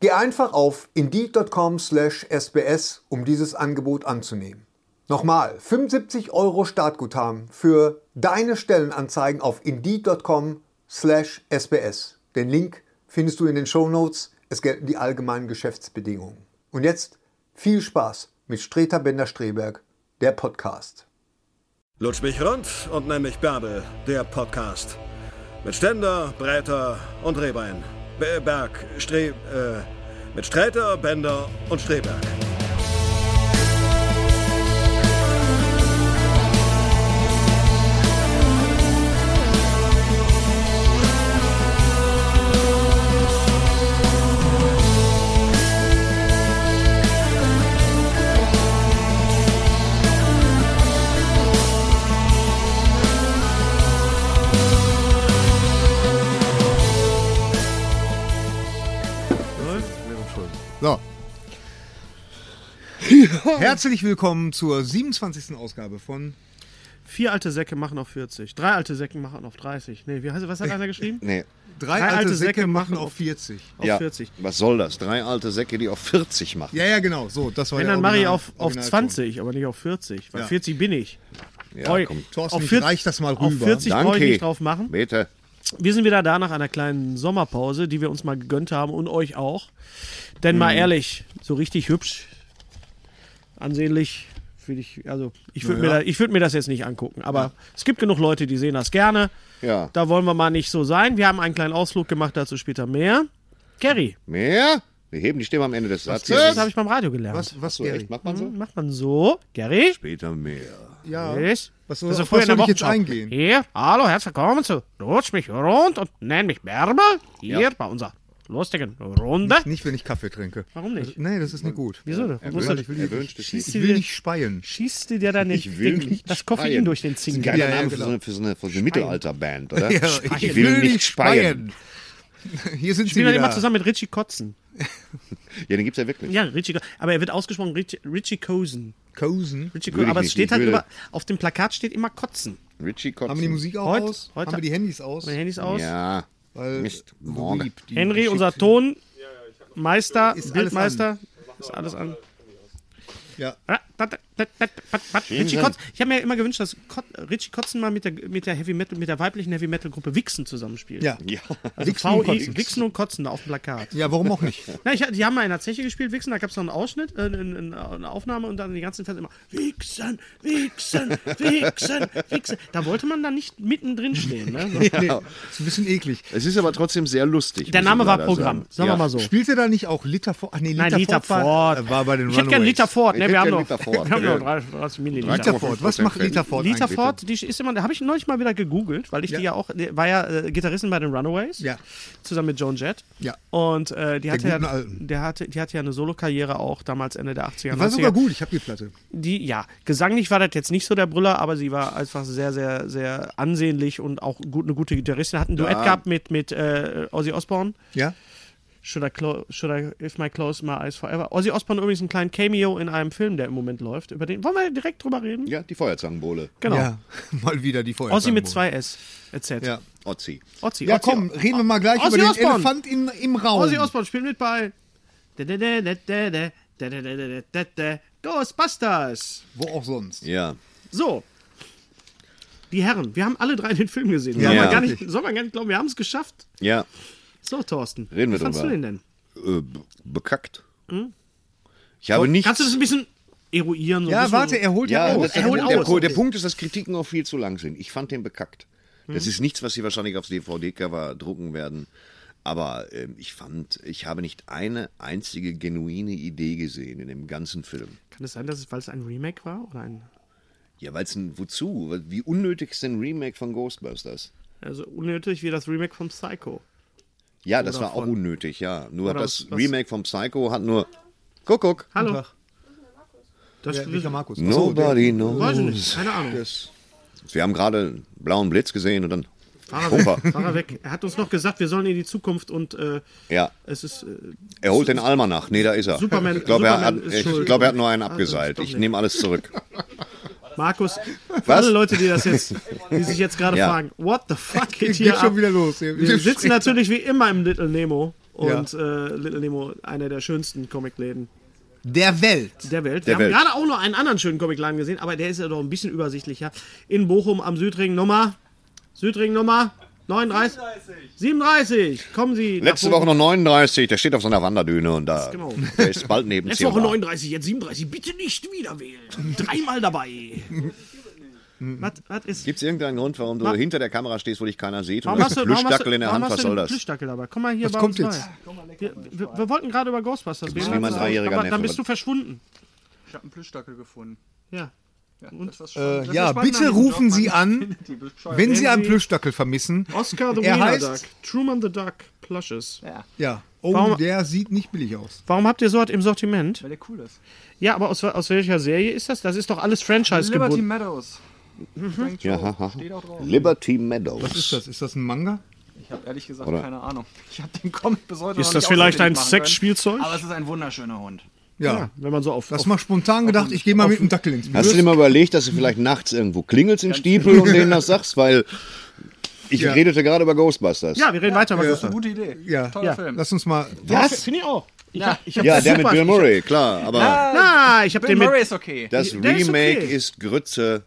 Geh einfach auf indeed.com/sbs, um dieses Angebot anzunehmen. Nochmal, 75 Euro Startguthaben für deine Stellenanzeigen auf indeed.com/sbs. Den Link findest du in den Shownotes. Es gelten die allgemeinen Geschäftsbedingungen. Und jetzt viel Spaß mit Streter Bender-Streberg, der Podcast. Lutsch mich rund und nenn mich Bärbel, der Podcast. Mit Ständer, Breiter und Rehbein. Be- Berg, Stre... Äh, mit Streiter, Bender und Streberg. So. Herzlich willkommen zur 27. Ausgabe von Vier alte Säcke machen auf 40. Drei alte Säcke machen auf 30. Nee, wie heißt, was hat einer geschrieben? Nee. Drei, alte, Säcke, machen auf 40. Auf ja. 40. Was soll das? Drei alte Säcke, die auf 40 machen. Ja, ja, genau. So, das war Wenn der dann mache ich Original- auf, auf Originalton. 20, aber nicht auf 40. Weil Ja. 40 bin ich. Ja, Oi, komm. Thorsten, auf ich 40 reich das mal Auf rüber. 40 brauche ich Danke. nicht drauf machen. Bitte. Wir sind wieder da nach einer kleinen Sommerpause, die wir uns mal gegönnt haben und euch auch. Denn mal ehrlich, so richtig hübsch, ansehnlich, würde ich, also ich würde mir, da- ich würd mir das jetzt nicht angucken. Aber es gibt genug Leute, die sehen das gerne. Ja. Da wollen wir mal nicht so sein. Wir haben einen kleinen Ausflug gemacht, dazu später mehr. Gary, Mehr? Wir heben die Stimme am Ende des das habe Satzes. ich Mhm. beim Radio gelernt. Was, was, So, Gary? echt, macht man so? Macht man so? Gary? Später mehr. Ja. Was, Was soll- das ist auf früher was in der soll ich jetzt Wochenschau. eingehen? Hier, hallo, herzlich willkommen zu Rutsch mich rund und nenn mich Bärbel. Hier Ja. bei unserer lustigen Runde. Nicht, wenn ich Kaffee trinke. Also, Warum nicht? Nee, das ist nicht gut. Wieso? denn? Muss wünscht- doch- er wünscht es schießt Ich dir will den- nicht speien. Schießt dir der dann den, Ich will den, nicht das Koffein speien. durch den Zingen? Geiler Ja, ja, Name für genau. so eine, für so eine, für so eine Mittelalterband, oder? Ja, Ich will nicht speien. speien. Hier sind sie Spielen wieder. dann immer zusammen mit Richie Kotzen. Ja, den gibt's ja wirklich. Ja, Richie Ko- Aber er wird ausgesprochen Richie, Richie Kosen. Kosen. Richie Würde Kosen. ich Aber es nicht, steht ich halt würde- über, auf dem Plakat steht immer Kotzen. Richie Kotzen. Haben wir die Musik auch Heute- aus? heute- Haben wir die Handys aus? Meine Handys aus. Ja. Weil Mist. so Morgen. beliebt, die Henry, geschickt unser sind. Tonmeister, Bildmeister. an. Ist alles an. Ja. Richie Kotz, ich habe mir immer gewünscht, dass Kot, Richie Kotzen mal mit der, mit der Heavy Metal, mit der weiblichen Heavy Metal Gruppe Wichsen zusammenspielt. Ja. Ja. Also Wichsen Wichsen, und und Kotzen. Wichsen und Kotzen da auf dem Plakat. ja, warum auch nicht? Na, ich, die haben mal in der Zeche gespielt, Wichsen, da gab es noch einen Ausschnitt, äh, in- in- eine Aufnahme und dann die ganzen Fans immer Wichsen, Wichsen, Wichsen, Wichsen. Da wollte man dann nicht mittendrin stehen. Ne? Nee, ist ein bisschen eklig. Es ist aber trotzdem sehr lustig. Der muss ich Name war leider Programm, sagen. sagen ja. wir mal so. Spielte da nicht auch Liter Ford? Ach nee, Liter, Nein, Liter Ford war, Ford. war bei den Ich hätte gerne Runaways. Liter Ford. Ich Ne, hätte wir haben gern noch, Liter Ford. wir haben noch Ja. 30, 30 Milliliter. Liter Ford, was macht Liter Ford Lisa eigentlich? Ford, die ist immer, da habe ich neulich mal wieder gegoogelt, weil ich die ja auch, die war ja äh, Gitarristin bei den Runaways, Ja. zusammen mit Joan Jett. Ja. Und äh, die, hatte guten ja, alten. der hatte, die hatte ja eine Solokarriere auch damals Ende der 80er. War 90er. sogar gut, ich habe die Platte. Die, ja, gesanglich war das jetzt nicht so der Brüller, aber sie war einfach sehr, sehr, sehr ansehnlich und auch gut, eine gute Gitarristin. Hat ein Duett gehabt mit, mit äh, Ozzy Osbourne. Ja? Should I, clo should I if my close my eyes forever? Ozzy Osbourne übrigens einen kleinen Cameo in einem Film, der im Moment läuft. Über den wollen wir direkt drüber reden? Ja, die Feuerzangenbowle. Genau. Ja, mal wieder die Feuer. Ozzy mit zwei S. Erzählt. Ja. Otzi. Ozzy. Ja, Ozzy, komm, reden wir mal gleich Ozzy über den Osbourne. Elefant in, im Raum. Ozzy Osbourne spielt mit bei. Ghostbusters. Wo auch sonst. Ja. So. Die Herren, wir haben alle drei den Film gesehen. Ja. Soll, man Ja. gar nicht, soll man gar nicht glauben, wir haben es geschafft. Ja. So, Thorsten. Reden wir Was fandst du drüber. den denn? Äh, be- bekackt. Ich habe nichts. Hm? Kannst du das ein bisschen eruieren. So ein Ja, bisschen warte, so. er holt ja, Ja, aus. das, er der, holt der, aus. der Punkt ist, dass Kritiken auch viel zu lang sind. Ich fand den bekackt. Hm? Das ist nichts, was sie wahrscheinlich aufs DVD-Cover drucken werden. Aber ähm, ich fand, ich habe nicht eine einzige genuine Idee gesehen in dem ganzen Film. Kann es sein, dass es, weil es ein Remake war? Oder ein, Ja, weil es ein, wozu? Wie unnötig ist denn ein Remake von Ghostbusters? also unnötig wie das Remake von Psycho. Ja, das war auch von- unnötig, ja. Nur Oder das was- Remake vom Psycho hat nur. Guck, guck. Hallo. Das Ja, Rika Markus. Achso, der- Nobody knows. Weiß ich nicht, keine Ahnung. Das, Wir haben gerade einen blauen Blitz gesehen und dann. Fahr er, Pumper. weg. Fahr er weg. Er hat uns noch gesagt, wir sollen in die Zukunft und äh, Ja. es ist. Äh, Er holt den Almanach. Nee, da ist er. Superman- ich glaube, er, hat- Superman ist ich schuld. glaube, er hat nur einen Ah, das ist abgeseilt. doch Ich nicht. nehme alles zurück. Markus, für Was? alle Leute, die das jetzt, die sich jetzt gerade Ja. fragen, what the fuck geht geht hier ab? schon wieder los. Wir Wir sitzen natürlich wie immer im Little Nemo und äh, Little Nemo, einer der schönsten Comicläden der Welt. der Welt. Der wir Welt. haben gerade auch noch einen anderen schönen Comicladen gesehen, aber der ist ja doch ein bisschen übersichtlicher. In Bochum am Südring Nummer Südring Nummer 39 37. Kommen Sie nach Letzte Bochum. Woche noch 39, der steht auf seiner Wanderdüne und da Genau. der ist bald neben Letzte Woche 39, jetzt 37. Bitte nicht wieder wählen. Dreimal dabei. was, was ist? Gibt es irgendeinen Grund, warum du hinter der Kamera stehst, wo dich keiner sieht? Warum und hast du, warum hast du, Plüschdackel in der warum Hand, hast was du soll einen das? Plüschdackel dabei? Komm mal hier Was bei kommt uns jetzt? rein. Wir, wir, wir wollten gerade über Ghostbusters reden. ist wie mein aber- dreijähriger aber Dann Neffe. bist du verschwunden. Ich habe einen Plüschdackel gefunden. Ja. Ja, und? Das Äh, ja, bitte rufen Sie an, wenn Sie einen Sie- Plüschdackel vermissen. Oscar the Er Wiener heißt- Duck. Truman the Duck. Plushes. Ja. Oh, Warum- der sieht nicht billig aus. Warum habt ihr so was im Sortiment? Weil der cool ist. Ja, aber aus, aus welcher Serie ist das? Das ist doch alles Franchise Liberty gebunden. Meadows. Mhm. Ja, ha, ha. Steht auch drauf. Liberty Was ist Meadows. das? Ist das ein Manga? Ich habe ehrlich gesagt Oder? keine Ahnung. Ich habe den Comic bis heute noch Ist das nicht vielleicht ein auswendig machen können. Sexspielzeug? Aber es ist ein wunderschöner Hund. Ja. Ja, wenn man so auf. Das auf mal spontan gedacht, ich gehe mal mit dem Dackel ins Bild. Hast du dir mal überlegt, dass du vielleicht nachts irgendwo klingelst im genau. Stiefel und denen das sagst? Weil ich Ja. redete gerade über Ghostbusters. ja, wir reden weiter. Das ist eine gute Idee. Ja. Toller Film. Lass uns mal. Was? Finde ich auch. Ich hab, ich hab ja das der mit super- Bill Murray, klar. Aber Na, ich habe Bill den mit Murray ist okay. das der ist Remake okay. ist Grütze.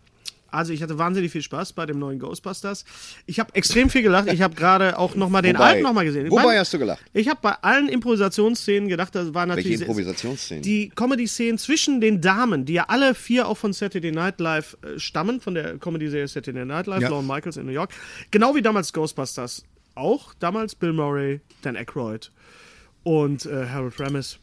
Also ich hatte wahnsinnig viel Spaß bei dem neuen Ghostbusters. Ich habe extrem viel gelacht. Ich habe gerade auch nochmal den Wobei- alten nochmal gesehen. wobei Beim- hast du gelacht? Ich habe bei allen Improvisationsszenen gedacht, das war Welche natürlich Improvisationsszenen? die Comedy-Szenen zwischen den Damen, die ja alle vier auch von Saturday Night Live äh, stammen, von der Comedy-Serie Saturday Night Live, Ja. Lorne Michaels in New York, genau wie damals Ghostbusters. Auch damals Bill Murray, Dan Aykroyd und äh, Harold Ramis.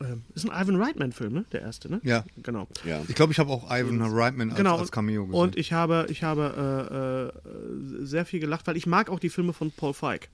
Ähm, ist ein Ivan Reitman-Film, ne? Der erste, ne? Ja. Genau. Ja. Ich glaube, ich habe auch Ivan Reitman als, Genau. als Cameo gesehen. und ich habe, ich habe äh, äh, sehr viel gelacht, weil ich mag auch die Filme von Paul Feig.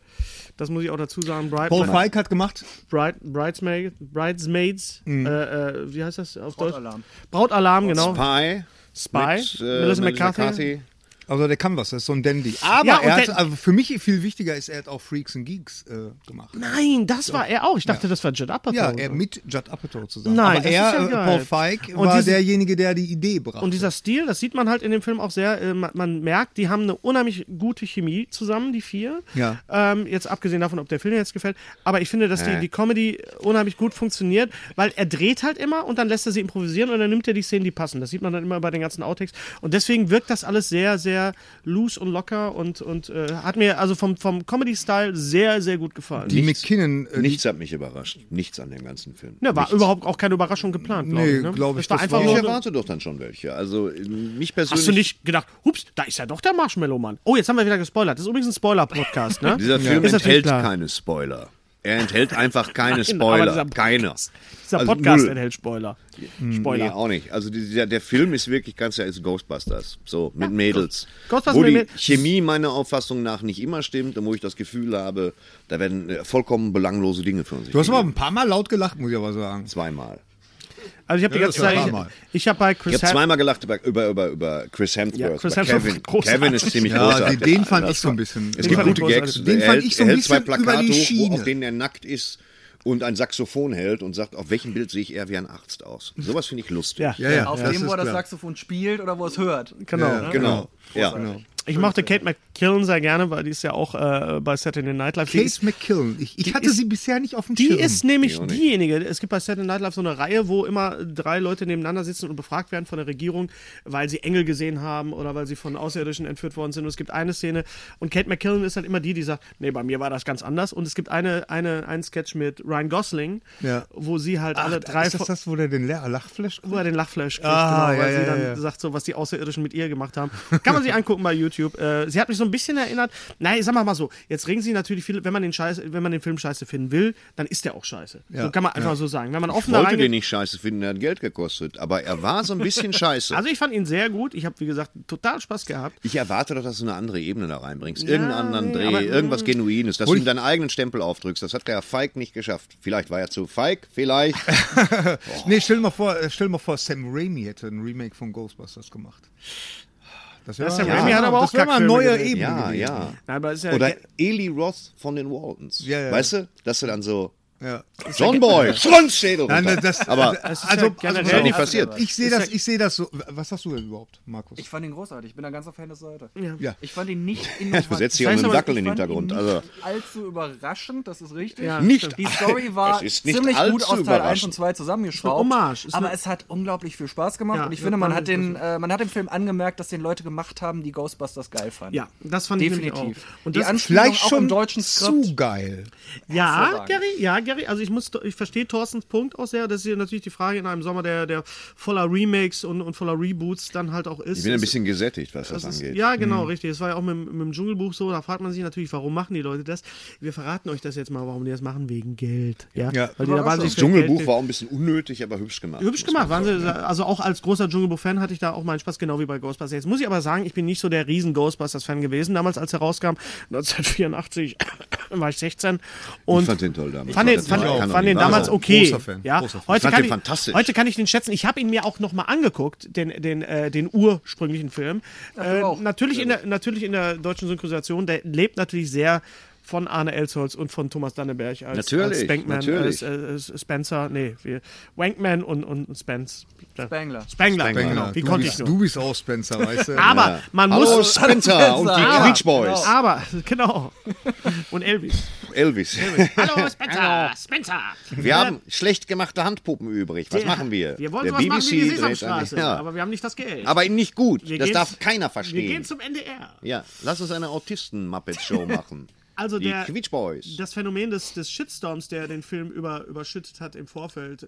Das muss ich auch dazu sagen. Bright, Paul Feig hat gemacht. Bright, Bridesmaid, Bridesmaids, Mhm. äh, äh, wie heißt das auf Brautalarm. Deutsch? Brautalarm, genau. Pie. Spy. Mit, äh, Melissa McCarthy. Also der kann was, das ist so ein Dandy. Aber Ja, und er hat, der- also für mich viel wichtiger ist, er hat auch Freaks and Geeks äh, gemacht. Nein, das war er auch. Ich dachte, das war Judd Apatow. Ja, er mit Judd Apatow zusammen. Aber Nein, das er, ist ja äh, geil. Paul Feig, Und war diese- derjenige, der die Idee brachte. Und dieser Stil, das sieht man halt in dem Film auch sehr. äh, Man, man merkt, die haben eine unheimlich gute Chemie zusammen, die vier. Ja. Ähm, jetzt abgesehen davon, ob der Film jetzt gefällt. Aber ich finde, dass die, die Comedy unheimlich gut funktioniert, weil er dreht halt immer und dann lässt er sie improvisieren und dann nimmt er die Szenen, die passen. Das sieht man dann immer bei den ganzen Outtakes. Und deswegen wirkt das alles sehr, sehr loose und locker und, und äh, hat mir also vom, vom Comedy-Style sehr, sehr gut gefallen. die McKinnon, äh, Nichts hat mich überrascht. Nichts an dem ganzen Film. Ne, war Nichts. überhaupt auch keine Überraschung geplant. glaub Nee, ich, ne? glaub ich, war das einfach war- Ich nur eine- erwarte doch dann schon welche. Also äh, mich persönlich. Hast du nicht gedacht, hups, da ist ja doch der Marshmallow-Mann. Oh, jetzt haben wir wieder gespoilert. Das ist übrigens ein Spoiler-Podcast, ne? Dieser Film Ist natürlich enthält klar. keine Spoiler. Er enthält einfach keine Nein, aber dieser Spoiler. Podcast- Keiner. Dieser Also Podcast null. enthält Spoiler. Hm. Nee, Spoiler. auch nicht. Also die- der, der Film ist wirklich ganz klar, ist Ghostbusters. So, mit Mädels. Ghostbusters wo mit die Mädels. Chemie meiner Auffassung nach nicht immer stimmt und wo ich das Gefühl habe, da werden äh, vollkommen belanglose Dinge von sich. du hast aber gegeben. ein paar Mal laut gelacht, muss ich aber sagen. zweimal. Also ich habe die Ja, ganze das war Zeit, Hammer. ich, ich habe bei Ich Chris habe Hem- zweimal gelacht über, über, über, über Chris Hemsworth. Ja, Chris bei Hemsworth, Kevin. großartig. Kevin ist ziemlich Ja, großartig. den, den fand ich so ein bisschen. Es Den gibt fand gute ich Gags. großartig. Den er fand hält, ich so er ein hält zwei bisschen über Plakate die hoch, wo- auf Schiene. denen er nackt ist und ein Saxophon hält und sagt, auf welchem Bild sehe ich eher wie ein Arzt aus. Sowas finde ich lustig. Genau. Ja. ja, ja, Auf das dem, ist wo er das klar. Saxophon spielt oder wo er es hört. Genau. Ja, Genau. Ja. Großartig. Ich mochte Kate McKillen sehr gerne, weil die ist ja auch äh, bei Saturday Night Live. die Kate ist, McKillen. Ich, ich hatte ist- sie bisher nicht auf dem die Schirm. ist nämlich auch nicht. diejenige. Es gibt bei Saturday Night Live so eine Reihe, wo immer drei Leute nebeneinander sitzen und befragt werden von der Regierung, weil sie Engel gesehen haben oder weil sie von Außerirdischen entführt worden sind. Und es gibt eine Szene und Kate McKillen ist halt immer die, die sagt, nee, bei mir war das ganz anders. Und es gibt eine, eine, einen Sketch mit Ryan Gosling, Ja. wo sie halt alle drei ist das von- das, wo der den Lehrer Lachflash wo er den Lachflash kriegt, Ah, genau, weil ja, sie ja, dann ja. sagt, so was die Außerirdischen mit ihr gemacht haben. Kann man sich angucken bei YouTube. Äh, sie hat mich so ein bisschen erinnert. Nein, ich sag mal mal so, jetzt regen sie natürlich viele, wenn man den Scheiß, wenn man den Film scheiße finden will, dann ist der auch scheiße. Ja, so kann man einfach so sagen. Wenn man offen da Wollte den reingeht. nicht scheiße finden, der hat Geld gekostet. Aber er war so ein bisschen scheiße. Also ich fand ihn sehr gut. Ich habe, wie gesagt, total Spaß gehabt. ich erwarte doch, dass du eine andere Ebene da reinbringst. Irgendeinen anderen nee, Dreh, aber, irgendwas Genuines, dass du ich- ihm deinen eigenen Stempel aufdrückst. Das hat der Feig nicht geschafft. Vielleicht war er zu feig, vielleicht. Nee, stell dir mal vor, äh, stell dir mal vor, Sam Raimi hätte ein Remake von Ghostbusters gemacht. Das wäre Ja, mal- Sam Raimi hat aber auch das wär mal eine Kackfilme neue gedreht. Ebene. ja, gewesen. ja. Nein, aber es ist ja Oder Eli Roth von den Waltons. Ja, ja. Weißt du, dass du dann so. ja. John Boy, Schwanzschädel. Nein, runter. das, aber das also, ist ja generell pass auf, nicht passiert. Ich sehe das, ich sehe das so. Was sagst du denn überhaupt, Markus? Ich fand ihn großartig. Ich bin da ganz auf Hennes Seite. Ja. Ich fand ihn nicht innovativ. Du setzt hier auch Das heißt mit dem aber, Dackel Ich im fand Hintergrund. ihn Also, Nicht allzu überraschend, das ist richtig. Ja, Nicht Die all- Story war Es ist nicht ziemlich gut allzu aus Teil 1 und überraschend. 2 zusammengeschraubt. Ist eine Hommage, ist aber eine- es hat unglaublich viel Spaß gemacht Ja, und ich ja, finde, man man- hat, den, äh, man hat im Film angemerkt, dass den Leute gemacht haben, die Ghostbusters geil fanden. Ja, das fand ich nämlich Definitiv. auch. Und die das- Anspielung Vielleicht auch schon im deutschen Skript. zu geil. Ja, Hervorragend. Gary, ja, Gary. Also ich muss, ich verstehe Thorstens Punkt auch sehr. Das ist ja natürlich die Frage in einem Sommer, der, der voller Remakes und, und voller Reboots dann halt auch ist. ich bin ein Ist- bisschen gesättigt, was das, Das ist, angeht. Hm. ja, genau, richtig. Das war ja auch mit, dem- mit dem Dschungelbuch so. Da fragt man sich natürlich, warum machen die Leute das? Wir verraten euch das jetzt mal, warum die das machen, wegen Geld. Ja, Ja. Weil die da wahnsinnig das viel Dschungelbuch Geld- war auch ein bisschen unnötig, aber hübsch gemacht. Hübsch gemacht, waren sie, also auch als großer Dschungelbuch-Fan hatte ich da auch meinen Spaß, genau wie bei Ghostbusters. Jetzt muss ich aber sagen, ich bin nicht so der riesen Ghostbusters-Fan gewesen. Damals, als er rauskam, 1984, war ich 16. Und Ich fand den toll damals. Fand Ich den, fand, fand den toll. fand, Kann den doch nicht damals wahr okay. Großer Fan, Ja, großer Fan. Heute, Fand kann den ich, fantastisch. heute kann ich den schätzen. Ich habe ihn mir auch nochmal angeguckt, den, den, äh, den ursprünglichen Film. Äh, auch. natürlich, in der, natürlich in der deutschen Synchronisation, der lebt natürlich sehr von Arne Elsholz und von Thomas Danneberg als, als Natürlich, Spankman, natürlich. Als, äh, Spencer, nee, wie, Wankman und, und Spence. Spangler. Spangler, Spangler, genau. Wie du, konnte ich bist, nur? du bist auch Spencer, weißt du? Aber man muss... Hallo Spencer und die Aber- Beach Boys. aber, genau. Und Elvis. Elvis. Hallo Spencer, Spencer. Wir haben schlecht gemachte Handpuppen übrig. Was machen wir? Wir wollen Der sowas machen wie die dreht an- Sesamstraße, Ja. aber wir haben nicht das Geld. Aber nicht gut. Wir das gehen- darf keiner wir gehen verstehen. zum NDR. Ja, lass uns eine Autisten-Muppet-Show machen. Also die der, Beach Boys. das Phänomen des, des Shitstorms, der den Film über, überschüttet hat im Vorfeld, äh,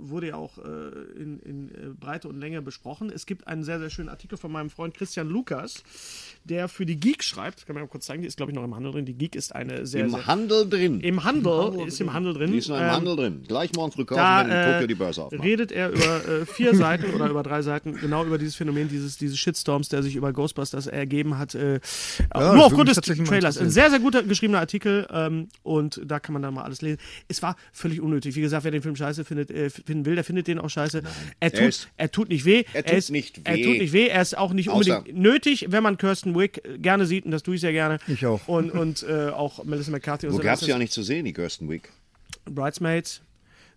wurde ja auch äh, in, in äh, Breite und Länge besprochen. Es gibt einen sehr, sehr schönen Artikel von meinem Freund Christian Lukas, der für die Geek schreibt. Kann man mal kurz zeigen, die ist, glaube ich, noch im Handel drin. Die Geek ist eine sehr. Im sehr, Handel drin. Also, im Handel, ist im Handel drin. die ist noch im Ähm, Handel drin. Gleich morgen früh kaufen, da wenn in Tokio äh, die Börse aufmacht. redet er über äh, vier Seiten oder über drei Seiten genau über dieses Phänomen dieses, dieses Shitstorms, der sich über Ghostbusters ergeben hat. Äh, auch das nur würde aufgrund mich des tatsächlich mal Trailers. Ein interessieren. sehr, sehr guter geschriebener Artikel ähm, und da kann man dann mal alles lesen. Es war völlig unnötig. Wie gesagt, wer den Film scheiße findet, äh, finden will, der findet den auch scheiße. Er tut, Er er, ist- tut nicht weh. er tut ist, nicht Er weh. tut nicht weh. Er ist auch nicht Außer- unbedingt nötig, wenn man Kirsten Wick gerne sieht und das tue ich sehr gerne. Ich auch. Und, und äh, auch Melissa McCarthy. und Wo so gab es Das ja auch nicht zu sehen, die Kirsten Wick. Bridesmaids.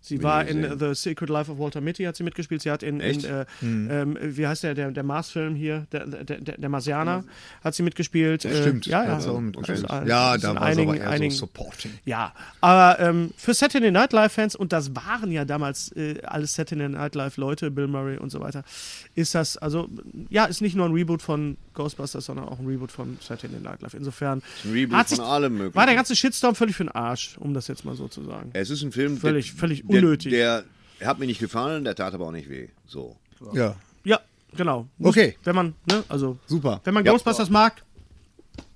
Sie war in äh, The Secret Life of Walter Mitty, hat sie mitgespielt. Sie hat in, in Echt? äh, Hm. ähm, wie heißt der, der, der Mars-Film hier, der, der, der, der Marsianer, hat sie mitgespielt. äh, Stimmt, ja, ja. hat's auch mit- Also, äh, ja, ist da in war es aber eher einigen- so supporting. ja, aber ähm, für Saturday Night Live-Fans, und das waren ja damals äh, alles Saturday Night Live-Leute, Bill Murray und so weiter, ist das, also, ja, ist nicht nur ein Reboot von Ghostbusters, sondern auch ein Reboot von Saturday Night Live. Insofern ein Reboot hat von allem Möglichen. war der ganze Shitstorm völlig für den Arsch, um das jetzt mal so zu sagen. Es ist ein Film, Völlig- der, völlig der- unnötig. Der, der hat mir nicht gefallen, der tat aber auch nicht weh. So. Ja, Ja, genau. Okay. Wenn man, ne, also, super. wenn man Ja. Ghostbusters mag,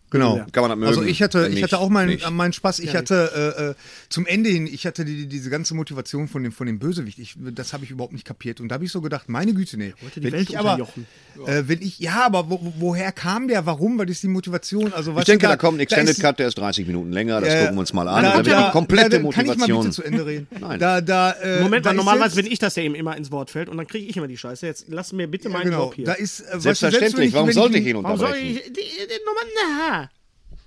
Genau. Kann man das mögen. Also ich hatte, Wenn ich nicht, hatte auch meinen, äh, nicht. meinen Spaß. Ich hatte äh, äh, zum Ende hin, ich hatte die, die, diese ganze Motivation von dem, von dem Bösewicht. Ich, das habe ich überhaupt nicht kapiert. Und da habe ich so gedacht, meine Güte, nee. die Welt ich aber, unterjochen. äh, wenn ich, ja, aber wo, woher kam der? Warum? Was ist die Motivation? Also Ich weißt denke, du, da kommt ein Extended ist- Cut, der ist 30 Minuten länger, das äh, gucken wir uns mal an. da- Da, wird da- die komplette da- Motivation. Kann ich mal bitte zu Ende reden? Nein. Da, da, äh, Moment da mal, ist normalerweise jetzt- bin ich das, der ihm immer ins Wort fällt und dann kriege ich immer die Scheiße. Jetzt lass mir bitte ja, meinen genau, Job hier. da ist, äh, weißt du, selbst wenn Selbstverständlich, warum wenn sollte ich einen- ihn Warum soll unterbrechen? ich die, die Nummer na?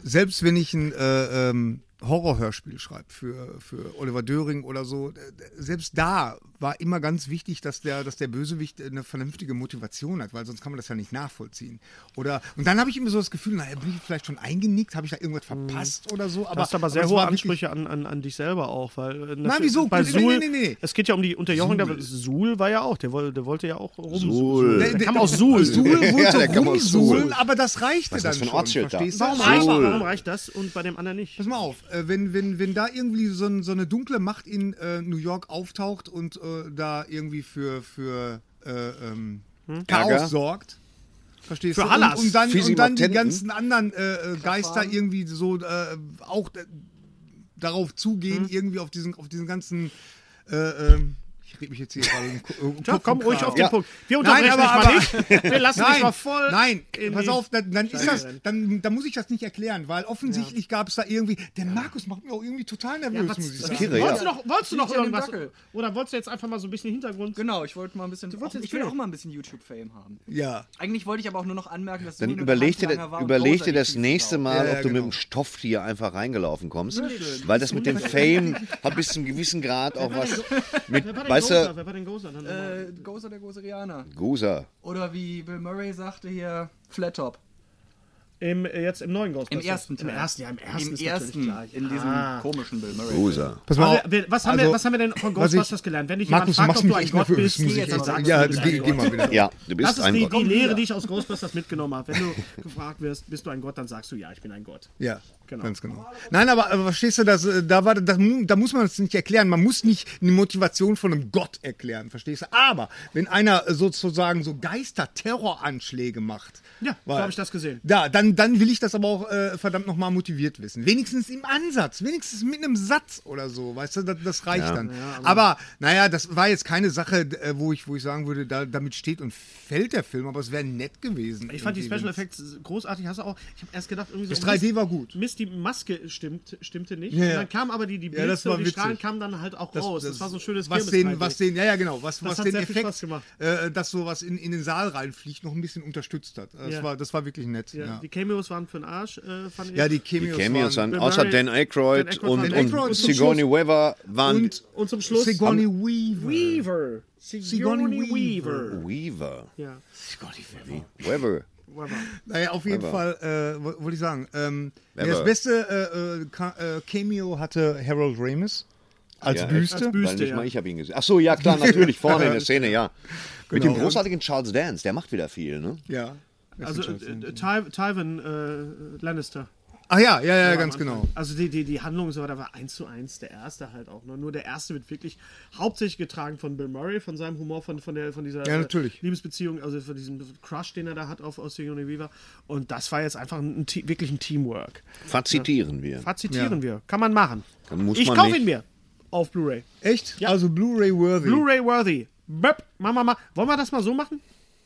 selbst wenn ich ein äh, ähm, Horrorhörspiel schreibe für, für Oliver Döring oder so, äh, selbst da war immer ganz wichtig, dass der, dass der Bösewicht eine vernünftige Motivation hat, weil sonst kann man das ja nicht nachvollziehen. Oder, und dann habe ich immer so das Gefühl, naja, bin ich vielleicht schon eingenickt, habe ich da irgendwas verpasst oder so. Du Aber, Mhm. hast aber sehr es hohe war wirklich- Ansprüche an, an, an dich selber auch, weil äh, wieso? bei Nee, nee, Suhl, nee, nee. es geht ja um die Unterjochung, der Suhl war ja auch, der, woll- der wollte ja auch rum. Suhl. Der kam aus Suhl. Suhl wollte Ja, der kam aus rumsuhlen, Suhl. aber das reichte Was ist dann das für ein schon, Ortsschild da? verstehst du? Warum, Suhl. reicht, warum reicht das und bei dem anderen nicht? Pass mal auf, äh, wenn, wenn, wenn da irgendwie so, ein, so eine dunkle Macht in äh, New York auftaucht und äh, da irgendwie für, für äh, ähm, Chaos Ärger? sorgt. Verstehst Für du? Hallas. Und, und dann, Fisi und dann die Mortenten? ganzen anderen äh, äh, Geister irgendwie so äh, auch äh, darauf zugehen, Hm? irgendwie auf diesen, auf diesen ganzen. Äh, ähm, ich rede mich jetzt hier gerade. um im Ko- im Tja, Kopf komm im ruhig Kragen. auf den Ja. Punkt. Wir Nein, unterbrechen aber- dich mal nicht. Wir lassen dich mal voll. Nein, in pass die- auf, dann, dann ist Scheiße das, rennen. dann, dann muss ich das nicht erklären, weil offensichtlich gab es da irgendwie, der Markus macht mich auch irgendwie total nervös, was- muss ich sagen. Kirre, Wolltest ja. du noch, wolltest du Liegt noch ja in dem irgendwas? Dackel. Oder wolltest du jetzt einfach mal so ein bisschen Hintergrund? Genau, ich wollte mal ein bisschen. wolltest ich will erzählen. auch mal ein bisschen YouTube-Fame haben. Ja. Eigentlich wollte ich aber auch nur noch anmerken, dass Dann Suhl mit überleg dir, Handlanger war und überleg Bowser dir die das fiese nächste Sau. Mal, Ja, ob ja, du mit genau. dem Stofftier einfach reingelaufen kommst. Weil das mit dem Fame hat bis zu einem gewissen Grad auch was mit, Wer war denn weißt Gozer? du, Wer war denn Gozer? Dann nochmal. Äh, Gozer der Goserianer. Gosa. Oder wie Bill Murray sagte hier, Flat Top. Im, äh, jetzt im neuen Ghostbusters. Im ersten Teil. Im ersten, ja, im ersten Im ist ersten, natürlich Ah. Ah. klar. in diesem komischen Bill Murray. Gosa. Pass Aber mal wir- wir- was, haben wir, also, was haben wir denn was ich- von Ghostbusters gelernt? Wenn dich Markus, du jemand machst fragt, ob mich du ein echt Gott nervös, bist, muss ich jetzt echt sagen. sagst Ja, du, du bist geh, ein geh Gott. mal wieder. Ja, du Das bist ist ein die, Gott. die Lehre, die ich aus Ghostbusters mitgenommen habe. Wenn du gefragt wirst, bist du ein Gott, dann sagst du ja, ich bin ein Gott. Ja, Genau. ganz genau. Nein, aber, aber verstehst du, das, äh, da, war, das, mu- da muss man es nicht erklären. Man muss nicht die Motivation von einem Gott erklären, verstehst du? Aber wenn einer äh, sozusagen so Geister-Terroranschläge macht. Ja, so weil- habe ich das gesehen. Da, dann, dann will ich das aber auch äh, verdammt nochmal motiviert wissen. Wenigstens im Ansatz, wenigstens mit einem Satz oder so, weißt du, das, das reicht dann. aber, naja, das war jetzt keine Sache, d- äh, wo ich, wo ich sagen würde, da, damit steht und fällt der Film, aber es wäre nett gewesen. Ich fand die irgendwie, Special wenn's- Effects großartig. Hast du auch, ich habe erst gedacht, irgendwie Das so. 3D war gut. Mist, die Maske stimmt, stimmte nicht. Ja, Und ja. dann kam aber die, die Blitze das war und die witzig. Strahlen kamen dann halt auch raus. Das, war so ein schönes was Kirmes- den, was den, ja, ja, genau, was, was hat den sehr viel Effekt, Spaß gemacht. äh, dass sowas in, in den Saal reinfliegt, noch ein bisschen unterstützt hat. Das, Ja. war, das war wirklich nett. ja, Ja, Die Cameos waren für den Arsch, äh, fand ich. ja die Die Cameos, Cameos waren, waren, Bill außer Murray, Dan Aykroyd, Dan Aykroyd und, waren- Dan und, Aykroyd und zum Sigourney Weaver waren und und zum Schluss Sigourney Weaver. Weaver. Sigourney Sigourney Weaver. Weaver. Ja. Weaver. Naja, auf jeden Weber. Fall, äh, wo- wollte ich sagen, ähm, ja, Weber. das beste äh, äh, Ka- äh, Cameo hatte Harold Ramis als Ja, Büste. Als Büste. Weil nicht ja. mal ich habe ihn gesehen. Ach so, ja klar, natürlich, vorne in der Szene, ja. Mit Genau. dem großartigen Charles Dance, der macht wieder viel, ne? Ja. Also äh, äh, Ty Tywin äh, Lannister. Ach ja, ja, ja, Ja, ganz am Anfang. genau. Also die, die, die Handlung und so weiter war eins zu eins der erste halt auch. Nur, nur der erste wird wirklich hauptsächlich getragen von Bill Murray, von seinem Humor, von, von, der, von dieser Ja, äh, natürlich. Liebesbeziehung, also von diesem Crush, den er da hat auf, auf Sigourney Weaver. Und das war jetzt einfach ein, Te- wirklich ein Teamwork. Fazitieren wir. Fazitieren wir. Kann man machen. Dann muss ich man kaufe nicht. ihn mir auf Blu-ray. Echt? Also Blu-ray worthy. Blu-ray worthy. Böp. Machen wir mal. Wollen wir das mal so machen?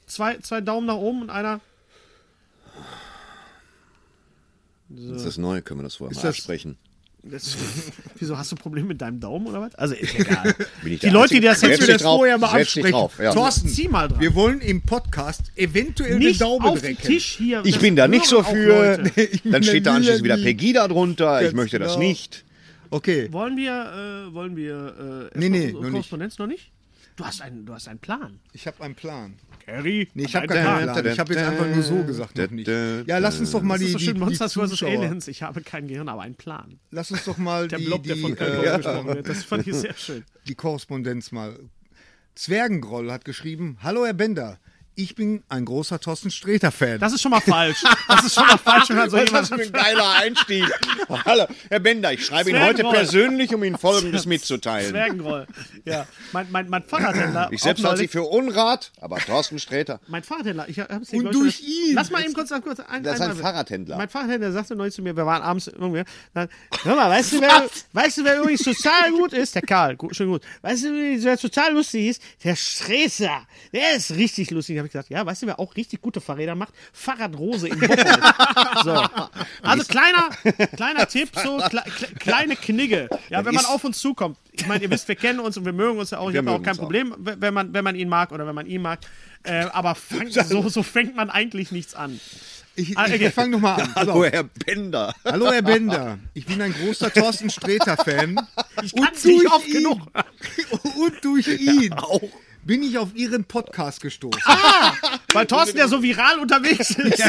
Zwei, zwei Daumen nach oben und einer. Das ist das Neue, können wir das vorher mal das- absprechen. Das, wieso hast du Probleme mit deinem Daumen oder was? Also ist egal. Bin ich Die der Leute, die Einzige? das jetzt Setz wir wieder dich das vorher mal setz dich absprechen. Drauf, ja. Thorsten, Zieh mal dran. wir wollen im Podcast eventuell nicht eine Daube auf den drecken. Tisch hier. Ich das bin da nicht hören so auch für. Leute. bin Dann steht da der anschließend Lila wieder Lee. Pegida drunter. Ich Ganz möchte das genau. nicht. Okay. Wollen wir, äh, wollen wir, äh, Nee, nee, erstmal unsere noch nicht. Korrespondenz noch nicht? Du hast einen, du hast einen Plan. Ich habe einen Plan. Harry. Nee, ich habe gar keinen halt Plan. Ich habe jetzt einfach nur so gesagt, noch nicht. Ja, lass uns doch mal Das die, ist so schön, die, die Monsters vs. Zuschauer. Aliens. Ich habe kein Gehirn, aber einen Plan. Lass uns doch mal Der die, Blob, der die, von Köln äh, gesprochen wird. Das fand ich sehr schön. die Korrespondenz mal. Zwergengroll hat geschrieben: Hallo Herr Bender, ich bin ein großer Thorsten Sträter-Fan. Das ist schon mal falsch. Das ist schon mal falsch, wenn man so Was jemand das für ein geiler Einstieg. Hallo, Herr Bender, ich schreibe Ihnen heute Zwergenroll. persönlich, um Ihnen Folgendes mitzuteilen. Zwergenroll. Ja. Mein, mein, mein Fahrradhändler. Ich selbst auch halte Sie neulich- für Unrat, aber Thorsten Sträter. Mein Fahrradhändler, ich hab's Und glaub ich, schon durch erst- ihn. Lass mal eben kurz, kurz ein, Das ist ein einmal- Fahrradhändler. Mein Fahrradhändler sagte neulich zu mir, wir waren abends irgendwie. Dann, hör mal, weißt du, wer, weißt du, wer übrigens total gut ist? Der Karl, gut, schön gut. Weißt du, wer total lustig ist? Der Stresser. Der ist richtig lustig. Da habe ich gesagt, ja, weißt du, wer auch richtig gute Fahrräder macht? Fahrradrose in Bochum. so. Also kleiner, kleiner Tipp, so kle, kle, kleine Knigge. Ja, wenn man ist- auf uns zukommt. Ich meine, ihr wisst, wir kennen uns und wir mögen uns ja auch. Ich Wir habe auch mögen kein uns auch. Problem. Problem, w- wenn man, wenn man ihn mag oder wenn man ihn mag. Äh, aber fang, so, so fängt man eigentlich nichts an. Ich, ich, Ah, okay. ich fange nochmal an. Pass auf. Hallo, Herr Bender. Hallo, Herr Bender. Ich bin ein großer Thorsten Sträter-Fan. Ich kann's nicht oft ihn, genug. Und durch ihn bin ich auf Ihren Podcast gestoßen. Weil Thorsten ja so viral unterwegs ist.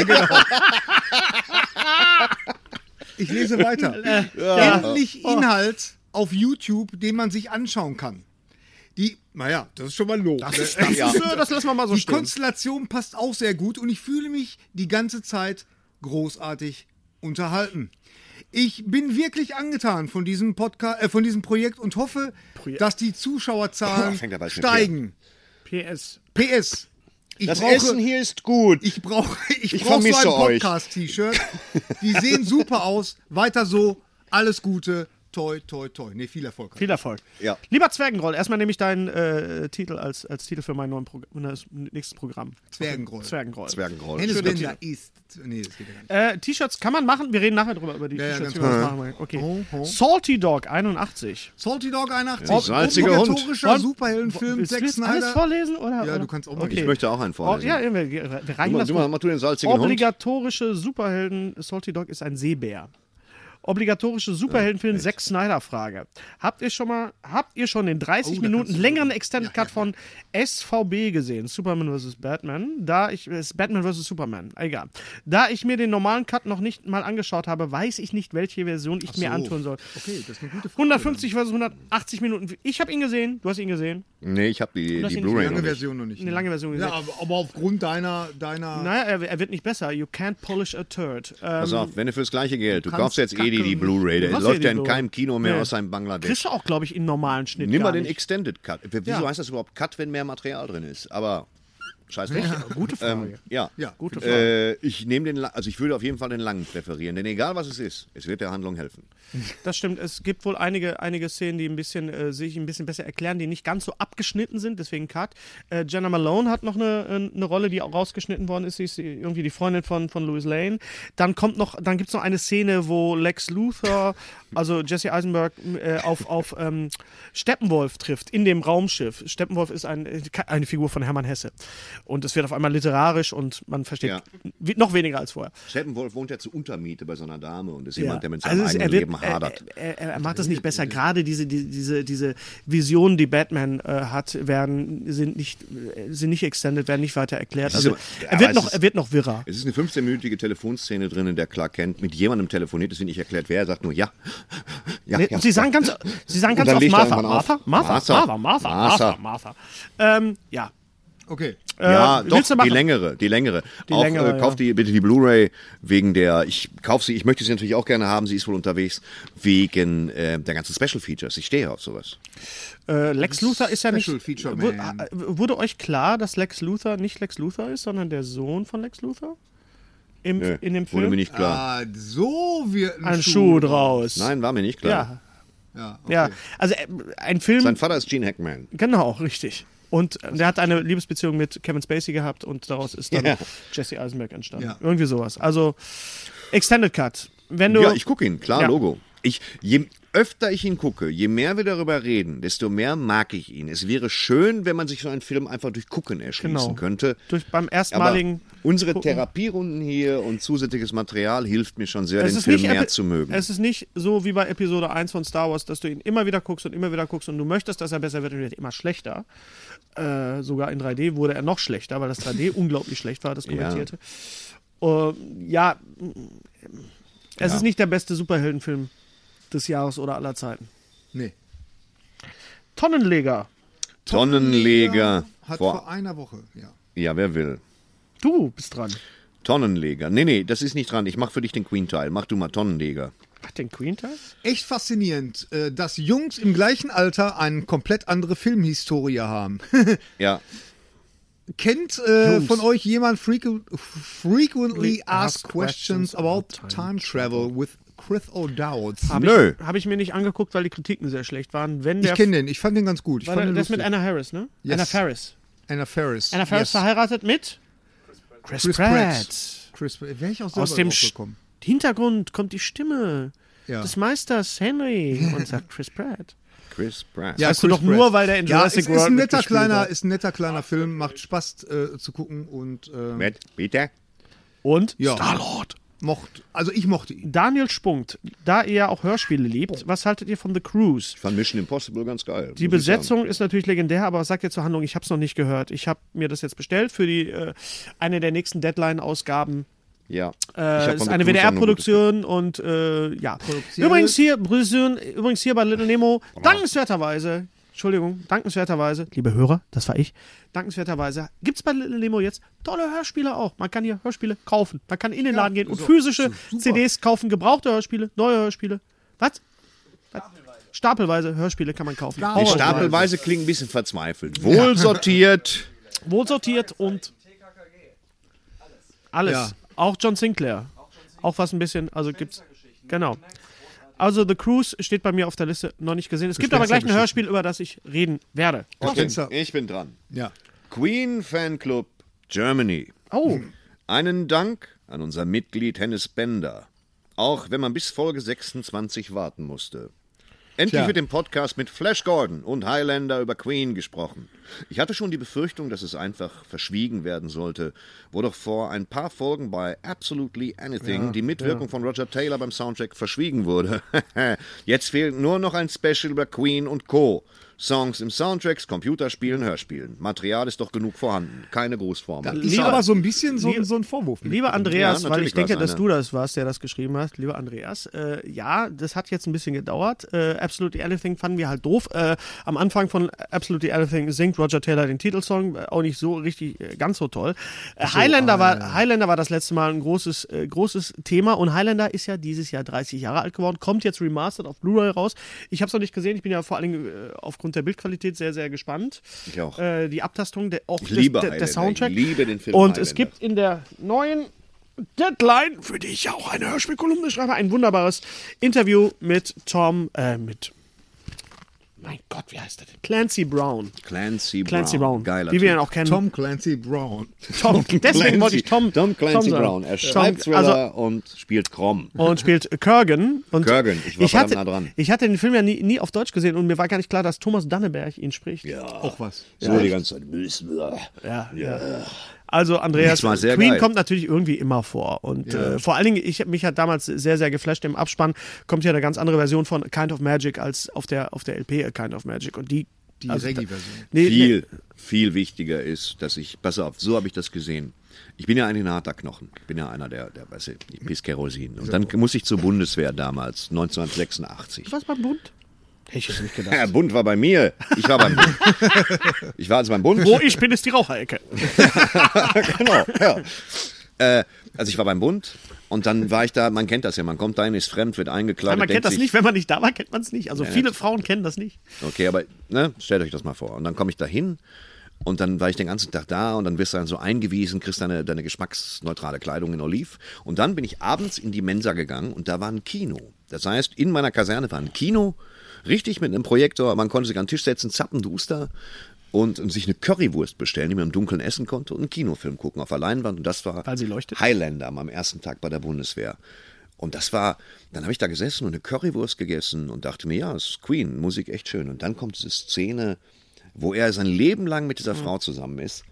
Ich lese weiter. Endlich Inhalt auf YouTube, den man sich anschauen kann. Die, naja, das ist schon mal Lob. ne? Ja. Äh, Das lassen wir mal so die stehen. Konstellation passt auch sehr gut und ich fühle mich die ganze Zeit großartig unterhalten. Ich bin wirklich angetan von diesem Podcast, äh, von diesem Projekt und hoffe, dass die Zuschauerzahlen Fängt er bald mit steigen. PS. PS. Ich Das brauche, Essen hier ist gut. ich brauche, ich, Ich brauche so vermisse ein euch. Podcast-T-Shirt. Die sehen super aus. Weiter so. Alles Gute. Toi, toi, toi. Nee, viel Erfolg. Viel Erfolg. Ja. Lieber Zwergengroll, erstmal nehme ich deinen äh, Titel als, als Titel für mein neuen Programm, das nächste Programm. Zwergengroll. Zwergengroll. Zwergenroll. Hennes Schöner Bender ist. Nee, das geht ja gar nicht. Äh, T-Shirts kann man machen. Wir reden nachher drüber über die Ja, ja, T-Shirts. ganz wie wir das machen wollen. okay. Ho, ho. Salty Dog 81. Salty Dog 81. Ja, salziger Hund. Obligatorischer Superheldenfilm. Willst du Zack jetzt alles Snyder. vorlesen? Oder, Ja, oder? du kannst auch mal. Okay. Ich möchte auch einen Oh, vorlesen. ja, wir, wir du, reichen mal- das um. du, mal- mach du den salzigen Hund. Obligatorische Superhelden, Salty Dog ist ein Seebär. Obligatorische Superheldenfilm, Zack Snyder Frage. Habt ihr schon mal, habt ihr schon den Oh, 30 Minuten längeren Extended Cut von SVB gesehen? Superman vs. Batman. Da ich, es ist Batman vs. Superman, egal. Da ich mir den normalen Cut noch nicht mal angeschaut habe, weiß ich nicht, welche Version ich mir antun soll. Okay, das ist eine gute Frage. 150 versus 180 Minuten. Ich habe ihn gesehen, du hast ihn gesehen. Nee, ich habe die, das die sind die Blu-ray Lange noch nicht. Version noch nicht. ne? Eine lange Version gesehen. Ja, aber, aber aufgrund deiner. deiner Naja, er, er wird nicht besser. You can't polish a turd. Ähm, Pass auf, wenn du fürs gleiche Geld, du kannst kaufst jetzt eh die, die kacken. Blu-ray, Du der hast eh läuft die ja in Blu-ray. keinem Kino mehr Nee. außer in Bangladesch. kriegst du auch, glaube ich, in normalen Schnitt. Nimm mal gar den nicht. Extended Cut. W- Wieso Ja. heißt das überhaupt Cut, wenn mehr Material drin ist? Aber scheiß drauf. Gute Frage. Ähm, ja. Ja, Gute Frage. Äh, ich nehme den, La- also ich würde auf jeden Fall den langen präferieren, denn egal was es ist, es wird der Handlung helfen. Das stimmt. Es gibt wohl einige, einige Szenen, die ein bisschen, äh, sich ein bisschen besser erklären, die nicht ganz so abgeschnitten sind, deswegen Cut. Äh, Jenna Malone hat noch eine, äh, eine Rolle, die auch rausgeschnitten worden ist. Sie ist die- irgendwie die Freundin von, von Louis Lane. Dann kommt noch, dann gibt es noch eine Szene, wo Lex Luthor, also Jesse Eisenberg, äh, auf, auf ähm, Steppenwolf trifft in dem Raumschiff. Steppenwolf ist ein, äh, eine Figur von Hermann Hesse. Und es wird auf einmal literarisch und man versteht Ja. wi- noch weniger als vorher. Steppenwolf wohnt ja zur Untermiete bei so einer Dame und ist Ja. Also jemand, der mit seinem es- eigenen er wird- äh, Leben hadert. Er, er, er macht das nicht besser. Gerade diese, die- diese, diese Visionen, die Batman äh, hat, werden, sind, nicht, äh, sind nicht extended, werden nicht weiter erklärt. ist Also, aber- er, aber wird es noch, ist- er wird noch wirrer. Es ist eine 15-minütige Telefonszene drin, in der Clark Kent mit jemandem telefoniert, es wird nicht erklärt, wer er sagt nur ja. ja, Nee, ja Sie sagen ja. ganz, sie sagen Und ganz dann oft legt er Martha. irgendwann auf. Martha, Martha, Martha, Martha, Martha, Martha, Martha. Martha. Ähm, ja. Okay. Ja, Äh, doch, willst du machen? die längere, die längere. auch, längere, ja. äh, kauf die bitte die Blu-ray wegen der, ich kauf sie, ich möchte sie natürlich auch gerne haben, sie ist wohl unterwegs, wegen äh, der ganzen Special Features. Ich stehe auf sowas. Äh, Lex Luthor ist ja nicht. Special Feature Wu- Man. äh, Wurde euch klar, dass Lex Luthor nicht Lex Luthor ist, sondern der Sohn von Lex Luthor? Im, Nö, in dem Wurde mir Film? nicht klar. Ah, so wird Ein Schuh draus. Nein, war mir nicht klar. Ja, ja. Also äh, ein Film. Sein Vater ist Gene Hackman. Genau, richtig. Und äh, der hat eine Liebesbeziehung mit Kevin Spacey gehabt und daraus ist dann Ja. Jesse Eisenberg entstanden. Ja. Irgendwie sowas. Also Extended Cut. Wenn du Ja, ich gucke ihn, klar, Ja. Logo. Ich, je öfter ich ihn gucke, je mehr wir darüber reden, desto mehr mag ich ihn. Es wäre schön, wenn man sich so einen Film einfach durch Gucken erschließen Genau. könnte. durch beim Aber erstmaligen unsere Gucken- Therapierunden hier und zusätzliches Material hilft mir schon sehr, es den ist Film nicht mehr Epi- zu mögen. Es ist nicht so wie bei Episode 1 von Star Wars, dass du ihn immer wieder guckst und immer wieder guckst und du möchtest, dass er besser wird und er wird immer schlechter. Äh, sogar in 3D wurde er noch schlechter, weil das 3D unglaublich schlecht war, das kommentierte. Ja, ja mm, es ist nicht der beste Superheldenfilm des Jahres oder aller Zeiten. Nee. Tonnenleger. Tonnenleger. Hat vor, Vor, einer Woche, ja. ja, wer will? Du bist dran. Tonnenleger. Nee, nee, das ist nicht dran. Ich mach für dich den Queen-Teil. Mach du mal Tonnenleger. Ach, den Queen-Teil? Echt faszinierend, äh, dass Jungs im gleichen Alter eine komplett andere Filmhistorie haben. Ja. Kennt äh, Jungs. von euch jemand frequ Frequently We Asked ask Questions, questions About about Time Travel with Chris O'Dowd? Hab Nö. Ich, Habe ich mir nicht angeguckt, weil die Kritiken sehr schlecht waren. Wenn Ah, der Ich kenne den, ich fand den ganz gut. Ich war fand der, den das mit lustig. Anna Harris, ne? Yes. Anna Ferris. Anna Ferris. Anna halt Ferris Yes. verheiratet mit Chris Pratt. Chris Pratt. Chris Pratt. Wäre ich auch selber Aus dem drauf Sch- gekommen. Hintergrund kommt die Stimme Ja. des Meisters Henry und sagt Chris Pratt. Chris Pratt. Ja, Weißt du doch nur, weil der in ja, es Jurassic ist, ist ein World netter mitgespielt kleiner, hat. ist ein netter kleiner Film, macht Spaß äh, zu gucken und ähm, Matt, bitte? und Ja. Star-Lord. Mocht, also ich mochte ihn. Daniel Spunkt, da ihr ja auch Hörspiele liebt, was haltet ihr von The Cruise? Ich fand Mission Impossible ganz geil. muss Die ich Besetzung ist natürlich legendär, aber was sagt ihr zur Handlung? Ich habe es noch nicht gehört. Ich habe mir das jetzt bestellt für die äh, eine der nächsten Deadline-Ausgaben. sagen. Ja. Ich hab Äh, von ist eine The Cruise auch ein gutes WDR-Produktion und äh, ja. Übrigens hier, Brüssel, übrigens hier bei Little Nemo, dankenswerterweise, Entschuldigung, dankenswerterweise, liebe Hörer, das war ich, dankenswerterweise gibt's bei Little Nemo jetzt tolle Hörspiele auch. Man kann hier Hörspiele kaufen. Man kann in den Laden gehen und physische CDs kaufen, gebrauchte Hörspiele, neue Hörspiele. Was? Was? Stapelweise Hörspiele kann man kaufen. Die Horror- Stapelweise klingt ein bisschen verzweifelt. Wohl sortiert. wohl sortiert und alles. Ja. Auch John Sinclair. Auch was ein bisschen, also gibt's. Genau. Also The Cruise steht bei mir auf der Liste noch nicht gesehen. Es gibt aber gleich ein Hörspiel, über das ich reden werde. Ich bin, Fenster. ich bin dran. Ja. Queen Fanclub Germany. Oh, Einen Dank an unser Mitglied Hennes Bender. Auch wenn man bis Folge 26 warten musste. Endlich Tja. wird im Podcast mit Flash Gordon und Highlander über Queen gesprochen. Ich hatte schon die Befürchtung, dass es einfach verschwiegen werden sollte, wo doch vor ein paar Folgen bei Absolutely Anything die Mitwirkung von Roger Taylor beim Soundtrack verschwiegen wurde. Jetzt fehlt nur noch ein Special über Queen und Co. Songs im Soundtracks, Computerspielen, Hörspielen. Material ist doch genug vorhanden. Keine Großformel. Ist Lieber- aber so ein bisschen so, Lieber- so ein Vorwurf. mit. lieber Andreas, Ja, weil natürlich ich denke, war's dass einer. du das warst, der das geschrieben hast. Lieber Andreas, äh, ja, das hat jetzt ein bisschen gedauert. Äh, Absolutely Anything fanden wir halt doof. Äh, am Anfang von Absolutely Anything singt Roger Taylor den Titelsong, äh, auch nicht so richtig, äh, ganz so toll. Äh, Highlander, war, Highlander war das letzte Mal ein großes, äh, großes Thema und Highlander ist ja dieses Jahr 30 Jahre alt geworden, kommt jetzt remastered auf Blu-ray raus. Ich habe es noch nicht gesehen, ich bin ja vor allen Dingen äh, aufgrund der Bildqualität sehr, sehr gespannt. Ich auch. Äh, die Abtastung, der, auch Ich liebe der, der Highlander. Soundtrack. Ich liebe den Film Und es Highlander. gibt in der neuen Deadline, für die ich ja auch eine Hörspielkolumne schreibe, ein wunderbares Interview mit Tom, äh, mit, mein Gott, wie heißt der denn? Clancy Brown. Clancy, Clancy Brown. Brown, Geiler die typ. wir ja auch kennen. Tom Clancy Brown. Tom deswegen wollte ich Tom, Tom Clancy sagen. Brown. Er Tom- schreibt also, Thriller und spielt Krom. und spielt Kurgan. Und Kurgan, ich war verdammt hatte, nah dran. Ich hatte den Film ja nie, nie auf Deutsch gesehen und mir war gar nicht klar, dass Thomas Danneberg ihn spricht. Auch was. So die ganze Zeit. müssen wir. Ja, ja. Also Andreas, Das war sehr Queen geil. kommt natürlich irgendwie immer vor und äh, vor allen Dingen, ich hab- mich hat damals sehr sehr geflasht im Abspann kommt ja eine ganz andere Version von Kind of Magic als auf der auf der LP Kind of Magic und die Die also, Reggae-Version. nee, nee, Viel, viel wichtiger ist, dass ich, pass auf, so habe ich das gesehen. Ich bin ja ein harter Knochen. Ich bin ja einer der, der weiß ich, ich piss Kerosin. Und dann muss ich zur Bundeswehr damals, 1986. was beim Bund? Hätte ich jetzt nicht gedacht. Herr Bund war bei mir. Ich war beim Bund. Ich war also beim Bund. Wo Oh, ich bin, ist die Raucherecke. genau, ja. Äh, also ich war beim Bund und dann war ich da, man kennt das ja, man kommt dahin, ist fremd, wird Nein, eingekleidet. man kennt denkt das sich, nicht, wenn man nicht da war, kennt man es nicht. Also viele Frauen kennen das nicht. Okay, aber ne, stellt euch das mal vor. Und dann komme ich da hin und dann war ich den ganzen Tag da und dann wirst du dann so eingewiesen, kriegst deine, deine geschmacksneutrale Kleidung in Oliv. Und dann bin ich abends in die Mensa gegangen und da war ein Kino. Das heißt, in meiner Kaserne war ein Kino, richtig mit einem Projektor, man konnte sich an den Tisch setzen, zappenduster und, und sich eine Currywurst bestellen, die man im Dunkeln essen konnte und einen Kinofilm gucken auf der Leinwand. Und das war Weil sie leuchtet? Highlander am ersten Tag bei der Bundeswehr. Und das war, dann habe ich da gesessen und eine Currywurst gegessen und dachte mir, ja, ist Queen, Musik echt schön. Und dann kommt diese Szene, wo er sein Leben lang mit Mhm. dieser Frau zusammen ist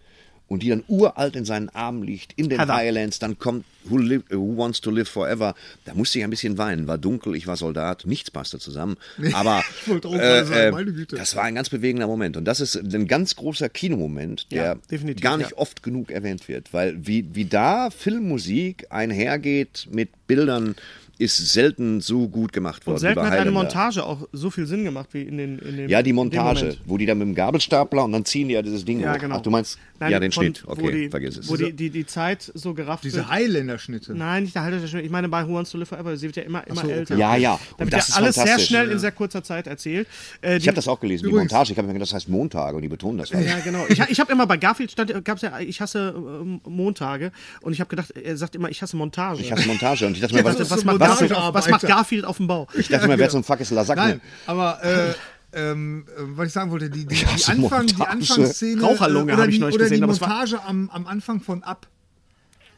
und die dann uralt in seinen Armen liegt, in den Heather. Highlands. Dann kommt who, Live- who Wants to Live Forever. Da musste ich ein bisschen weinen, war dunkel, ich war Soldat, nichts passte zusammen. Aber wollte auch äh, gerade sagen, äh, meine Güte. das war ein ganz bewegender Moment. Und das ist ein ganz großer Kinomoment, der Ja, definitiv, gar nicht ja. oft genug erwähnt wird. Weil wie, wie da Filmmusik einhergeht mit Bildern, ist selten so gut gemacht worden. Und wie selten bei hat eine Highlander. Montage auch so viel Sinn gemacht wie in den in dem, Ja, die in dem Montage, Moment. wo die dann mit dem Gabelstapler und dann ziehen die ja dieses Ding Ja, hoch. genau. Ach, du meinst, Nein, ja, den von- Schnitt. wo Okay, die, vergiss es. Wo die, die, die Zeit so gerafft Diese wird. Highlander-Schnitte. Nein, nicht der Haltestelle. Ich meine, bei Who Wants to Live Forever, sie wird ja immer, immer älter. Ja, ja. Da Und wird das ja ist alles sehr fantastisch. schnell in sehr kurzer Zeit erzählt. Äh, Ich die- habe das auch gelesen, Übrigens- die Montage. Ich habe mir gedacht, das heißt Montage und die betonen das. falsch. Ja, genau. Ich, ha- ich habe immer bei Garfield stand, gab's ja, ich hasse äh, Montage und ich habe gedacht, er sagt immer, ich hasse Montage. Ich hasse Montage und ich dachte mir, was, das ist was, so macht Montage- Garfield auf, was macht Garfield auf dem Bau? ich dachte mir, wer zum Fuck ist Lasagne? Nein, aber äh, ähm, äh, was ich sagen wollte, die, die, Ja, die, so Anfang, die Montage. Anfangsszene Raucherlunge äh, oder hab ich die- neulich oder gesehen, die aber es war- Montage am, am Anfang von Ab.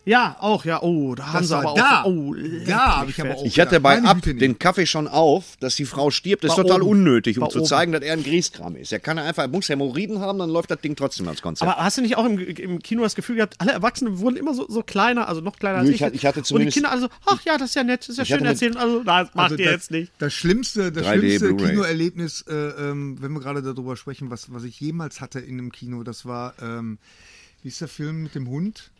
Ja, auch, ja. Oh, da haben Das sie aber war auch. da. Oh, da habe ich aber auch. Ich hatte bei gedacht, meine Ab Güte, den Kaffee schon auf, dass die Frau stirbt. Das ist War total oben. unnötig, um War zu oben. zeigen, dass er ein Grieskram ist. Er kann einfach, er muss Hämorrhoiden haben, dann läuft das Ding trotzdem als Konzept. Aber hast du nicht auch im, im Kino das Gefühl gehabt, alle Erwachsenen wurden immer so, so kleiner, also noch kleiner als Nö, ich? ich hatte- ich hatte und die zumindest- Kinder alle so, ach ja, das ist ja nett, das ist ja Ich hatte schön mit- erzählt. Also, nein, das macht Also ihr das, jetzt nicht. Das schlimmste, das 3D schlimmste Blu-ray. Kinoerlebnis, äh, ähm, wenn wir gerade darüber sprechen, was, was ich jemals hatte in einem Kino, das war, ähm, wie ist der Film mit dem Hund?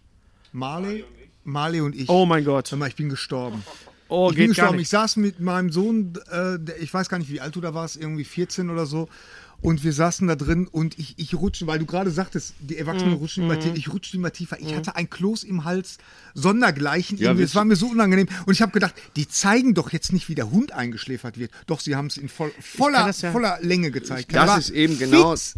Marley? Marley und ich. Oh mein Gott. Hör mal, ich bin gestorben. Oh, ich bin geht gar gestorben. Ich nicht. saß mit meinem Sohn, äh, der, ich weiß gar nicht, wie alt du da warst, irgendwie 14 oder so. Und wir saßen da drin und ich, ich rutsche, weil du gerade sagtest, die Mhm. Erwachsenen rutschen immer tiefer. Ich rutsche immer tiefer. Ich hatte ein Kloß im Hals, sondergleichen. Ja, irgendwie. es witzig. war mir so unangenehm. Und ich habe gedacht, die zeigen doch jetzt nicht, wie der Hund eingeschläfert wird. Doch, sie haben es in voll, voller, das ja- voller Länge gezeigt. Das war ist eben genau- Fix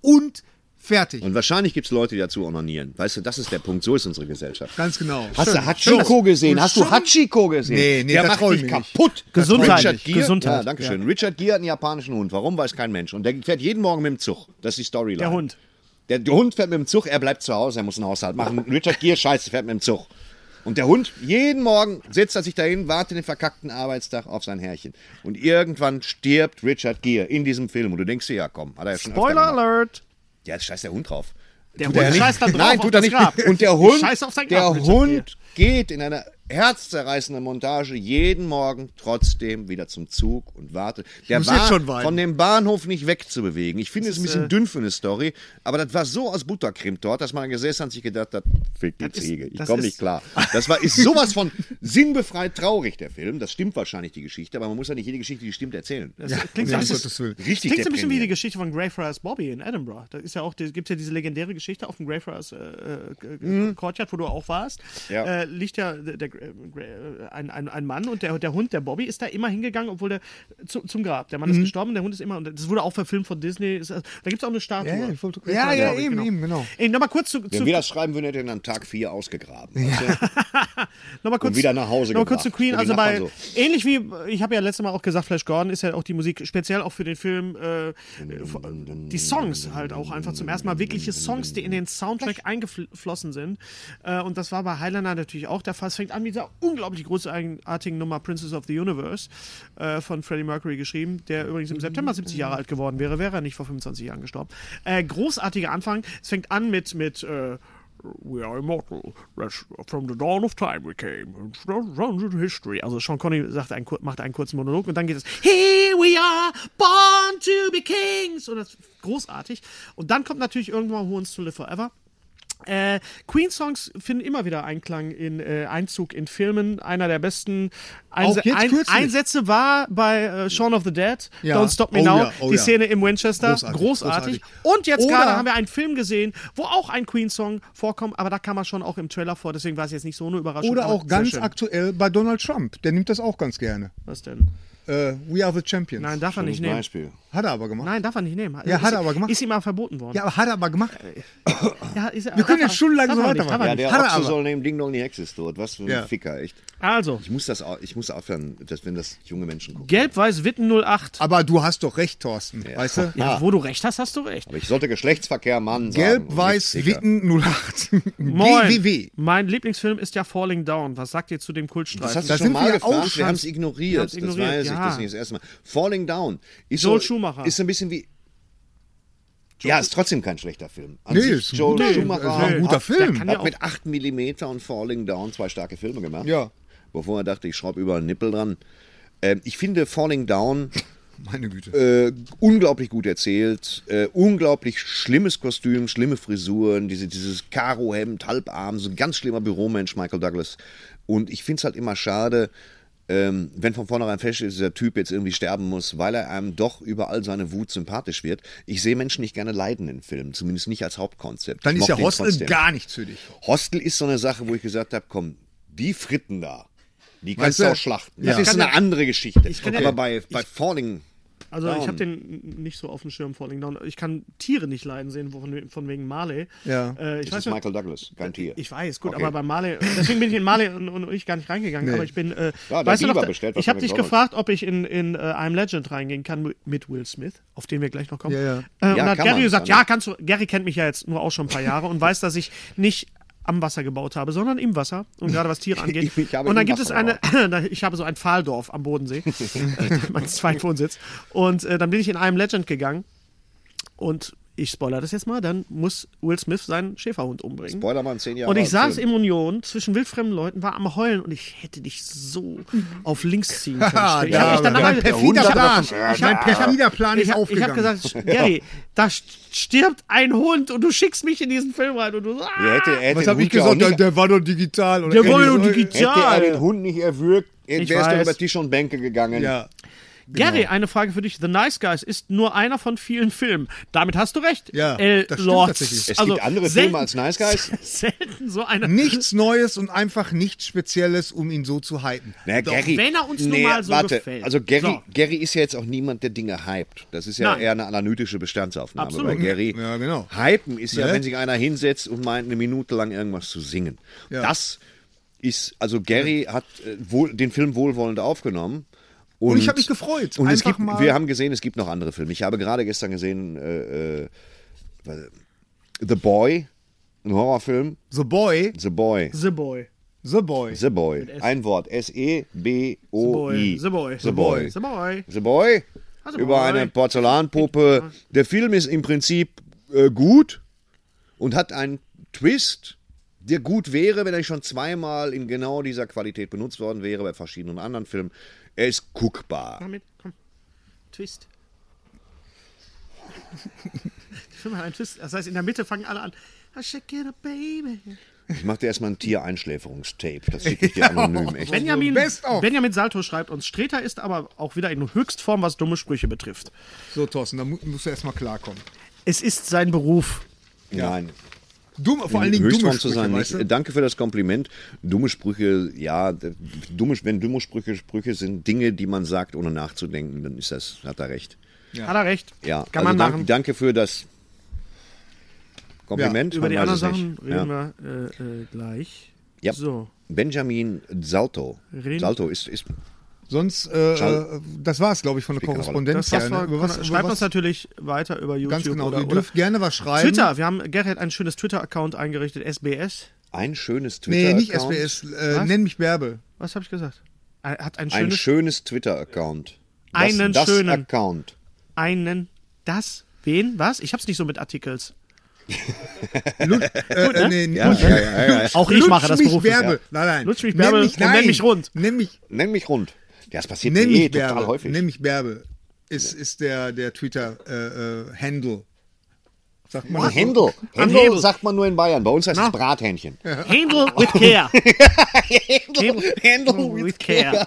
und fertig. Und wahrscheinlich gibt es Leute, die dazu onanieren. Weißt du, das ist der Punkt. So ist unsere Gesellschaft. Ganz genau. Hast du Stimmt, Hachiko stimmt. gesehen? Und Hast du stimmt- Hachiko gesehen? Nee, nee, der da macht trau ich dich mich nicht. kaputt. Da trau ich mich nicht. Richard Gere, Gesundheit. Ja, danke schön. Richard Gere hat einen japanischen Hund. Warum weiß kein Mensch? Und der fährt jeden Morgen mit dem Zug. Das ist die Storyline. Der Hund. Der, der Hund fährt mit dem Zug, er bleibt zu Hause, er muss einen Haushalt machen. Richard Gere, scheiße, fährt mit dem Zug. Und der Hund, jeden Morgen setzt er sich dahin, wartet den verkackten Arbeitstag auf sein Herrchen. Und irgendwann stirbt Richard Gere in diesem Film. Und du denkst dir, ja komm, hat er ja schon öfter Spoiler gemacht. alert. Ja, jetzt scheißt der Hund drauf. Der Tut Hund er nicht. scheißt da drauf Nein, auf tut er das nicht. Grab. Und der Hund, Scheiß auf sein Grab, der Richard Hund geht in einer herzzerreißenden Montage jeden Morgen trotzdem wieder zum Zug und wartet. Der muss war jetzt schon weinen. von dem Bahnhof nicht wegzubewegen. Ich finde es ein äh, bisschen dünn für eine Story, aber das war so aus Buttercreme dort, dass man gesessen hat und sich gedacht hat, fick die ist- Ziege, ich das komme ist- nicht klar. Das war, ist sowas von sinnbefreit traurig, der Film. Das stimmt wahrscheinlich, die Geschichte, aber man muss ja nicht jede Geschichte, die stimmt, erzählen. Das klingt Ja, um so ein bisschen- Gottes Willen. Richtig Klingt so ein bisschen wie die deprimierend. Geschichte von Greyfriars Bobby in Edinburgh. Da ist ja auch, gibt ja diese legendäre Geschichte auf dem Greyfriars äh, äh, G- G- Courtyard, wo du auch warst. Mhm. Ja. Äh, liegt ja der, der, äh, Grey- äh, ein, ein, ein Mann und der, der Hund, der Bobby, ist da immer hingegangen, obwohl der zu, zum Grab. Der Mhm. Mann ist gestorben, der Hund ist immer. Und das wurde auch verfilmt von Disney. Ist, also, da gibt es auch eine Statue. Ja, ich wollte- ja, ja, eben, eben, genau. Ey, nochmal kurz zu, zu, Wenn wir das schreiben würden, hätte er dann Tag 4 ausgegraben. Weißt du? Nochmal kurz, Und wieder nach Hause noch mal kurz zu gebracht. Queen. Und die Also bei, Nachbarn ähnlich wie, ich habe ja letztes Mal auch gesagt, Flash Gordon ist ja auch die Musik, speziell auch für den Film, äh, die Songs halt auch einfach zum ersten Mal wirkliche Songs, die in den Soundtrack eingeflossen sind. Äh, und das war bei Highlander natürlich auch der Fall. Es fängt an mit dieser unglaublich großartigen Nummer Princess of the Universe äh, von Freddie Mercury geschrieben, der übrigens im September 70 Jahre alt geworden wäre, wäre er nicht vor 25 Jahren gestorben. Äh, großartiger Anfang. Es fängt an mit, mit, äh, We are immortal. That's from the dawn of time we came. It's the round of history. Also Sean Connery sagt einen, kur- macht einen kurzen Monolog und dann geht es Here we are, born to be kings. Und das ist großartig. Und dann kommt natürlich irgendwann Who Wants to Live Forever. Äh, Queen-Songs finden immer wieder Einklang in äh, Einzug in Filmen. Einer der besten Einse Auch jetzt ein kürzlich. Einsätze war bei äh, Shaun of the Dead, Ja. Don't Stop Me Oh Now, ja, oh die ja. Szene im Winchester. Großartig, Großartig. großartig. Und jetzt Oder- gerade haben wir einen Film gesehen, wo auch ein Queen-Song vorkommt, aber da kam er schon auch im Trailer vor, deswegen war es jetzt nicht so eine Überraschung. Oder Oh, aber auch sehr ganz schön. aktuell bei Donald Trump. Der nimmt das auch ganz gerne. Was denn? Äh, We are the Champions. Nein, darf er nicht nehmen. Beispiel. Hat er aber gemacht. Nein, darf er nicht nehmen. Ja, Ist- hat er aber gemacht. Ist ihm aber verboten worden. Ja, aber hat er aber gemacht. Äh, Ja, ist er- Wir können jetzt darf er- stundenlang darf so er nicht, weitermachen. darf er Ja, nicht. der Hat er Ochse aber. soll neben Ding Dong die Hexe ist tot. Was für ein Ja. Ficker, echt. Also, Ich muss das auch, ich muss aufhören, dass, wenn das junge Menschen gucken. Gelb-Weiß-Witten 08. Aber du hast doch recht, Thorsten. Weißt du? Ja, wo du recht hast, hast du recht. Ah, Aber ich sollte Geschlechtsverkehr Mann sagen. und nicht Ficker. Gelb-Weiß-Witten 08. Moin. GWW. Mein Lieblingsfilm ist ja Falling Down. Was sagt ihr zu dem Kultstreifen? Das hast du Da schon sind mal wir gefragt, auch wir schon- haben es Wir ignoriert. haben's Das ignoriert, weiß ich, ja. das ist nicht das erste Mal. Falling Down ist Joel so, Schumacher. Ist so ein bisschen wie... Ja, ist trotzdem kein schlechter Film. An Nee, sich, ist ein Joel guter- Schumacher ist ein hat- guter hat- Film. kann ja hat mit 8 mm und Falling Down zwei starke Filme gemacht. Ja. Bevor er dachte, ich schraube überall einen Nippel dran. Ähm, ich finde Falling Down Meine Güte. äh, unglaublich gut erzählt, äh, unglaublich schlimmes Kostüm, schlimme Frisuren, diese, dieses Karohemd, halbarm, so ein ganz schlimmer Büromensch, Michael Douglas. Und ich finde es halt immer schade, ähm, wenn von vornherein feststeht, dass dieser Typ jetzt irgendwie sterben muss, weil er einem doch überall seine Wut sympathisch wird. Ich sehe Menschen nicht gerne leiden in Filmen, zumindest nicht als Hauptkonzept. Dann Ich ist ja mochte ihn Hostel trotzdem. gar nichts für dich. Hostel ist so eine Sache, wo ich gesagt habe, komm, die Fritten da. Die Weißt kannst du du, auch schlachten. ja. Das ist kann eine andere Geschichte. kann ja- Aber bei, bei Falling Also ich habe Down. den nicht so auf dem Schirm Falling Down. Ich kann Tiere nicht leiden sehen, von, von wegen Marley. Ja. Äh, ich Das weiß ist nicht- Michael Douglas, kein Tier. Ich weiß, gut, Okay. aber bei Marley, deswegen bin ich in Marley und, und ich gar nicht reingegangen, aber ich bin, äh, Ja, der weißt du Biber noch, bestellt was ich habe von dich McDonald's. gefragt, ob ich in, in äh, I'm Legend reingehen kann mit Will Smith, auf den wir gleich noch kommen. Ja, ja. Äh, und Ja, dann hat kann Gary man, gesagt, kann man. ja, kannst du, Gary kennt mich ja jetzt nur auch schon ein paar Jahre und weiß, dass ich nicht am Wasser gebaut habe, sondern im Wasser und gerade was Tiere angeht. Ich habe und dann im gibt es Wasser eine, ich habe so ein Pfahldorf am Bodensee, äh, mein zweiter Wohnsitz. Und äh, dann bin ich in einem Legend gegangen und ich spoilere das jetzt mal, dann muss Will Smith seinen Schäferhund umbringen. Spoilermann, zehn Jahre Und ich alt, saß schön. im Union zwischen wildfremden Leuten, war am Heulen und ich hätte dich so auf links ziehen können. Stefan. ich ja, hab echt danach Ah, mein gedacht, perfider ich hab- Plan. ich hab- Mein perfider Plan ich ist hab- Ich habe aufgegangen. gesagt, Gary, da st- stirbt ein Hund und du schickst mich in diesen Film rein und du so, ah, Er hätte, er hätte Was den habe ich Hund ja auch gesagt? Der, nicht- der war doch digital. Oder der war Hätte- ja Hätte er den digital. Hund nicht erwürgt, wäre Ich es doch weiß. über Tisch und Bänke gegangen. Ja. genau. Gary, eine Frage für dich. The Nice Guys ist nur einer von vielen Filmen. Damit hast du recht. Ja, L. das stimmt Lords. tatsächlich. Es Also gibt andere selten- Filme als Nice Guys. Selten so eine. Nichts Neues und einfach nichts Spezielles, um ihn so zu hypen. Na, Gary, wenn er uns nun mal so warte. gefällt. Also Gary, So. Gary ist ja jetzt auch niemand, der Dinge hypt. Das ist ja Nein. eher eine analytische Bestandsaufnahme Absolut. bei Gary. Ja, genau. Hypen ist ja, Ne? wenn sich einer hinsetzt und meint, eine Minute lang irgendwas zu singen. Ja. Das ist, also Gary hat äh, wohl, den Film wohlwollend aufgenommen. Und, ich hab mich gefreut. Und es Einfach gibt, mal- wir haben gesehen, es gibt noch andere Filme. Ich habe gerade gestern gesehen, äh, äh, The Boy, ein Horrorfilm. The Boy, The Boy. The Boy. The Boy. The Boy. Ein Wort. E S-E-B-O-I. The Boy. The Boy. The Boy. The Boy. Also Über Boy. eine Porzellanpuppe. Der Film ist im Prinzip äh, gut und hat einen Twist, der gut wäre, wenn er schon zweimal in genau dieser Qualität benutzt worden wäre bei verschiedenen anderen Filmen. Er ist guckbar. Damit, komm. Twist. Der Film hat einen Twist. Das heißt, in der Mitte fangen alle an. I shake it up, baby. Also Ich mache dir erstmal ein Tiereinschläferungstape. Das schicke ich dir anonym. Echt. Benjamin, Best of. Benjamin Salto schreibt uns, Streter ist aber auch wieder in Höchstform, was dumme Sprüche betrifft. So, Thorsten, da mu- musst du erstmal klarkommen. Es ist sein Beruf. Nein. Dumm, vor allen Dingen dumme Höchstform Sprüche, zu sein. weißt nicht. du? Danke für das Kompliment. Dumme Sprüche, ja, d- dumme, wenn dumme Sprüche Sprüche sind, Dinge, die man sagt, ohne nachzudenken, dann ist das, äh, hat er recht. Hat er recht. Ja, Kann also man dank- machen. Danke für das Kompliment. Über man die weiß anderen es Sachen nicht. reden ja. wir äh, äh, gleich. Ja. So. Benjamin Salto. Reden- Salto ist, ist Sonst, äh, Schall- das war's, glaube ich, von der Spielt keine Korrespondenz. Das, her, das ne? war, Über was- über schreibt was- uns natürlich weiter über YouTube Ganz genau, oder, ihr oder dürft gerne was schreiben. Twitter. Wir haben Gerrit ein schönes Twitter-Account eingerichtet, SBS. ein schönes Nee, Twitter-Account. nicht SBS, äh, Was? nenn mich Bärbel. Was habe ich gesagt? Er hat ein Ein schönes, schönes Twitter-Account. Das, Einen das schönen. Account. einen, das, wen, was? Ich hab's nicht so mit Artikels. Lut, äh, äh, nee, nee, ne? Ja, Lutsch- ja, ja, ja, ja. Auch Lutsch ich mache das mich beruflich. Bärbel. Ja. Nein, nein. Lutsch mich Bärbel und nenn nein. mich rund. Nenn mich, Nenn mich rund. Ja, das passiert nenn mir eh mich total Bärbel. häufig. Nenn mich Bärbel ist, ist der, der Twitter-Handle. Sagt man das so? Händel. Am Händel Hebel. sagt man nur in Bayern. Bei uns heißt es Brathähnchen. Handle with care. Handle, Äh. Hm, Handle with care.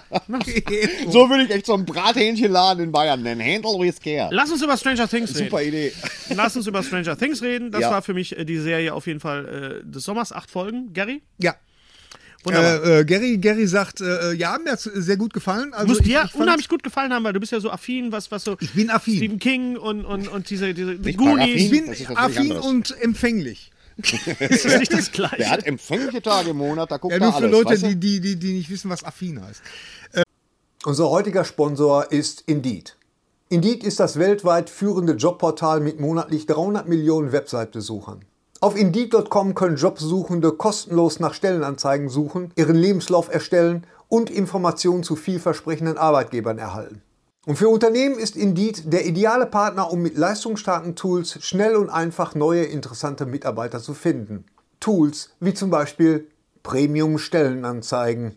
So würde ich echt so einen Brathähnchenladen in Bayern nennen. Handle with care. Lass uns über Stranger Things reden. Super Idee. Lass uns über Stranger Things reden. Das Ja. war für mich äh, die Serie auf jeden Fall äh, des Sommers. Acht Folgen, Gary. Äh, Ja. also Wunderbar. Äh, äh, Gary, Gary sagt, äh, ja, mir hat sehr gut gefallen. Also Muss ich, dir ich fand's- unheimlich gut gefallen haben, weil du bist ja so affin, was, was so. Ich bin affin. Stephen King und, und, und diese, diese die Nicht Goonies. paraffin. Ich bin Das ist was völlig affin anderes. und empfänglich. Ist das nicht das Gleiche? Der hat empfängliche Tage im Monat, da guckt Ja, er nur für alles. Leute, weißt du? die, die, die, die nicht wissen, was affin heißt. Äh, Unser heutiger Sponsor ist Indeed. Indeed ist das weltweit führende Jobportal mit monatlich 300 Millionen Website-Besuchern. Auf Indeed.com können Jobsuchende kostenlos nach Stellenanzeigen suchen, ihren Lebenslauf erstellen und Informationen zu vielversprechenden Arbeitgebern erhalten. Und für Unternehmen ist Indeed der ideale Partner, um mit leistungsstarken Tools schnell und einfach neue interessante Mitarbeiter zu finden. Tools wie zum Beispiel Premium-Stellenanzeigen.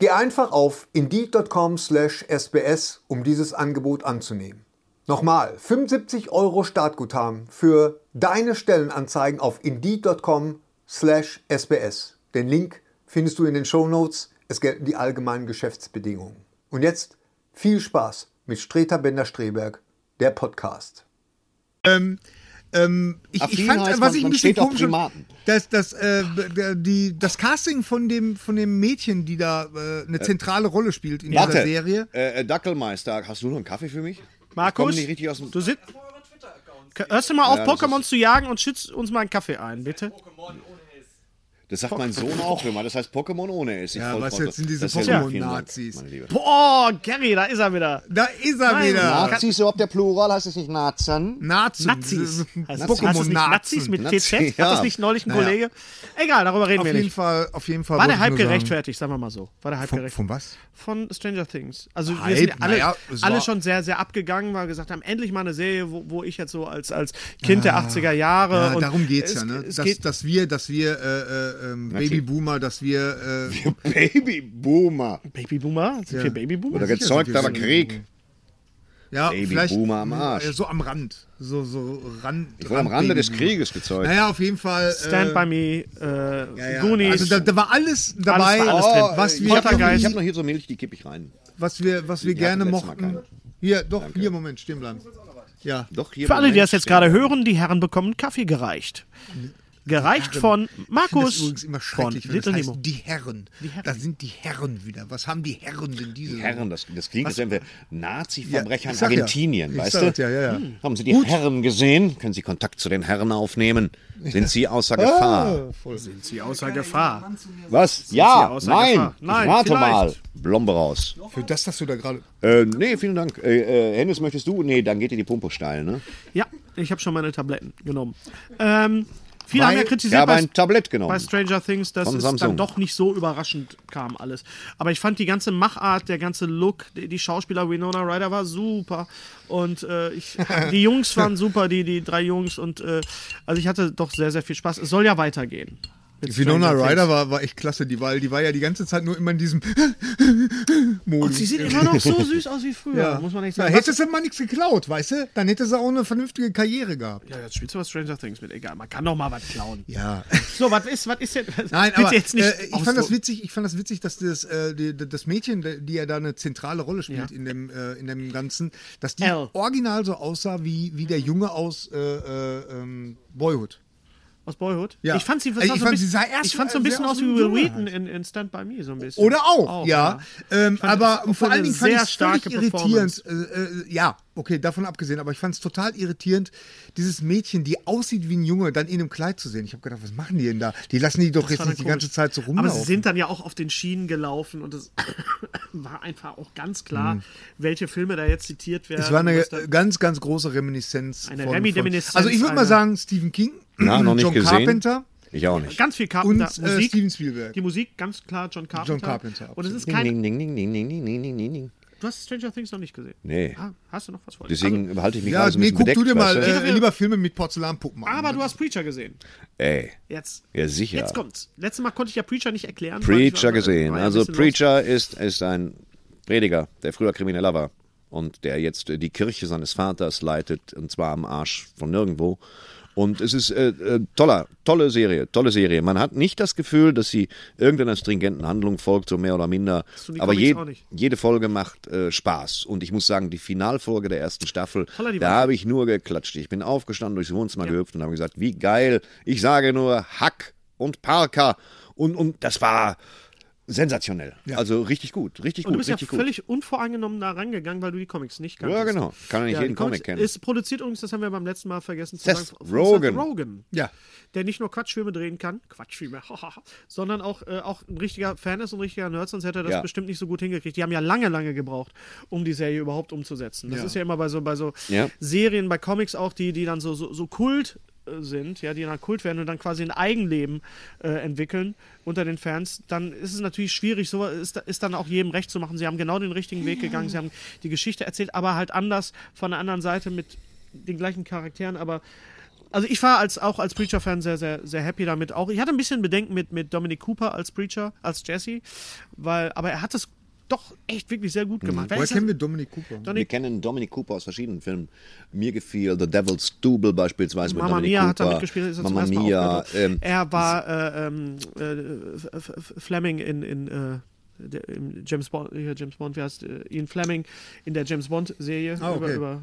Geh einfach auf indeed.com slash sbs, um dieses Angebot anzunehmen. Nochmal, 75 Euro Startguthaben für deine Stellenanzeigen auf indeed.com slash sbs. Den Link findest du in den Shownotes. Es gelten die allgemeinen Geschäftsbedingungen. Und jetzt viel Spaß mit Streter Bender-Streberg, der Podcast. Ähm, äh, Ähm, ich, ich Affin fand, heißt, was man- ich ein man bisschen steht auf komisch Primaten. dass das, äh, der- die, das Casting von dem, von dem Mädchen, die da äh, eine zentrale Rolle spielt in dieser Serie. Äh, äh, Dackelmeister, hast du noch einen Kaffee für mich? Ich komm Markus, nicht richtig aus dem. du sitzt. Hörst du mal auf, Ja, das Pokémon zu jagen und schützt uns mal einen Kaffee ein, bitte? Das sagt mein Sohn auch immer. Das heißt Pokémon ohne S. Ich Oh. Ja, voll Äh, was drauf. jetzt sind diese Das ist ja- ne, Pokémon-Nazis? Meine Liebe. Boah, Gary, da ist er wieder. Da ist er Nein, wieder. Nazi- Nazis, überhaupt der Plural heißt es nicht Nazen? Nazis. Nazis. Heißt, heißt es nicht Nazis Pokémon-Nazis. mit Nazi, TZ? Hat ja. das nicht neulich ein Kollege? Egal, darüber reden Auf wir jeden nicht. Fall, auf jeden Fall. War wollte der ich halb nur sagen- gerechtfertigt, sagen wir mal so. War der halb Von, von gerechtfertigt. was? Von Stranger Things. Also wir Halb? sind ja alle, Naja, es war- alle schon sehr, sehr abgegangen, weil wir gesagt haben, endlich mal eine Serie, wo, wo ich jetzt so als, als Kind der 80er Jahre. Ah. Ja, Äh, und darum geht's ja, es- ne? Es dass, geht, dass wir, dass wir äh, äh, ähm, Babyboomer, dass wir äh, Babyboomer. Babyboomer? Sind wir Babyboomer? Oder gezeugter aber Krieg. ja vielleicht Babyboomer am Arsch. äh, so am Rand, so so Rand. Ich wurde am Rande des Babyboomer. Krieges gezeugt. Naja, auf jeden Fall. Stand äh, by Me, äh, ja, ja. Goonies. Also da, da war alles dabei, war alles drin. was ich wir, habe noch, Poltergeist. ich hab noch hier so Milch, die kipp ich rein. was wir, was wir Die hatten gerne letztes Mal mochten. keine. Hier, doch, hier, Moment, stehen bleiben. Ja. Doch, hier Für alle, die das jetzt gerade hören. hören, die Herren bekommen Kaffee gereicht. Gereicht von Das ist Markus übrigens immer von schrecklich, wenn das Little heißt, Nemo. die Herren. Da sind die Herren wieder. Was haben die Herren denn diese? Die Herren, das, das klingt, als wären wir Nazi-Verbrecher Ja, ich in sag ja. Argentinien, Ich weißt sag du? Hm. ja, ja, ja. Haben Sie die Herren gesehen? Können Sie Kontakt zu den Herren aufnehmen? Sind Sie außer Ah. Gefahr? Die außer Gefahr. Was? Ja, außer nein, Gefahr? Nein, ich warte vielleicht. mal. Blombe raus. Für das, dass du da gerade. Äh, nee, vielen Dank. Äh, äh, Hennes, möchtest du? Nee, dann geht dir die Pumpe steil, ne? Ja, ich habe schon meine Tabletten genommen. Ähm, viele Weil- haben ja Ich kritisiert habe bei, ein Tablett bei genommen. Stranger Things, dass Von es Samsung. dann doch nicht so überraschend kam alles. Aber ich fand die ganze Machart, der ganze Look, die, die Schauspieler Winona Ryder war super. Und äh, ich, die Jungs waren super, die, die drei Jungs. Und äh, also ich hatte doch sehr, sehr viel Spaß. Es soll ja weitergehen. Mit Winona Stranger Things. Ryder war, war echt klasse, die war, die war ja die ganze Zeit nur immer in diesem Und Modus. sie sieht immer noch so süß aus wie früher, muss man echt Na, sagen. hätte sie mal nichts geklaut, weißt du? Dann hätte sie auch eine vernünftige Karriere gehabt. ja, jetzt spielst du was Stranger Things mit. Egal, man kann doch mal was klauen. Ja. So, was ist, was ist denn? was- Nein, bitte aber jetzt nicht äh, ich, fand das ausdrucken. witzig, ich fand das witzig, dass das, äh, die, das Mädchen, die ja da eine zentrale Rolle spielt in, dem, äh, in dem Ganzen, dass die Elle. original so aussah wie, wie der Junge aus äh, äh, ähm, Boyhood. Aus Boyhood? Ja. Ich fand sie, das Also sah ich so fand, ein sie bisschen, sah erst ich fand so sehr ein bisschen aus aus wie wie ein Will Junge Wheaton halt. in, in Stand By Me, so ein bisschen. Oder auch, ja. Ähm, fand, aber das ist vor auch allen Dingen eine fand ich sehr es völlig starke irritierend. Äh, äh, ja, okay, davon abgesehen, aber ich fand es total irritierend, dieses Mädchen, die aussieht wie ein Junge, dann in einem Kleid zu sehen. Ich habe gedacht, was machen die denn da? Die lassen die doch Das jetzt war nicht dann die ganze komisch. Zeit so Aber rumlaufen. sie sind dann ja auch auf den Schienen gelaufen und es war einfach auch ganz klar, welche Filme da jetzt zitiert werden. Mhm. Es war eine was da- ganz, ganz große Reminiszenz. Eine von, Reminiszenz, von, also ich würde mal eine- sagen, Stephen King, Na, noch nicht John gesehen. Carpenter Ich auch nicht. ganz viel und Carpenter. äh, Musik, Steven Spielberg. die Musik, ganz klar John Carpenter. Carpenter, Und es ist Ding, kein. ding, ding, ding, ding, ding, ding, ding, ding, ding, ding. Du hast Stranger Things noch nicht gesehen. Nee. Ah, hast du noch was vor dir? Deswegen halte ich mich ja, gerade so ein nee, bisschen guck bedeckt. du dir mal weißt äh, lieber Filme mit Porzellanpuppen an. Also, aber du hast Preacher gesehen. du? Ey, Jetzt. ja sicher. Jetzt kommt's. Letztes Mal konnte ich ja Preacher nicht erklären. weil ich war- Preacher gesehen. war ja ein Also bisschen los. Preacher ist, ist ein Prediger, der früher Krimineller war und der jetzt äh, die Kirche seines Vaters leitet und zwar am Arsch von nirgendwo. Und es ist äh, äh, toller, tolle Serie, tolle Serie. Man hat nicht das Gefühl, dass sie irgendeiner stringenten Handlung folgt, so mehr oder minder. tun die Aber Comics je, auch nicht. jede Folge macht äh, Spaß. Und ich muss sagen, die Finalfolge der ersten Staffel, Holla die da Waldfee. habe ich nur geklatscht. Ich bin aufgestanden, durchs Wohnzimmer gehüpft und habe gesagt, wie geil. Ich sage nur Hack und Parker. Und, und das war sensationell. Also richtig gut, richtig Und du gut, bist ja Oh, richtig gut. völlig unvoreingenommen da rangegangen, weil du die Comics nicht kanntest. Ja, genau. Kann ja nicht Ja, jeden die Comics Comic kennen. Ist produziert übrigens, das haben wir beim letzten Mal vergessen zu Seth sagen. von Rogen. Seth Rogen. Ja. Der nicht nur Quatschfilme drehen kann, Quatschfilme, hahaha, sondern auch, äh, auch ein richtiger Fan ist und ein richtiger Nerd, sonst hätte er das Ja. bestimmt nicht so gut hingekriegt. Die haben ja lange, lange gebraucht, um die Serie überhaupt umzusetzen. Das ist ja immer bei so, bei so Ja. Serien, bei Comics auch, die, die dann so, so, so Kult äh, sind, ja, die dann Kult werden und dann quasi ein Eigenleben äh, entwickeln unter den Fans, dann ist es natürlich schwierig, so ist, ist dann auch jedem recht zu machen. Sie haben genau den richtigen Weg gegangen, sie haben die Geschichte erzählt, aber halt anders von der anderen Seite mit den gleichen Charakteren, aber also ich war als auch als Preacher-Fan sehr, sehr, sehr happy damit auch. Ich hatte ein bisschen Bedenken mit, mit Dominic Cooper als Preacher, als Jesse, weil, aber er hat es doch echt wirklich sehr gut gemacht. Mhm. Wer Woher ist das? kennen wir Dominic Cooper? Wir kennen Dominic Cooper aus verschiedenen Filmen. Mir gefiel The Devil's Double beispielsweise mit Mamma Dominic Mia Cooper. hat er mitgespielt, ist er Mamma zum ersten Mal Mia. aufgetaucht. Ähm, Er war äh, ähm, äh, F- F- Fleming in, in äh, der, im James Bond, hier James Bond, wie heißt äh, Ian Fleming in der James Bond Serie Ah, okay. über über,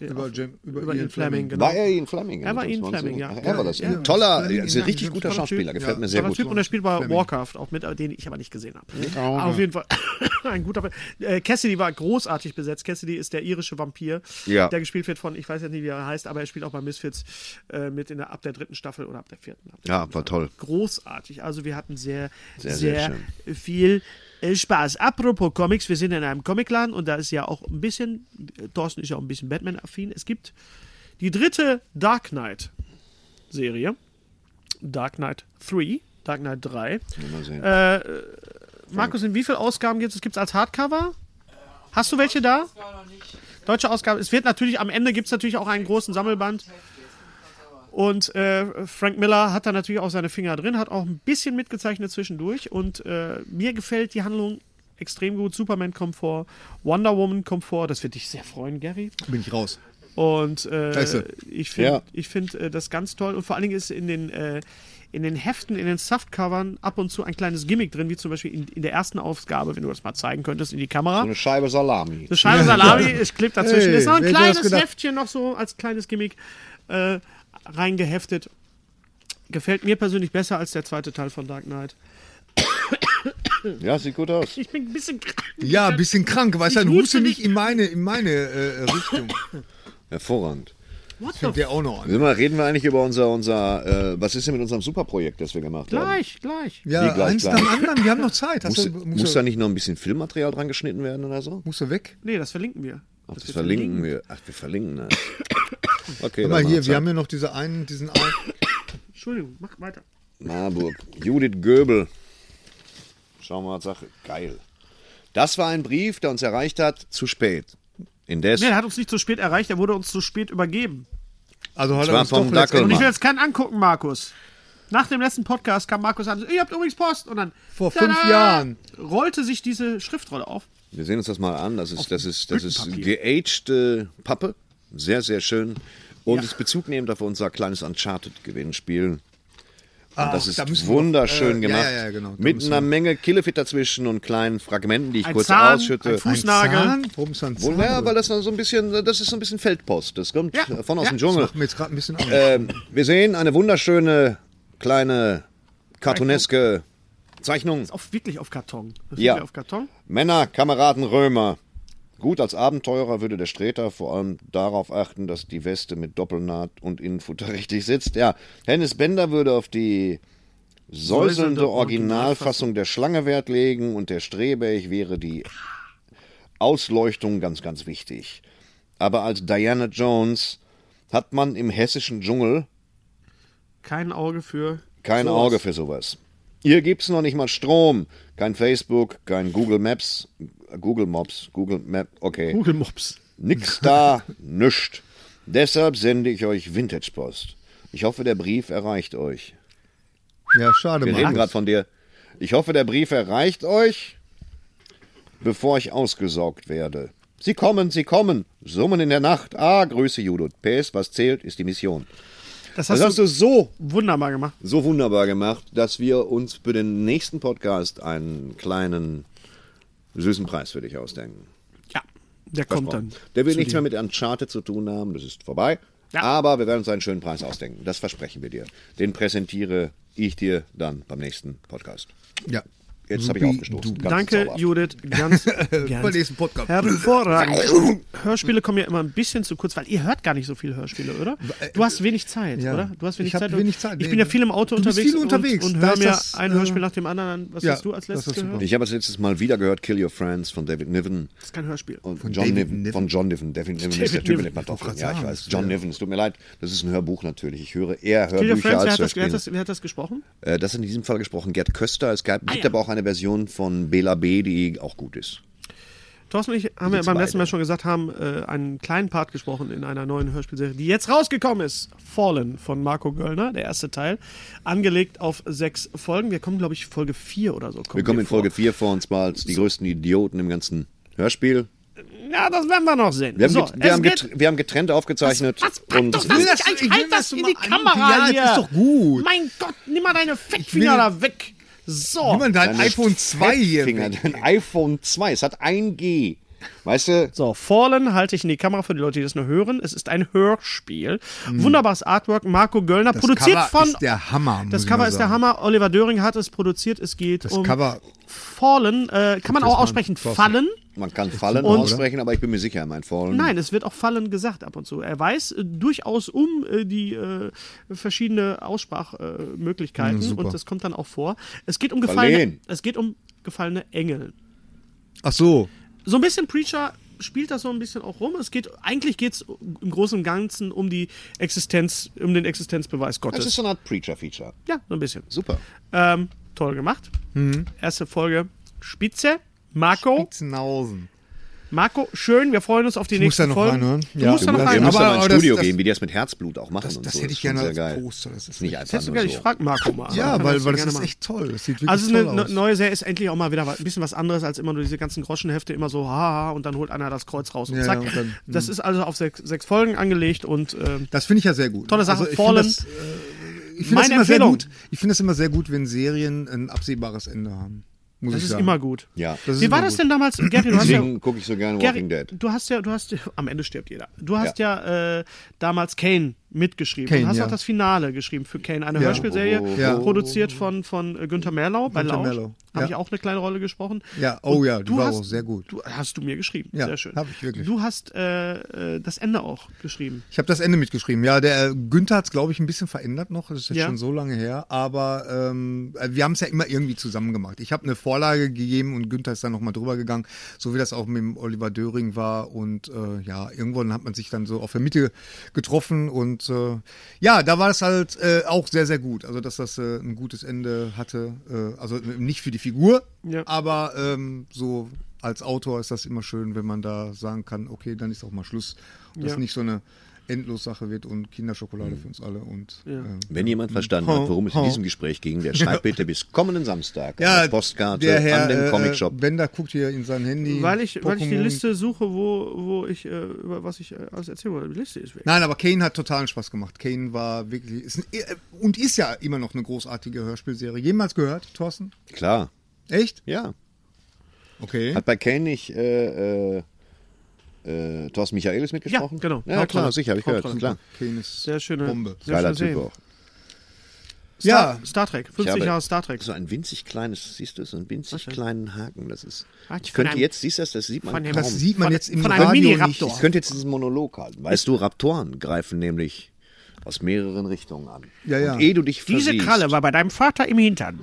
äh, Über auf- Jam- über über Ian Ian Fleming, Fleming. genau. War er Ian Fleming? Er war Ian Fleming, ja. Ach, ne? er war das. Ja, ja. Toller, Fleming, ist ein ja, ja, richtig guter toller Typ. Schauspieler, gefällt Ja. mir sehr Toller gut. ne? Typ und er spielt bei Fleming. Warcraft auch mit, den ich aber nicht gesehen habe. Auf jeden Fall ein guter. Äh, Cassidy war großartig besetzt. Cassidy ist der irische Vampir, Ja. der gespielt wird von, ich weiß jetzt nicht, wie er heißt, aber er spielt auch bei Misfits äh, mit in der, ab der dritten Staffel oder ab der vierten. Ab der Ja, war toll. großartig. Also wir hatten sehr, sehr, Sehr, sehr viel äh, Spaß. Apropos Comics, wir sind in einem Comicladen und da ist ja auch ein bisschen, äh, Thorsten ist ja auch ein bisschen Batman-affin. Es gibt die dritte Dark Knight-Serie, Dark Knight 3, Dark Knight 3. Mal sehen. Markus, in wie vielen Ausgaben gibt es? Es gibt es als Hardcover? Hast du welche da? Deutsche Ausgabe. Es wird natürlich, am Ende gibt es natürlich auch einen großen Sammelband. Und äh, Frank Miller hat da natürlich auch seine Finger drin, hat auch ein bisschen mitgezeichnet zwischendurch. Und äh, mir gefällt die Handlung extrem gut. Superman kommt vor, Wonder Woman kommt vor. Das wird dich sehr freuen, Gary. Bin ich raus. Und äh, Scheiße. ich finde Ja. ich find, äh, das ganz toll. Und vor allen Dingen ist in den, äh, in den Heften, in den Softcovern ab und zu ein kleines Gimmick drin, wie zum Beispiel in, in der ersten Aufgabe, wenn du das mal zeigen könntest, in die Kamera. Eine Scheibe Salami. Eine Scheibe Salami, es klebt dazwischen. Hey, ist noch ein wer hätte das kleines gedacht? Heftchen noch so als kleines Gimmick äh, reingeheftet. Gefällt mir persönlich besser als der zweite Teil von Dark Knight. Ja, sieht gut aus. Ich bin ein bisschen Ja, ein bisschen krank, weißt du, Ich dann wusste huste nicht nicht- in meine, in meine äh, Richtung. Hervorragend. What the Fängt der auch noch an. Sag mal, reden wir eigentlich über unser, unser äh, was ist denn mit unserem Superprojekt, das wir gemacht haben? Gleich, gleich. Ja, Wie gleich, eins nach gleich. dem anderen, wir haben noch Zeit. Hast Muss, du, muss musst, da du, nicht noch ein bisschen Filmmaterial dran geschnitten werden oder so? musst du weg? Nee, das verlinken wir. Ach, das wir verlinken wir. Ach, wir verlinken das. Okay, Guck mal hier, macht's wir halt. haben ja noch diese einen, diesen einen. Entschuldigung, mach weiter. Marburg. Judith Göbel. Schauen wir mal, Sache. Geil. Das war ein Brief, der uns erreicht hat, zu spät. Indes. Nee, er hat uns nicht zu spät erreicht, er wurde uns zu spät übergeben. Also hat Das war er uns vom doch letztes Dackel. Mal- Und ich will Mann. jetzt keinen angucken, Markus. Nach dem letzten Podcast kam Markus an, ihr habt übrigens Post. Und dann Vor fünf Jahren. rollte sich diese Schriftrolle auf. Wir sehen uns das mal an. Das ist, das ist, das ist Büttenpapier. geagte Pappe. Sehr, sehr schön. Und ist bezugnehmend auf unser kleines Uncharted-Gewinnspiel. Ach, Das ist da müssen wir- äh, wunderschön ja, gemacht. ja, ja, genau, da Mit müssen einer Menge Killefit dazwischen und kleinen Fragmenten, die ich Ein kurz Zahn, ausschütte. ein Fußnagel. Zahn? Warum ist da ein Zahn? Wunder, weil das dann so ein bisschen, das ist so ein bisschen Feldpost. Das kommt Ja, äh, von aus ja. dem Das Dschungel. macht mir jetzt gerade ein bisschen Angst. Ähm, wir sehen eine wunderschöne kleine cartooneske Zeichnung. Auf, wirklich auf Karton. Das ist Ja. wirklich Auf Karton. Männer, Kameraden, Römer. Gut, als Abenteurer würde der Streter vor allem darauf achten, dass die Weste mit Doppelnaht und Innenfutter richtig sitzt. Ja, Hennes Bender würde auf die säuselnde Säuselnde Originalfassung der Schlange Wert legen und der Streberich wäre die Ausleuchtung ganz, ganz wichtig. Aber als Diana Jones hat man im hessischen Dschungel Kein Auge für. kein sowas. Auge für sowas. Hier gibt's noch nicht mal Strom. Kein Facebook, kein Google Maps. Google Maps, Google Map, okay. Google Mops. Nix da, nüscht. Deshalb sende ich euch Vintage Post. Ich hoffe, der Brief erreicht euch. ja, schade, Wir reden Markus. gerade von dir. Ich hoffe, der Brief erreicht euch, bevor ich ausgesaugt werde. Sie kommen, sie kommen. Summen in der Nacht. Ah, Grüße, Judith. PS, was zählt, ist die Mission. Das hast, Das hast du du so wunderbar gemacht. so wunderbar gemacht, dass wir uns für den nächsten Podcast einen kleinen süßen Preis für dich ausdenken. Ja, der kommt dann. Der will nichts mehr mit Uncharted zu tun haben, das ist vorbei. Ja. Aber wir werden uns einen schönen Preis ausdenken. Das versprechen wir dir. Den präsentiere ich dir dann beim nächsten Podcast. Ja. Jetzt habe ich Supi, aufgestoßen. Genau. du. Ganz Danke, zauberhaft. Judith. Ganz, Beim ganz nächsten Podcast. hervorragend. Hörspiele kommen ja immer ein bisschen zu kurz, weil ihr hört gar nicht so viele Hörspiele, oder? Du hast wenig Zeit, äh, Ja. oder? Du hast wenig Ich hab Zeit. wenig Zeit, Ich nee. bin ja viel im Auto Du bist unterwegs, viel unterwegs. und, und Da höre ist mir das, ein äh, Hörspiel nach dem anderen an. Was ja, hast du als das letztes ist super. gehört? Ich habe als letztes Mal wieder gehört Kill Your Friends von David Niven. Das ist kein Hörspiel. Und John David Niven, Niven? Von John Niven. David Niven ist der David Typ mit Niven. den Pantoffeln. Ich wollte Ja, grad ich sagen, weiß. das John wäre- Niven, es tut mir leid. Das ist ein Hörbuch natürlich. Ich höre eher Kill Your Hörbücher Friends, wer hat, das, als wer, hat Hörspiele. das, wer hat das gesprochen? Äh, Das hat in diesem Fall gesprochen Gerd Köster. Es Ah gab, gibt ja. aber auch eine Version von Bela B, die auch gut ist. Thorsten und ich haben ja beim letzten Mal schon gesagt, haben äh, einen kleinen Part gesprochen in einer neuen Hörspielserie, die jetzt rausgekommen ist. Fallen von Marco Göllner, der erste Teil. Angelegt auf sechs Folgen. Wir kommen, glaube ich, Folge 4 oder so. Wir kommen in Folge 4 vor und zwar als die größten Idioten im ganzen Hörspiel. Vor. Ja, das werden wir noch sehen. Wir haben, so, get, wir es haben, geht- get, wir haben getrennt aufgezeichnet. Was packt doch und das will nicht das- an? ich will Halt das das so in mal die an. Kamera Ja, das hier. ist doch gut. Mein Gott, nimm mal deine will- Fettfinger da weg. So. Nimm mal dein Deine iPhone 2 hier. Finger, weg. dein iPhone 2. Es hat 1G. Weißt du? So, Fallen halte ich in die Kamera für die Leute, die das nur hören. Es ist ein Hörspiel. Wunderbares Artwork. Marco Göllner, Das produziert Cover von. Ist der Hammer. muss das ich Cover mal ist der sagen. Hammer. Oliver Döring hat es produziert. Es geht Das um Cover. Fallen. Äh, kann man auch aussprechen. Fallen. Man kann Fallen Und- aussprechen, aber ich bin mir sicher, mein Fallen. Nein, es wird auch Fallen gesagt ab und zu. Er weiß äh, durchaus um äh, die äh, verschiedene Aussprachmöglichkeiten äh, Möglichkeiten und das kommt dann auch vor. Es geht um gefallene, Verlehen. es geht um gefallene Engel. Ach so. So ein bisschen Preacher spielt das so ein bisschen auch rum. Es geht eigentlich geht's im Großen und Ganzen um die Existenz, um den Existenzbeweis Das ist Gottes. so eine Art Preacher-Feature. Ja, so ein bisschen. Super. Ähm, toll gemacht. Erste Folge Spitze. Marco, Spitzenhausen. Marco, schön, wir freuen uns auf die muss nächste da noch Folge. reinhören. Du Ja. musst da Du musst- Nein, noch Wir reinhören. müssen aber- aber, aber ins das- Studio das- gehen, wie die das mit Herzblut auch machen. Das, und das so. hätte Ist ich schon gerne sehr als geil. Poster. Das ist Nicht echt- einfach Hättest du nur gar nicht so. fragen, Marco mal. ja, Kann weil, man weil so das gerne ist machen. echt toll. Das sieht wirklich Also es ist toll eine ne- aus. neue Serie ist endlich auch mal wieder wa- ein bisschen was anderes als immer nur diese ganzen Groschenhefte, immer so haha und dann holt einer das Kreuz raus und Ja, zack. und dann, hm. das ist also auf sechs, sechs Folgen angelegt und ähm, Das finde ich ja sehr gut. Tolle Sache, ich Fallen. finde das, äh, ich finde das Meine immer sehr Empfehlung. gut. Ich finde das immer sehr gut, wenn Serien ein absehbares Ende haben. Muss das ich ist sagen. immer gut. Ja. Das ist Wie war immer das gut. denn damals? Gary, du hast ja, Deswegen gucke ich so gerne Walking Gary, Dead. du hast ja, du hast, am Ende stirbt jeder. Du hast ja, äh, damals Kane mitgeschrieben Kane, und hast ja. auch das Finale geschrieben für Kane, eine Ja. Oh. Hörspielserie, Ja. produziert von, von äh, Günther Merlau bei Günther Lausch. Merlau, Habe ja. ich auch eine kleine Rolle gesprochen. Ja, oh Und ja, die du war hast- auch sehr gut. Du, hast du mir geschrieben. Ja, Sehr schön. hab ich wirklich. Du hast äh, äh, das Ende auch geschrieben. Ich habe das Ende mitgeschrieben. Ja, der äh, Günther hat es, glaube ich, ein bisschen verändert noch. Das ist jetzt Ja. schon so lange her. Aber ähm, wir haben es ja immer irgendwie zusammen gemacht. Ich habe eine Vorlage gegeben und Günther ist dann nochmal drüber gegangen, so wie das auch mit dem Oliver Döring war. Und äh, ja, irgendwann hat man sich dann so auf der Mitte getroffen. Und äh, ja, da war es halt äh, auch sehr, sehr gut. Also, dass das äh, ein gutes Ende hatte. Äh, also nicht für die Figur, Ja. aber ähm, so. Als Autor ist das immer schön, wenn man da sagen kann, okay, dann ist auch mal Schluss. Und Ja. Mhm. Das nicht so eine Endlossache wird und Kinderschokolade für uns alle und ähm, ja, Wenn jemand verstanden hat, worum es in diesem Gespräch ging, der schreibt bitte bis kommenden Samstag eine Postkarte an äh, den Comicshop. Bender guckt hier in sein Handy. Weil ich, weil ich die Pokémon. Liste suche, wo, wo ich, äh, über was ich äh, alles erzählen wollte. Die Liste ist weg. Nein, aber Kane hat totalen Spaß gemacht. Kane war wirklich ist, äh, und ist ja immer noch eine großartige Hörspielserie. Jemals gehört, Thorsten? Klar, Echt? ja. Okay. Hat bei Kane nicht äh, äh, äh, Thorsten Michaelis mitgesprochen? Ja, genau. Ja, klar, Hauptrolle. sicher, habe ich gehört. Hauptrolle. Klar. Kane ist Sehr schöne Bombe. Sehr Geiler schöne Typ Serie. auch. Ja, Star Trek, Ich 50 habe Jahre Star Trek. So ein winzig kleines, siehst du, so einen winzig kleinen Haken. Das ist. Ah, Ich von könnte einem- jetzt, siehst du das, das sieht man von einem- kaum. das sieht man Von- jetzt im von einem Radio nicht. Mini-Raptor. ich könnte jetzt diesen Monolog halten. Weißt du, Raptoren greifen nämlich aus mehreren Richtungen an. Ja, ja. Und ehe du dich Diese versiehst, Kralle war bei deinem Vater im Hintern.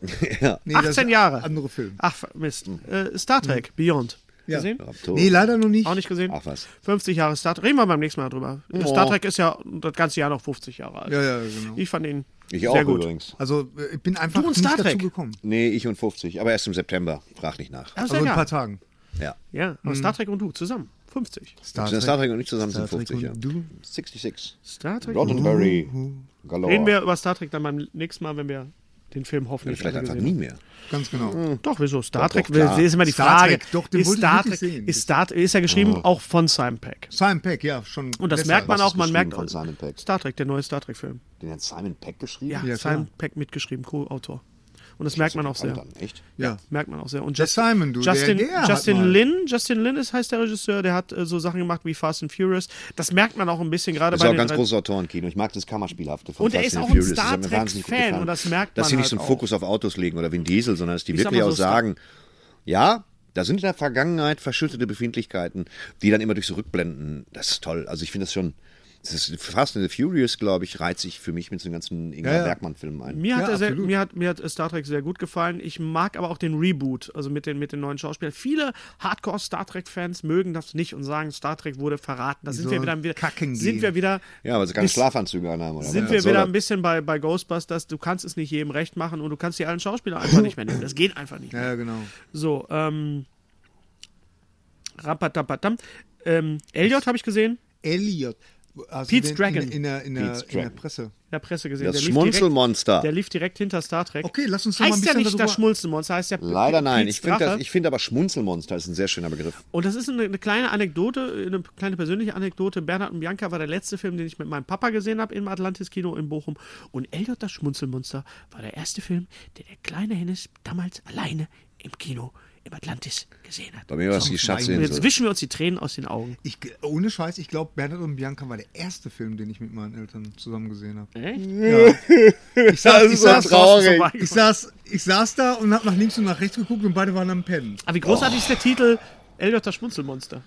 Nee, das 18 ist Jahre. Andere Film. Ach, Mist. Äh, Star Trek, Beyond. Hm. Ja. Gesehen? Raptoren. Nee, leider noch nicht. Auch nicht gesehen? Ach was. 50 Jahre Star Trek. Reden wir beim nächsten Mal drüber. Star Trek ist ja das ganze Jahr noch 50 Jahre alt. Ja, ja, genau. Ich fand ihn Ich sehr auch gut. übrigens. Also äh, ich bin einfach Du und nicht Star dazu Trek. gekommen. Nee, ich und 50, aber erst im September. Frag nicht nach. Also Also in ein ja. paar Hm. Tagen. Ja. ja, aber Star Trek und du zusammen. 50. Star Sind Star Trek und ich zusammen sind Star Trek 50, ja. und du? 66. Star Trek. Roddenberry. Galore. Reden wir über Star Trek dann beim nächsten Mal, wenn wir den Film hoffentlich Vielleicht alle einfach nie gesehen mehr. Ganz Hm. genau. haben. Doch, wieso? Star Doch, Trek doch, klar. ist immer die Star Frage. Trek, doch, den ist wollte ich Star Trek, wirklich sehen. Oh. ist Star ist ja geschrieben auch von Simon Peck. Simon Peck, ja, schon. Und das deshalb. merkt man Was auch, ist man merkt geschrieben von Simon Peck? Star Trek, der neue Star Trek Film. Den hat Simon Peck geschrieben? Ja, Ja, Simon klar. Peck mitgeschrieben, Co-Autor. Und das merkt man auch sehr. Dann, echt? Ja. Merkt man auch sehr. Und Der Just- Simon, du, der- Justin, der hat Justin mal- Lin, Justin Lin ist, heißt der Regisseur, der hat äh, so Sachen gemacht wie Fast and Furious. Das merkt man auch ein bisschen gerade Das bei ist auch den ganz drei- großes Autorenkino. Ich mag das Kammerspielhafte von Und er Fast ist and auch ein Furious. Das Star hat mir Trek wahnsinnig gut Fan gefallen. und das merkt Dass man sie nicht halt so einen auch. Fokus auf Autos legen oder Vin Diesel, sondern dass die Ich sag wirklich mal auch so, Star- sagen, ja, da sind in der Vergangenheit verschüttete Befindlichkeiten, die dann immer durch so Rückblenden, das ist toll. Also ich finde das schon, das ist Fast and the Furious, glaube ich, reizt sich für mich mit so ganzen Ingmar Ja, ja. Bergmann-Filmen ein. Mir hat, Ja, er sehr, absolut. mir, hat, mir hat äh, Star Trek sehr gut gefallen. Ich mag aber auch den Reboot, also mit den, mit den neuen Schauspielern. Viele Hardcore-Star Trek-Fans mögen das nicht und sagen, Star Trek wurde verraten. Da sind So wir wieder, wieder, kacken sind gehen. wir wieder Ja, weil sie keine Schlafanzüge anhaben. Oder sind was wir soll wieder das? ein bisschen bei, bei Ghostbusters. Du kannst es nicht jedem recht machen und du kannst die alten Schauspieler einfach nicht mehr nehmen. Das geht einfach nicht. Ja, genau. So, ähm. Rapatapatam. Ähm, Elliot habe ich gesehen. Elliot. hast Pete's du den Dragon. In, in, der, in, Pete's der, in der Dragon. Presse. in der Presse gesehen. Das der lief Schmunzelmonster. Direkt, der lief direkt hinter Star Trek. Okay, lass uns doch mal ein heißt ja bisschen nicht darüber- das Schmunzelmonster, heißt ja Leider nein. Pete's Ich finde das- Drache. ich finde aber Schmunzelmonster ist ein sehr schöner Begriff. Und das ist eine, eine kleine Anekdote, eine kleine persönliche Anekdote. Bernhard und Bianca war der letzte Film, den ich mit meinem Papa gesehen habe im Atlantis Kino in Bochum. Und Eldor das Schmunzelmonster war der erste Film, den der kleine Hennes damals alleine im Kino im Atlantis gesehen hat. Bei mir war es die Und Schatzinsel. jetzt wischen wir uns die Tränen aus den Augen. Ich, ohne Scheiß, ich glaube, Bernhard und Bianca war der erste Film, den ich mit meinen Eltern zusammen gesehen habe. Echt? Ich saß, Das ist ich, so saß, traurig. ich, saß, ich saß da und hab nach links und nach rechts geguckt und beide waren am Pennen. Aber Ah, wie großartig ist der Titel Eldor das Schmunzelmonster?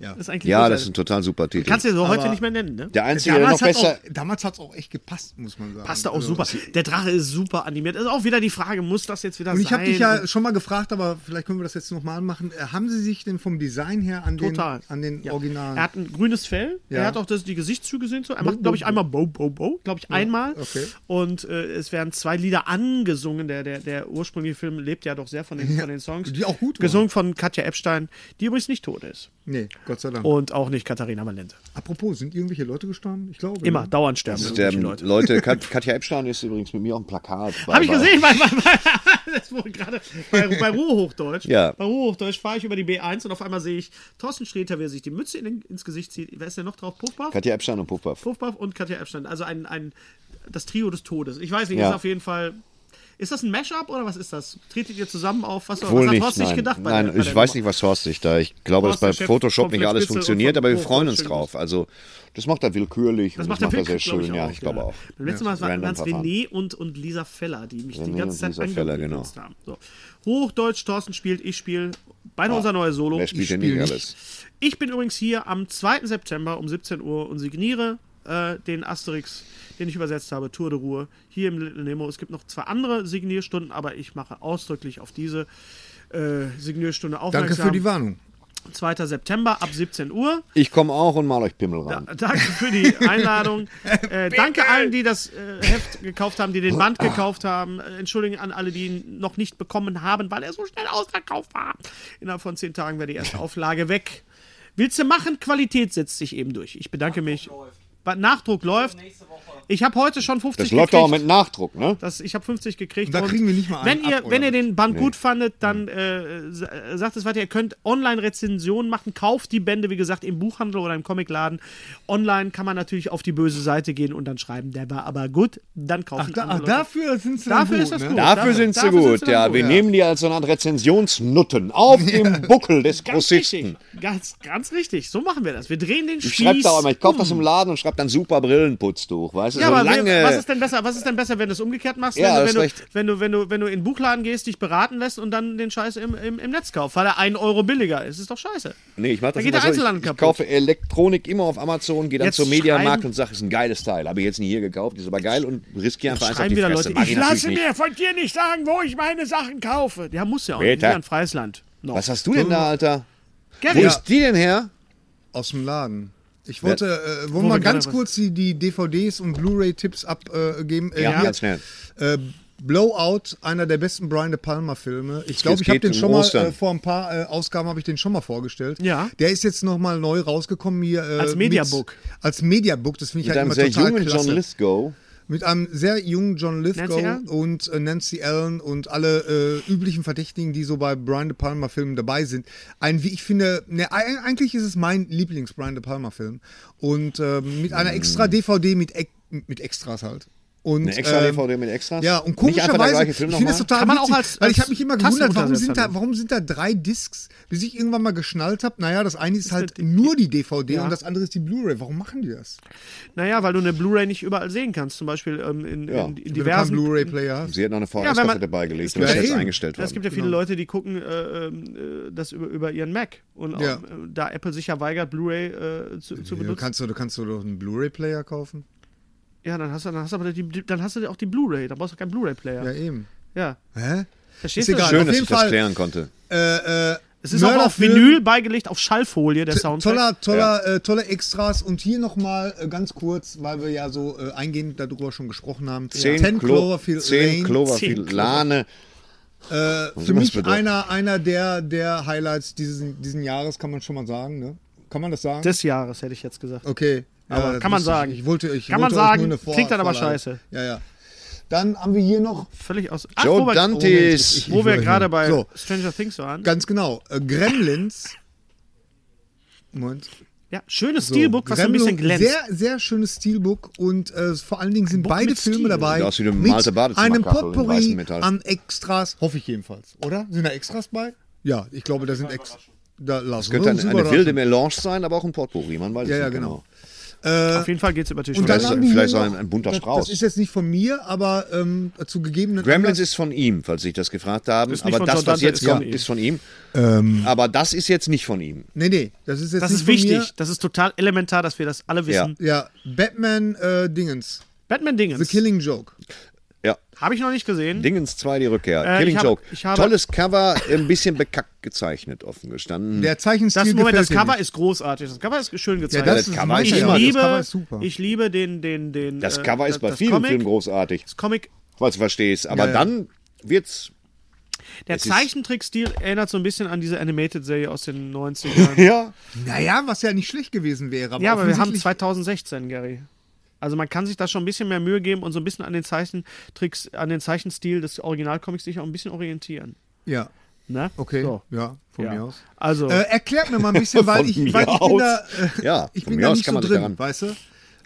Ja. Das ist eigentlich Ja, großartig. das ist ein total super Titel. Kannst du ja so heute Aber- nicht mehr nennen, ne? der einzige, der noch hat's besser. auch, damals hat's auch echt gepasst, muss man sagen. Passt da auch Also, super. Der Drache ist super animiert. Ist auch wieder die Frage, muss das jetzt wieder Und sein? ich habe dich ja schon mal gefragt, aber vielleicht können wir das jetzt nochmal anmachen. Äh, Haben Sie sich denn vom Design her an Total. den, an den ja. Originalen? Er hat ein grünes Fell. Er Ja. hat auch das, die Gesichtszüge sind so. Er macht, glaube ich, einmal Bo, Bo, Bo. Glaube ich, einmal. okay. Und äh, es werden zwei Lieder angesungen. Der, der, der ursprüngliche Film lebt ja doch sehr von den, von den Songs. die auch gut waren. Gesungen von Katja Epstein, die übrigens nicht tot ist. nee, Gott sei Dank. Und auch nicht Katharina Malente. Apropos, sind irgendwelche Leute gestorben? Ich glaube. ne? Immer, ja. dauernd sterben Ähm, irgendwelche Leute, Leute. Kat, Katja Epstein ist übrigens mit mir auf dem Plakat. bei- Habe ich bei- gesehen, weil, weil, weil das wurde gerade bei, bei Ruhrhochdeutsch. Ja. Bei Ruhrhochdeutsch fahre ich über die B1 und auf einmal sehe ich Thorsten Sträter, wer sich die Mütze in, den- ins Gesicht zieht. Wer ist denn noch drauf? Puffbuff? Katja Epstein und Puffpuff. Puffbuff und Katja Epstein. Also ein, ein, das Trio des Todes. Ich weiß nicht, Ja. ist auf jeden Fall. Ist das ein Mashup oder was ist das? Tretet ihr zusammen auf? Was, Wohl was nicht, hat Horst nein. sich gedacht? Bei nein, der, bei ich der weiß Nummer? nicht, was Horst sich da. Ich glaube, Horst, dass der bei Chef Photoshop von nicht alles Flitzpitzel und funktioniert, von aber wir Hoch, freuen uns schön drauf. Also, das macht er willkürlich. Das und macht der das macht Film, er sehr glaube ich, schön, auch. ja, ich glaube auch. Beim letzten Mal waren Random es Verfahren. René und, und Lisa Feller, die mich die René ganze und Zeit Lisa Feller, genau. angekündigt haben. So. Hochdeutsch, Thorsten spielt, ich spiele. Beide unser neues Solo. Ah, Wer spielt denn nicht spiel nicht. alles? Ich bin übrigens hier am 2. September um 17 Uhr und signiere äh, den Asterix, den ich übersetzt habe, Tour de Ruhe, hier im Little Nemo. Es gibt noch zwei andere Signierstunden, aber ich mache ausdrücklich auf diese äh, Signierstunde aufmerksam. Danke für die Warnung. 2. September ab 17 Uhr. Ich komme auch und mal euch Pimmel rein. Danke für die Einladung. Äh, danke allen, die das äh, Heft gekauft haben, die den Band gekauft haben. Äh, Entschuldigung an alle, die ihn noch nicht bekommen haben, weil er so schnell ausverkauft war. Innerhalb von zehn Tagen wäre die erste Auflage weg. Willst du machen? Qualität setzt sich eben durch. Ich bedanke mich. Ba- Nachdruck läuft. Ich habe heute schon 50 Das läuft auch mit Nachdruck, ne? das, ich habe 50 Und gekriegt. da kriegen wir nicht mal wenn einen ihr, ab, oder Wenn ihr was? den Band gut fandet, dann äh, sa- äh, sagt es weiter. Ihr könnt Online-Rezensionen machen. Kauft die Bände, wie gesagt, im Buchhandel oder im Comicladen. Online kann man natürlich auf die böse Seite gehen und dann schreiben, der war aber gut. Dann kaufen Ach, da, andere ach Leute. dafür sind sie Dafür dann ist das ne? gut. Dafür Dafür- sind sie dafür sind gut, sie dann ja. gut, Wir ja. nehmen die als so eine Art Rezensionsnutten auf dem Buckel des Ganz Grossisten. richtig. Ganz, ganz richtig. So machen wir das. Wir drehen den Ich Spieß. schreibe da auch immer, ich kaufe das um. im Laden und schreibe dann super Brillenputztuch, weißt du? Ja, so aber lange. wer- was ist denn besser? Was ist denn besser, wenn du es umgekehrt machst? Ja, wenn, du, das wenn, ist du, recht. wenn du wenn du wenn du in den Buchladen gehst, dich beraten lässt und dann den Scheiß im, im, im Netz kaufst, weil er einen Euro billiger ist, ist doch scheiße. Nee, ich mache das Dann geht der immer so. Einzelhandel Ich, ich kaputt. kaufe Elektronik immer auf Amazon, gehe dann Jetzt zum Mediamarkt schreiben- und sage, ist ein geiles Teil. Habe ich jetzt nie hier gekauft, ist aber geil und riskiere einfach eins auf Schreiben die wieder Fresse. Leute. Mach Ich lasse natürlich nicht. mir von dir nicht sagen, wo ich meine Sachen kaufe. Der muss ja auch. Peter. Wieder ein freies Land. Noch. Was hast du denn da, Alter? Gary, Wo ist die denn her? Aus dem Laden. Ich wollte, äh, wollen wir wir gerade ganz was- kurz die, die DVDs und Blu-ray-Tipps abgeben. Äh, Ja, hier, ganz schnell. Äh, Blowout, einer der besten Brian De Palma Filme. Ich glaube, Es ich habe geht den um schon mal Ostern. äh, vor ein paar äh, Ausgaben habe ich den schon mal vorgestellt. Ja. Der ist jetzt noch mal neu rausgekommen hier äh, Als Mediabook. Mit, als Mediabook, das finde ich Mit halt einem immer sehr total jungen klasse. John Lithgow. Mit einem sehr jungen John Nancy Lithgow Allen? und äh, Nancy Allen und alle äh, üblichen Verdächtigen, die so bei Brian De Palma Filmen dabei sind. Ein, wie ich finde, ne, e- eigentlich ist es mein Lieblings Brian De Palma Film und ähm, mit einer extra DVD mit Ex- mit Extras halt. Und, Hm. Eine extra ähm, DVD mit Extras? ja, und Nicht einfach der komischerweise, gleiche ich Film finde das nochmal? total Kann man auch witzig, als- weil ich als habe mich immer gewundert, warum sind, da, warum sind da drei Discs, bis ich irgendwann mal geschnallt habe, naja, das eine ist halt nur die DVD und das andere ist die Blu-ray. Warum machen die das? naja, weil du eine Blu-ray nicht überall sehen kannst. Zum Beispiel ähm, in, Ja. Wenn in, in du keinen diversen Blu-ray-Player hast. Sie hat noch eine Ja, wenn man- VHS-Kassette beigelegt, Ja, und ist jetzt eben. eingestellt Ja, Es gibt worden. ja genau. viele Leute, die gucken äh, ähm, äh, das über, über ihren Mac. Und auch, Ja. äh, da Apple sich ja weigert, Blu-ray äh, zu, Du zu benutzen. kannst, du kannst du doch einen Blu-ray-Player kaufen. Ja, dann hast du, dann hast du aber die, die- dann hast du auch die Blu-ray. Dann brauchst du keinen Blu-ray-Player. Ja, Ja. eben. ja. Hä? Verstehst Ist du? egal. Schön, Auf dass jeden ich das Fall- klären konnte. Äh, äh, Es ist auch auf Mörderfilm, Vinyl beigelegt, auf Schallfolie, der Soundtrack. Toller, toller, äh, tolle Extras und hier nochmal äh, ganz kurz, weil wir ja so äh, eingehend darüber schon gesprochen haben. Zehn, Ten Klo Cloverfield zehn Lane. Cloverfield Zehn Lane. Äh, für immer mich bedeutet. einer, einer der, der Highlights dieses diesen Jahres, kann man schon mal sagen. Ne? Kann man das sagen? des Jahres, hätte ich jetzt gesagt. okay. Aber kann das wusste man ich sagen. nicht. Ich wollte, ich Kann man wollte euch sagen, nur eine Vor- klingt dann aber Vorlage. scheiße. Ja, ja. Dann haben wir hier noch Völlig aus. Oh, Joe wo wir- Dantes. Moment, Wo wir gerade bei So. Stranger Things waren. ganz genau äh, Gremlins. Moment. Ja, schönes So, Steelbook, was so ein bisschen Gremlins, glänzt. Sehr, sehr schönes Stilbook und äh, vor allen Dingen sind Book beide mit Filme Stil. dabei. Sieht aus wie eine mit bemalte Badezimmerkarte einem in weißem Potpourri Metall. an Extras, hoffe ich jedenfalls, oder? Sind da Extras bei? Ja, ich glaube, da sind Extras. Da lassen Könnte wir uns eine, eine wilde überraschen. Melange sein, aber auch ein Potpourri. Man weiß Ja, es ja, nicht genau. Auf jeden Fall geht's über Tisch. Und dann Vielleicht ist- haben wir vielleicht hier so ein- noch- ein bunter das, Strauß. Das ist jetzt nicht von mir, aber ähm, zu gegebenen Gremlins ist von ihm, falls sich das gefragt haben. Ist nicht von Aber das, John was Dante, jetzt ist von kommt, ihm. ist von ihm. Ähm. Aber das ist jetzt nicht von ihm. Nee, nee, das ist jetzt Das nicht ist von wichtig. Mir. Das ist total elementar, dass wir das alle wissen. Ja, Batman äh, Dingens, Batman The Dingens. Killing Joke. Ja. Habe ich noch nicht gesehen. Dingens 2, die Rückkehr. Äh, Killing ich habe- Joke. ich habe- Tolles Cover, ein bisschen bekackt gezeichnet, offen gestanden. Der Zeichenstil Das, Moment, gefällt das mir Cover nicht. ist großartig. Das Cover ist schön ja, gezeichnet. das, ist Cover mein ist ich, ja, Thema. das liebe, das Cover ist super. ich liebe den, den, den. das äh, Cover ist bei das vielen Comic, Filmen großartig, Das Comic. falls du verstehst. Ja, Aber ja. dann wird's. Der ist- Zeichentrickstil erinnert so ein bisschen an diese Animated-Serie aus den 90ern. Ja. Naja, was ja nicht schlecht gewesen wäre. Aber ja, aber wir haben offensichtlich- 2016, Gary. Also man kann sich da schon ein bisschen mehr Mühe geben und so ein bisschen an den Zeichentricks, an den Zeichenstil des Originalcomics sich auch ein bisschen orientieren. Ja, Ne? okay. So. Ja, von Ja. mir aus. Also, Äh, erklärt mir mal ein bisschen, weil Von ich, mir weil ich bin aus. da, äh, Ja, ich von bin mir da aus nicht kann so man sich drin, daran- weißt du?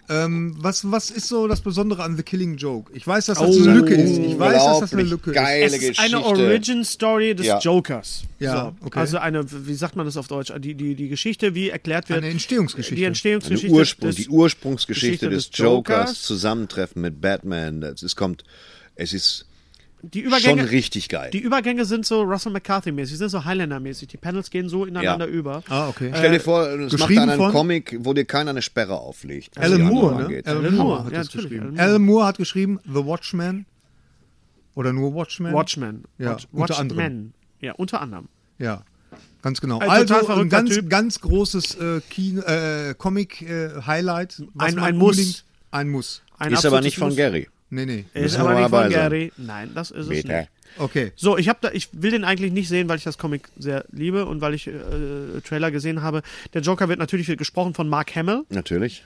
Ähm, was, was ist so das Besondere an The Killing Joke? Ich weiß, dass das Oh, eine Lücke ist. Ich weiß, dass das eine unglaublich Lücke geile es ist eine Geschichte. Origin-Story des Ja. Jokers. Ja, so. okay. Also eine, wie sagt man das auf Deutsch? Die, die, die Geschichte, wie erklärt ist. wird. Eine Entstehungsgeschichte. Die Eine Entstehungsgeschichte. Ursprung, des, die Ursprungsgeschichte Geschichte des, des Jokers, Jokers. Zusammentreffen mit Batman. Das- Es kommt, es ist die schon Übergänge, richtig geil. die Übergänge sind so Russell McCarthy-mäßig, sind so Highlander-mäßig. Die Panels gehen so ineinander Ja. über. ah, okay. Äh, Stell dir vor, es macht geschrieben einer einen von- Comic, wo dir keiner eine Sperre auflegt. was Alan die anderen Moore, ne? angeht. Alan Alan Moore Moore, hat ja, das natürlich, geschrieben. Alan Moore. Alan Moore hat geschrieben The Watchman. Oder nur Watchman. Watchmen. Ja, Watch, unter Watchmen. anderem. Ja, unter anderem. Ja, ganz genau. Ein Also, total ein verrückter ganz, Typ. ganz großes äh, Kino- äh, Comic-Highlight. Ein- ein Muss. Ein Muss. Ein Ist aber absolutes nicht von Muss. Gary. Nee, nee. Ist Müssen aber wir nicht mal von dabei sein. Gary. Nein, das ist es Bitte. nicht. Okay. So, ich, hab da, ich will den eigentlich nicht sehen, weil ich das Comic sehr liebe und weil ich äh, Trailer gesehen habe. Der Joker wird natürlich gesprochen von Mark Hamill. Natürlich.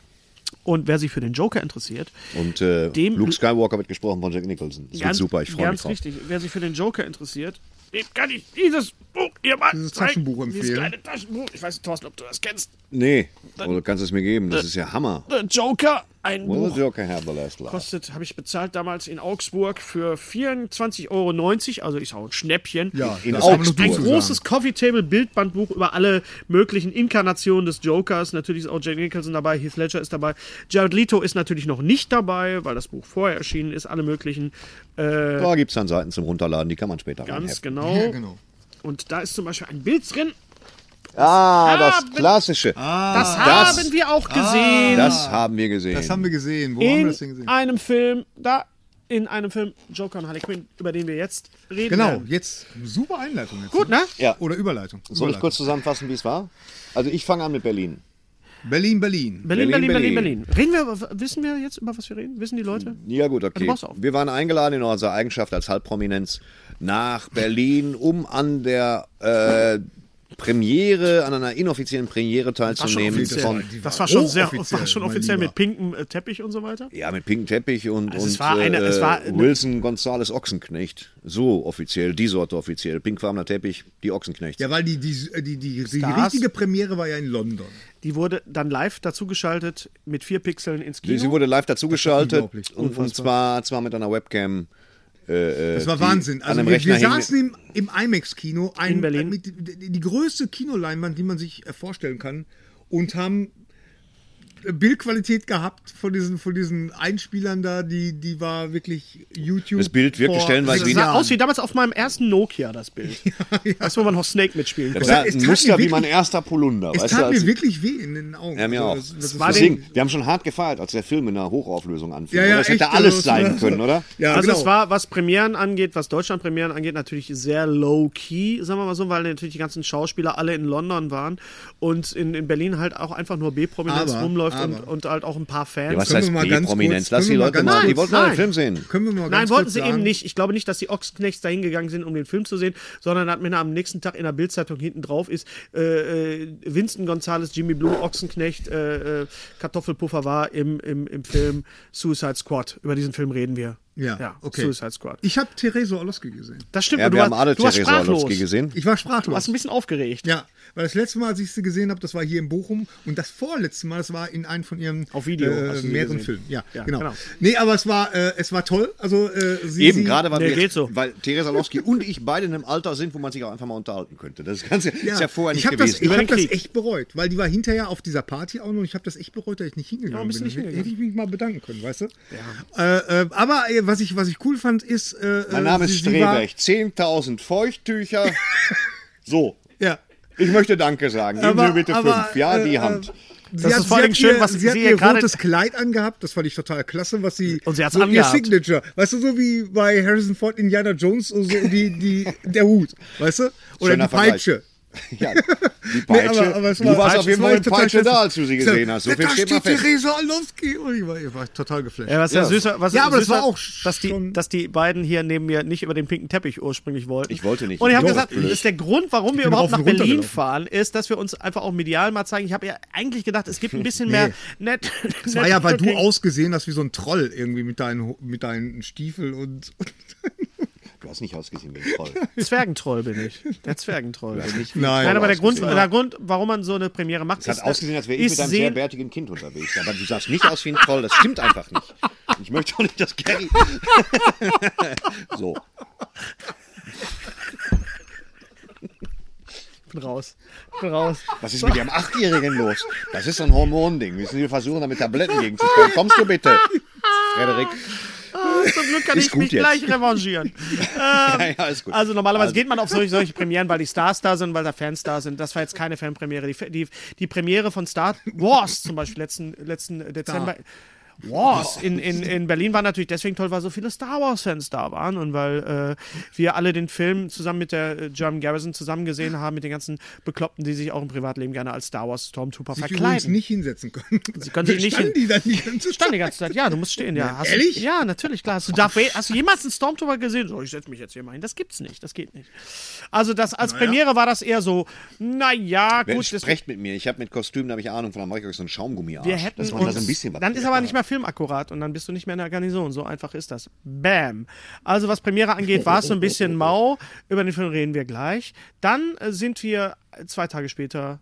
Und wer sich für den Joker interessiert, Und äh, Dem- Luke Skywalker wird gesprochen von Jack Nicholson. Das wird super, ich freue mich Ganz drauf. richtig, wer sich für den Joker interessiert, dem kann ich dieses Buch hier mal Dieses zeigen. Taschenbuch Dieses empfehlen. kleine Taschenbuch. Ich weiß nicht, Thorsten, ob du das kennst. Nee, oder du kannst es mir geben, das ist ja Hammer. The Joker, ein Will Buch. the Joker have the last laugh? Kostet, habe ich bezahlt damals in Augsburg für 24,90 Euro, also ich sage ein Schnäppchen. Ja, In das kann man nur Augsburg. Ein du sagen. großes Coffee Table Bildbandbuch über alle möglichen Inkarnationen des Jokers. Natürlich ist auch Jack Nicholson dabei, Heath Ledger ist dabei. Jared Leto ist natürlich noch nicht dabei, weil das Buch vorher erschienen ist. Alle möglichen. Äh, Da gibt es dann Seiten zum Runterladen, die kann man später ganz reinheften. genau. Ja, genau. Und da ist zum Beispiel ein Bild drin. Ah, das Haben- Klassische. Das, Ah. Das- haben wir auch gesehen. Das haben wir gesehen. Das haben wir gesehen. Wo haben wir das denn in gesehen? einem Film, da in einem Film Joker und Harley Quinn, über den wir jetzt reden. Genau, werden. jetzt super Einleitung. Jetzt, Gut, ne? Ja. Oder Überleitung. Soll ich Überleitung. kurz zusammenfassen, wie es war? Also ich fange an mit Berlin. Berlin, Berlin. Berlin, Berlin, Berlin, Berlin, Berlin. Reden wir, wissen wir jetzt, über was wir reden? Wissen die Leute? Ja gut, Du okay. brauchst auch. Wir waren eingeladen in unserer Eigenschaft als Halbprominenz nach Berlin, um an der äh, Premiere, an einer inoffiziellen Premiere teilzunehmen. offiziell. Von, Die Das war schon sehr, hochoffiziell, war schon mein offiziell Lieber. mit pinkem äh, Teppich und so weiter. ja, mit pinkem Teppich und, Also und es war eine- äh, es war eine- Wilson Gonzales Ochsenknecht. So offiziell, die Sorte offiziell. Pinkfarbener Teppich, die Ochsenknechts. Ja, weil die, die, die, die, die Stars. richtige Premiere war ja in London. Die wurde dann live dazugeschaltet mit vier Pixeln ins Sie, Kino. sie wurde live dazugeschaltet unglaublich. und, und zwar, zwar mit einer Webcam. Das war Wahnsinn. an Also einem wir, Rechner wir hin- saßen im, im IMAX-Kino, ein- In Berlin. Mit, die die größte Kinoleinwand, die man sich äh, vorstellen kann, und haben äh, Bildqualität gehabt von diesen, von diesen Einspielern da, die, die war wirklich YouTube. Das Bild wirkte vor stellenweise sechs wie das sah Jahren. aus wie damals auf meinem ersten Nokia, das Bild. Das, wo man noch Snake mitspielen Das konnte. war es ein tat Muster mir wie mein wirklich- erster Polunder. Es weißt du, tat als- mir wirklich weh in den Augen. Ja, mir auch. Also, das- das ist- Deswegen, wir haben schon hart gefeiert, als der Film in einer Hochauflösung anfing. Ja, ja, das hätte echt, alles also, sein das- können, oder? ja, also genau. es war, was Premieren angeht, was Deutschland-Premieren angeht, natürlich sehr low-key, sagen wir mal so, weil natürlich die ganzen Schauspieler alle in London waren und in, in Berlin halt auch einfach nur B-Prominenz Aber läuft und, und halt auch ein paar Fans. Ja, was Können heißt wir mal ganz B-Prominenz? kurz- Lass die können wir Leute mal ganz mal, die kurz- wollten mal den Nein. Film sehen. Können wir mal ganz Nein, wollten kurz sie sagen, eben nicht. Ich glaube nicht, dass die Ochsknechts dahin gegangen sind, um den Film zu sehen, sondern hat mir dann am nächsten Tag in der Bildzeitung hinten drauf ist, äh, äh, Winston Gonzales, Jimmy Blue, Ochsenknecht, äh, äh, Kartoffelpuffer war im, im, im Film Suicide Squad. Über diesen Film reden wir. Ja, okay. Suicide Squad. Ich habe Therese Orlowski gesehen. Das stimmt. Ja, und wir du haben warst- alle du warst Theresa sprachlos. Orlowski gesehen. Ich war Du warst sprachlos. ein bisschen aufgeregt. Ja, weil das letzte Mal, als ich sie gesehen habe, das war hier in Bochum und das vorletzte Mal, das war in einem von ihren Auf Video äh, hast du sie mehreren gesehen. Filmen. Ja, Ja, genau. genau. Nee, aber es war äh, es war toll. Also äh, sie, Eben sie, gerade, weil, Nee, wir geht jetzt, so. weil Theresa Lowski und ich beide in einem Alter sind, wo man sich auch einfach mal unterhalten könnte. Das Ganze ist ja vorher ich hab nicht gewesen. Das, ich Über habe den das Krieg. echt bereut, weil die war hinterher auf dieser Party auch noch und ich habe das echt bereut, dass ich nicht hingegangen Ja, bist bin. nicht Hätte ich hingegangen. mich mal bedanken können, weißt du? Äh, äh, aber äh, was, ich, was ich cool fand, ist. Äh, mein Name sie, ist sie war- Strebecht. 10.000 Feuchttücher. so. Ja. Ich möchte Danke sagen. Geben Sie Aber- mir bitte aber, fünf. Ja, äh, die äh, Hand. Sie Das hat, ist vor sie allen hat Dingen schön, ihr, was sie hat sie ihr hier gerade- rotes Kleid angehabt, das fand ich total klasse, was sie Und sie hat's so ihr angehabt. Signature, weißt du, so wie bei Harrison Ford Indiana Jones so die, die der Hut, weißt du? Oder Schöner die Peitsche. Ja, die Peitsche. Nee, aber, aber es du warst Peitsche, auf jeden es war Also Fall mit total Peitsche klasse. da, als du sie Ich sag, gesehen hast. So viel da steht mal steht fest. Theresa Orlowski. Und ich war, ich war total geflasht. Ja, Äh, was ja, Ja. süßer, was Ja, ist aber das süßer, war auch dass die, schon- dass die beiden hier neben mir nicht über den pinken Teppich ursprünglich wollten. Ich wollte nicht. Und ich habe Jo, gesagt, blöd. das ist der Grund, warum wir bin überhaupt rauf nach und runter Berlin gelaufen. fahren, ist, dass wir uns einfach auch medial mal zeigen. Ich habe ja eigentlich gedacht, es gibt ein bisschen mehr nett. Das war ja, weil du ausgesehen hast wie so ein Troll irgendwie mit deinen, Ho- mit deinen Stiefel und, und Du hast nicht ausgesehen, bin voll. Zwergentroll bin ich. Der Zwergentroll. Bin ich. Nein. Nein, aber der Grund, ausgesehen. der Grund, warum man so eine Premiere macht, Es hat ist, ausgesehen, als wäre ich ist mit einem sehr sehen, bärtigen Kind unterwegs. Aber du sahst nicht aus wie ein Troll, das stimmt einfach nicht. Ich möchte auch nicht, dass Gary. so. Ich bin raus. Ich bin raus. Was ist mit dem Achtjährigen los? Das ist so ein Hormonding. Wir sind hier versuchen, damit Tabletten gegenzukommen. Kommst du bitte? Frederik. Zum Glück kann Ist ich gut mich jetzt. gleich revanchieren. Ja, ja, ist gut. Also normalerweise geht man auf solche, solche Premieren, weil die Stars da sind, weil da Fans da sind. Das war jetzt keine Fanpremiere. Die, die, die Premiere von Star Wars zum Beispiel letzten, letzten Dezember. Wars in, in, in Berlin war natürlich deswegen toll, weil so viele Star Wars-Fans da waren und weil äh, wir alle den Film zusammen mit der äh, German Garrison zusammen gesehen haben, mit den ganzen Bekloppten, die sich auch im Privatleben gerne als Star Wars Stormtrooper sich übrigens verkleiden. nicht hinsetzen können. Sie können sich nicht hin- die dann die ganze Stand Zeit. die ganze Zeit, ja, du musst stehen, ja. Hast ehrlich? Du, ja, natürlich, klar. Hast du, Darth Vader, hast du jemals einen Stormtrooper gesehen? So, ich setze mich jetzt hier mal hin. Das gibt's nicht, das geht nicht. Also, das als Premiere war das eher so, naja, Wer gut, das, sprecht mit mir. Ich habe mit Kostümen, da habe ich Ahnung von Amerika, so ein Schaumgummiarsch. wir hätten dass man da uns, so ein bisschen was dann ist aber nicht mehr filmakkurat und dann bist du nicht mehr in der Garnison. So einfach ist das. Bam. Also, was Premiere angeht, war es so ein bisschen mau. Über den Film reden wir gleich. Dann äh, sind wir zwei Tage später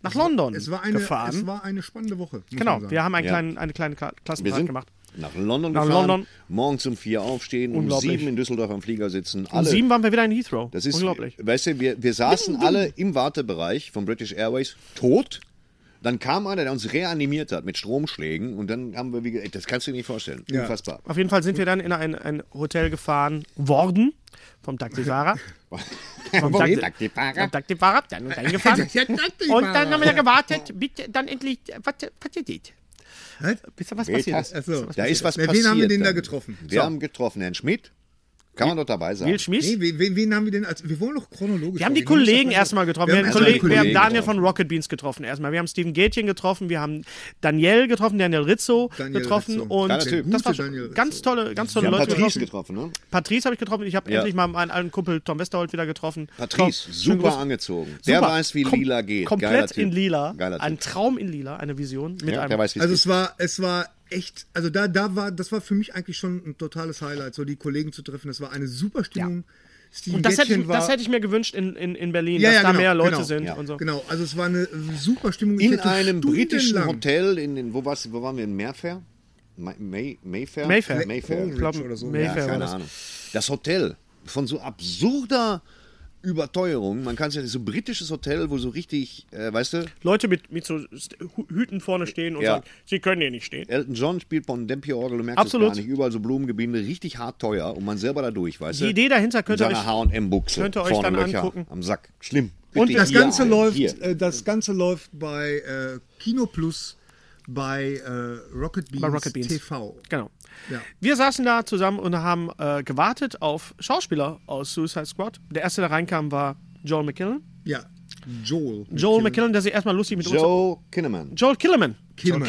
nach London Es war eine, gefahren. es war eine spannende Woche. muss man genau, sagen. wir haben einen Ja. kleinen, eine kleine Kla- Wir Klassenfahrt sind gemacht. nach London Nach gefahren, London. morgens um vier aufstehen, um Unglaublich. sieben in Düsseldorf am Flieger sitzen. Um Alle, sieben waren wir wieder in Heathrow. das ist, Unglaublich. Weißt du, wir, wir saßen alle im Wartebereich von British Airways tot. Dann kam einer, der uns reanimiert hat mit Stromschlägen und dann haben wir, wie gesagt, das kannst du dir nicht vorstellen. Unfassbar. Auf jeden Fall sind wir dann in ein, ein Hotel gefahren worden vom Taxifahrer. Vom Wo Taxi- geht Taxifahrer? Vom Taxifahrer, dann und dann gefahren. und dann haben wir gewartet, bitte, dann endlich, äh, was, was ihr seht. Was? Wisst ihr, was Geht passiert das? ist? Ach so. Da ist was Wen haben passiert. wir denn da dann. getroffen? Wir So. haben getroffen Herrn Schmidt. Kann man doch dabei sein. Will Schmidt? Nee, wen, wen- wen haben wir denn als. Wir wollen doch chronologisch. Wir haben die vorgehen. Nicht, Kollegen dass erstmal getroffen. Wir Wir haben haben, erstmal Kollegen, die wir haben Kollegen Daniel getroffen. von Rocket Beans getroffen erstmal. Wir haben Steven Gätchen getroffen, wir haben Daniel getroffen, Daniel Rizzo Daniel getroffen Rizzo. und Geiler Typ. das war Gute Daniel ganz Rizzo. tolle, ganz tolle Wir haben Leute Patrice getroffen. getroffen, ne? Patrice habe ich getroffen. Ich habe Ja. endlich mal meinen alten Kumpel Tom Westerholt wieder getroffen. Tom, Patrice, schönen super Gruß. angezogen. Der Super. weiß, wie Kom- lila geht. Geiler Komplett Typ. in lila. Geiler Ein Typ. Traum in lila, eine Vision. Mit Ja, der einem weiß, wie Also es es war, es war echt, also da, da war, das war für mich eigentlich schon ein totales Highlight, so die Kollegen zu treffen. Das war eine super Stimmung. Steven und das hätte, Gätchen ich, war, das hätte ich mir gewünscht in, in, in Berlin, Ja, dass ja, da genau, mehr Leute genau. sind Ja. und so. Genau, also es war eine äh, super Stimmung. Ich in hätte einem britischen stundenlang- Hotel in den, wo, warst, du- wo waren wir? In Mayfair? May, May, Mayfair? Mayfair. Mayfair. Coleridge glaub, oder so. Mayfair ja, war keine das. Ahnung. Das Hotel von so absurder Überteuerung. Man kann es ja so ein britisches Hotel, wo so richtig, äh, weißt du, Leute mit, mit so St- Hü- Hüten vorne stehen und Ja. sagen, sie können hier nicht stehen. Elton John spielt von Dempi-Orgel, du merkst Absolut. es gar nicht. Überall so Blumengebinde, richtig hart teuer und man selber da durch, weißt du. Die Idee dahinter Mit könnt ihr euch. seiner H&M-Buchse. könnt ihr euch Vorne dann Löcher angucken. am Sack. Schlimm. Und Bitte Das hier, Ganze, läuft, Hier. äh, das Ganze läuft bei äh, Kino Plus, bei, äh, Rocket Beans Bei Rocket Beans. TV. Genau. Ja. Wir saßen da zusammen und haben äh, gewartet auf Schauspieler aus Suicide Squad. Der erste, der reinkam, war Joel McKinnon. Ja, Joel. Joel McKinnon, der sich erstmal lustig mit uns Joe Kinnaman. Joel Killerman. Kinnaman.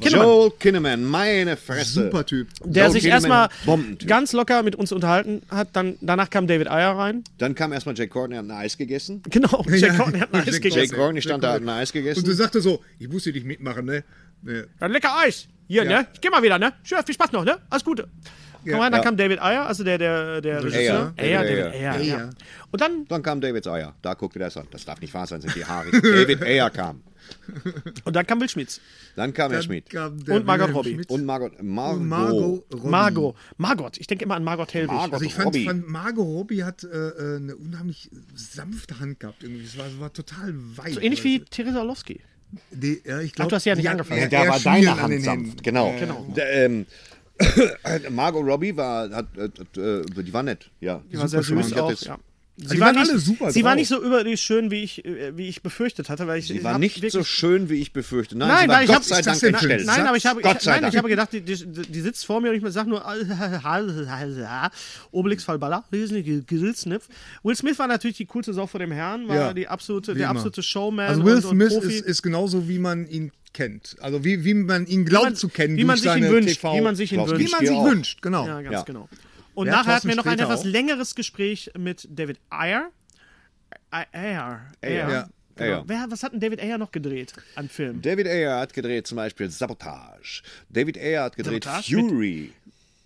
Kinnaman. Joel Kinnaman, meine Fresse. Super Typ. Der Joel sich erstmal Kinnaman, Bombentyp. ganz locker mit uns unterhalten hat. Dann, danach kam David Ayer rein. Dann kam erstmal Jake Courtney, hat ein Eis gegessen. Genau, Jack Courtney hat ein Eis Jack Jake gegessen. Courtney stand da, hat ein Eis gegessen. Und du sagte so, ich muss hier nicht mitmachen, ne? Nee. Dann lecker Eis. Hier, Ja. ne? Ich geh mal wieder, ne? Schön, viel Spaß noch, ne? Alles Gute. Komm rein, dann Ja. kam David Ayer, also der, der, der Regisseur. Ayer. Ayer, David David Ayer. Ayer. Ja. Und dann, Dann kam David Ayer. Da guckte das an. Das darf nicht wahr sein, sind die Haare. David Ayer kam. und dann kam Will Schmitz. Dann kam Herr Schmidt. Gab der Und Margot Wilhelm Robbie. Schmidt Und Margot. Margot. und Margot Robbie. Margot. Margot. Ich denke immer an Margot Helwig. Margot Also ich fand, Robbie. fand Margot Robbie hat äh, äh, eine unheimlich sanfte Hand gehabt irgendwie. Es war, es war total weich. Also, So ähnlich wie Theresa Orlowski. Die, ja, ich glaub, Ach, du hast ja nicht die hat angefangen. eher- da eher war Schmieren deine an den Hand sanft. Händen. Genau. Der, ähm, Margot Robbie war, hat, äh, äh, die war nett, ja. Die war sehr Super süß schön. auch, Ich hatte- ja. Sie die war waren nicht, alle super Sie war drauf. nicht so überdies schön, wie ich, äh, wie ich befürchtet hatte, weil ich. Sie ich war hab nicht so wirklich- schön, wie ich befürchte. Nein, Nein, sie war nein, ich Gott habe sei Dank entstellt. nein, aber ich habe Gott ich, sei nein, Dank. ich habe gedacht, die, die, die sitzt vor mir und ich sag nur Obelix Fallballer, Grillsnipf. Will Smith war natürlich die coolste Sau vor dem Herrn, war Ja, die absolute, wie der immer. absolute Showman Also Will und, und Smith Profi. ist, ist genauso, wie man ihn kennt. Also wie, wie man ihn glaubt man- zu kennen. wie man durch sich ihn seine wünscht, TV wie man sich ihn Wie wünscht. man sich Auch. wünscht, genau. Ja, ganz Ja. genau. Und Ja, nachher hatten Thorsten wir noch ein Sträter etwas auch. längeres Gespräch mit David Ayer. Ayer. Ayer. Ja. Genau. Ayer. Wer, was hat denn David Ayer noch gedreht an Filmen? David Ayer hat gedreht zum Beispiel Sabotage. David Ayer hat gedreht Sabotage mit- Fury.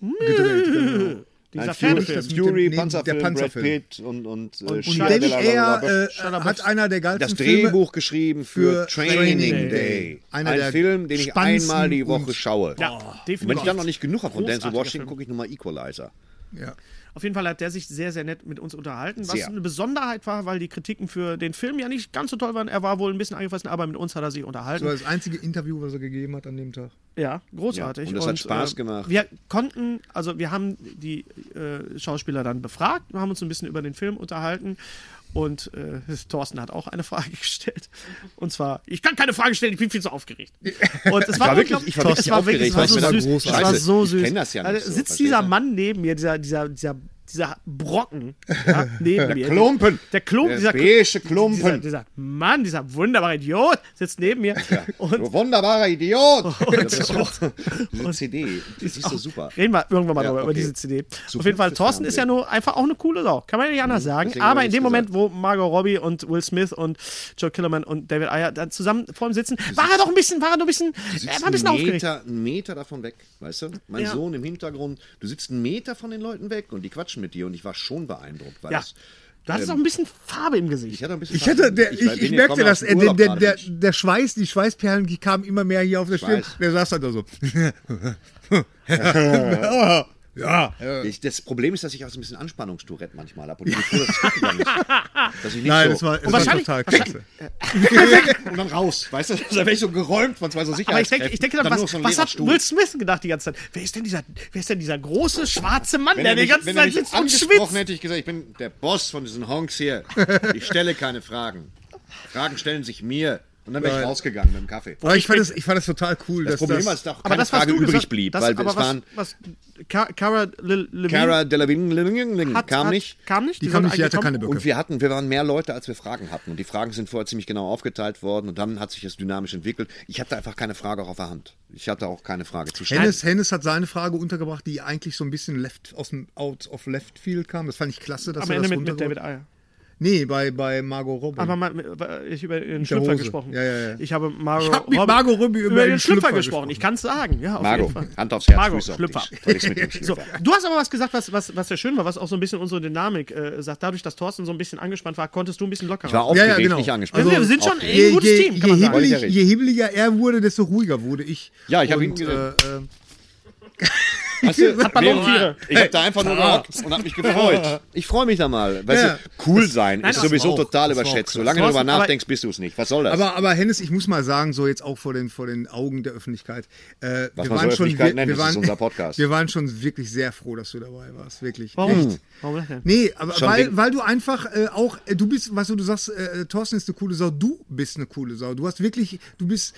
Gedreht, genau. Dieser Fury, Pferdefilm. mit dem- Fury nee, der Panzerfilm, Panzerfilm. Brad Pitt und, und, äh, Und Und Shia David de la La La Ayer äh, Shia hat einer der geilsten das Filme. Drehbuch geschrieben für, für Training, Training Day. Day. Einer Ein der Film, den ich spannendsten einmal die Woche und- Oh. schaue. Ja, definitiv. Und wenn ich dann noch nicht genug habe von Denzel Großartiger Washington, Film. gucke ich nochmal Equalizer. Ja. Auf jeden Fall hat der sich sehr, sehr nett mit uns unterhalten, was Sehr. eine Besonderheit war, weil die Kritiken für den Film ja nicht ganz so toll waren. Er war wohl ein bisschen angefressen, aber mit uns hat er sich Das unterhalten. war das einzige Interview, was er gegeben hat an dem Tag. Ja, großartig. äh, Ja, und das hat Spaß gemacht. Wir konnten, also wir haben die äh, Schauspieler dann befragt, wir haben uns ein bisschen über den Film unterhalten und äh, Thorsten hat auch eine Frage gestellt. Und zwar, ich kann keine Frage stellen, ich bin viel zu aufgeregt. Und es war, war wirklich- unglaublich- ich war wirklich es war wirklich, aufgeregt, es war weil so ich mir da süß. großartig- Es war so Ich süß. kenn das ja nicht also, so, sitzt verstehst dieser du? Mann neben mir, dieser, dieser, dieser, dieser Brocken ja, neben mir. Klumpen. Der Klumpen, dieser Der beige Klumpen. Dieser, dieser Mann, dieser wunderbare Idiot sitzt neben mir. Und Du wunderbarer Idiot! das ist auch diese CD. Die ist so auch- super. Reden wir irgendwann mal Ja, darüber, über okay. diese CD. Super Auf jeden Fall, fürs Thorsten ist ja Fernsehen. nur einfach auch eine coole Sau. Kann man ja nicht anders sagen. Mhm, deswegen hab Aber ich in dem gesagt. Moment, wo Margot Robbie und Will Smith und Joe Killerman und David Ayer dann zusammen vor ihm sitzen, war er doch ein bisschen, war er doch ein bisschen, er war ein bisschen einen aufgeregt. Meter, einen Meter davon weg, weißt du? Mein Ja. Sohn im Hintergrund. Du sitzt einen Meter von den Leuten weg und die quatschen mit dir und ich war schon beeindruckt, weil Ja. das, Du hattest auch ein bisschen Farbe im Gesicht. ähm, ich hatte ein bisschen Ich hatte, der, ich, bin ich ja- merkte, komme dass aus er, äh, dem der, Urlaub der, gerade. der, der Schweiß, die Schweißperlen, die kamen immer mehr hier auf der Stirn. weiß. Der saß dann da so. ja, ja. äh, Ich, das Problem ist, dass ich auch so ein bisschen Anspannungstourette manchmal habe. Und ich bin froh, dass es gut gegangen ist. Dass ich nicht Nein, so, das war, das war wahrscheinlich- total klasse. und dann raus, weißt du? Da wäre ich so geräumt von zwei so Aber ich denke, ich denke dann, nur was, so ein was leerer hat Stuhl. Will Smith gedacht die ganze Zeit? Wer ist denn dieser, wer ist denn dieser große schwarze Mann, Wenn der er die mich, ganze wenn er Zeit mich sitzt und angesprochen schwitzt? hätte, ich gesagt, ich bin der Boss von diesen Honks hier. Ich stelle keine Fragen. Fragen stellen sich mir. Und dann wäre ich Nein. rausgegangen mit dem Kaffee. Aber ich fand das, ich fand das total cool. Das dass Problem das, war, dass da auch Aber keine das, was Frage du übrig gesagt, blieb, das, weil aber es waren was, was, Ka- Cara Le- Levine Cara Delevingne hat, kam hat, nicht. Kam nicht? die kam sind nicht, die hatte eigentlich keine gekommen. Böcke. Und wir hatten, wir waren mehr Leute, als wir Fragen hatten. Und die Fragen sind vorher ziemlich genau aufgeteilt worden und dann hat sich das dynamisch entwickelt. Ich hatte einfach keine Frage auch auf der Hand. Ich hatte auch keine Frage zu stellen. Hennes, Hennes hat seine Frage untergebracht, die eigentlich so ein bisschen left, aus dem Out of Left Field kam. Das fand ich klasse, dass Am er das Ende mit, mit David runtergebracht- Ayer. Nee, bei, bei Margot Robbie. Aber mal, ich über den Mhm. der Schlüpfer Hose. gesprochen. Ja, ja, ja. Ich habe Margot, Ich hab mit Margot Robbie über den Schlüpfer gesprochen. Ich kann es sagen. Ja, auf Margot, jeden Fall. Hand aufs Herz, Margot, Füße auf Schlüpfer. dich. Soll ich's mit dem So, Schlüpfer? du hast aber was gesagt, was, was, was sehr schön war, was auch so ein bisschen unsere Dynamik äh, sagt. Dadurch, dass Thorsten so ein bisschen angespannt war, konntest du ein bisschen lockerer. Ich war sein. aufgeregt, Ja, ja, genau. nicht angesprochen. Also, wir sind schon Aufgeregt. eh ein gutes je, Team, kann man je, sagen. hibbelig, Wollte je hibbeliger er wurde, desto ruhiger wurde ich. Ja, ich hab Und, ihn gesehen. Äh, äh, Hast du, Hat man noch Tiere? Ich habe da einfach nur gehockt und habe mich gefreut. Ich freue mich da mal. Weißt Ja. du, cool sein ist das sowieso war auch- total das war auch überschätzt. krass. Solange du darüber Thorsten, aber- nachdenkst, bist du es nicht. Was soll das? Aber, aber Hennes, ich muss mal sagen, so jetzt auch vor den, vor den Augen der Öffentlichkeit. Äh, Was wir man waren so schon, Öffentlichkeit wir, nennt, wir das waren, ist unser Podcast. Wir waren schon wirklich sehr froh, dass du dabei warst. Wirklich. Warum? Echt. Warum das denn? Nee, aber Schon weil, wegen- weil du einfach äh, auch, äh, du bist, was du, du sagst, äh, Thorsten ist eine coole Sau, du bist eine coole Sau. Du hast wirklich, du bist.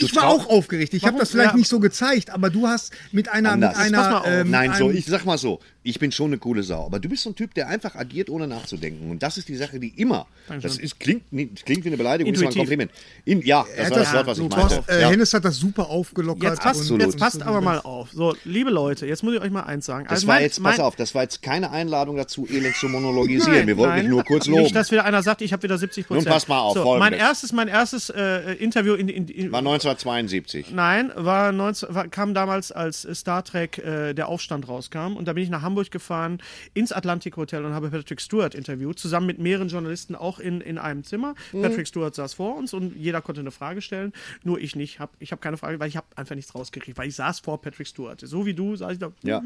Ich war trau- auch aufgeregt. Ich habe Warum? das vielleicht Ja. nicht so gezeigt, aber du hast mit einer, mit Anders. pass mal einer. auf. ähm, Äh, Nein, so, einem- ich sag mal so, ich bin schon eine coole Sau, aber du bist so ein Typ, der einfach agiert, ohne nachzudenken. Und das ist die Sache, die immer, das ist, klingt, nicht- klingt wie eine Beleidigung, ist aber ein Intuitiv. Kompliment. In, ja, das Er war das hat Wort, was ich du meinte. hast- Äh, ja. Hennes hat das super aufgelockert. Jetzt passt, Absolut. jetzt passt aber mal auf. So, liebe Leute, jetzt muss ich euch mal eins sagen. Also Das war jetzt, pass auf, das war jetzt keine Einladung dazu, elend zu monologisieren. Nein, Wir wollten nein. dich nur kurz loben. Nicht, dass wieder einer sagt, ich habe wieder 70 Prozent. Nun pass mal auf, So, mein Folgendes. erstes, mein erstes äh, Interview in, in, in war 1972. Nein, war 19, war, kam damals, als Star Trek äh, der Aufstand rauskam. Und da bin ich nach Hamburg gefahren, ins Atlantic Hotel und habe Patrick Stewart interviewt, zusammen mit mehreren Journalisten auch in, in einem Zimmer. Patrick Stewart saß vor uns und jeder konnte eine Frage stellen. Nur ich nicht. Hab, ich habe keine Frage, weil ich habe einfach nichts rausgekriegt, weil ich saß vor Patrick Stewart. So wie du, saß ich da. Ja.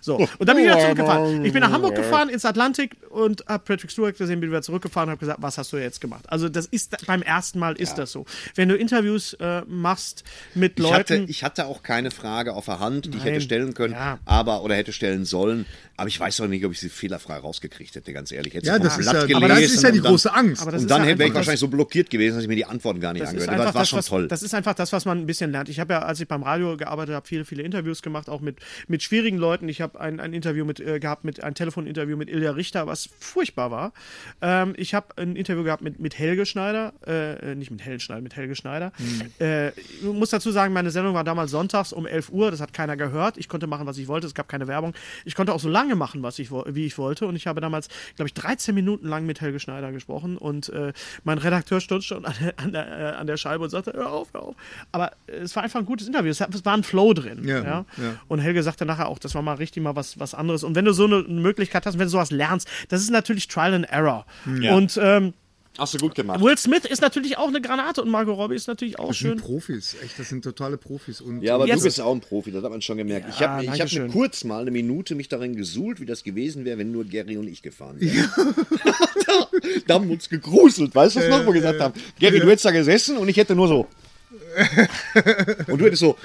So, und dann bin ich wieder zurückgefahren. Ich bin nach Hamburg gefahren, ins Atlantik und habe Patrick Stewart gesehen, bin wieder zurückgefahren und habe gesagt, was hast du jetzt gemacht? Also das ist, beim ersten Mal ist das so. Wenn du Interviews äh, machst mit Ich hatte, Leuten, ich hatte auch keine Frage auf der Hand, die ich hätte stellen können, Ja. aber oder hätte stellen sollen. Aber ich weiß doch nicht, ob ich sie fehlerfrei rausgekriegt hätte, ganz ehrlich. Hätte Ja, sie vom das ist Blatt ja, gelesen aber das ist ja die und dann- große Angst. aber das Und ist dann ja hätte- wäre ich einfach das- wahrscheinlich so blockiert gewesen, dass ich mir die Antworten gar nicht das ist angehört hätte. einfach Das war das, schon was, toll. das ist einfach das, was man ein bisschen lernt. Ich habe ja, als ich beim Radio gearbeitet habe, viele, viele Interviews gemacht, auch mit, mit schwierigen Leuten. Ich habe ein, ein Interview mit, äh, gehabt, mit ein Telefoninterview mit Ilja Richter, was furchtbar war. Ähm, ich habe ein Interview gehabt mit, mit Helge Schneider, äh, nicht mit Helge Schneider, mit Helge Schneider. Hm. Äh, ich muss dazu sagen, meine Sendung war damals sonntags um 11 Uhr, das hat keiner gehört. Ich konnte machen, was ich wollte, es gab keine Werbung. Ich konnte auch so lange machen, was ich, wo- wie ich wollte. Und ich habe damals, glaube ich, 13 Minuten lang mit Helge Schneider gesprochen. Und äh, mein Redakteur stund schon an der, an, der, äh, an der Scheibe und sagte, hör auf, hör auf. Aber äh, es war einfach ein gutes Interview. Es, hat, es war ein Flow drin. Ja, ja? ja. Und Helge sagte nachher auch, das war mal richtig mal was, was anderes. Und wenn du so eine Möglichkeit hast, wenn du sowas lernst, das ist natürlich Trial and Error. Und ähm, Hast du gut gemacht. Will Smith ist natürlich auch eine Granate und Margot Robbie ist natürlich auch Das sind schön. Profis, echt, das sind totale Profis. Und Ja, aber Jetzt- du bist auch ein Profi, das hat man schon gemerkt. ich habe ich hab mir Dankeschön. kurz mal eine Minute mich darin gesuhlt, wie das gewesen wäre, wenn nur Gary und ich gefahren wären. da, da haben wir uns gegruselt, weißt du, was wir gesagt haben? Gary, du hättest da gesessen und ich hätte nur so. und du hättest so,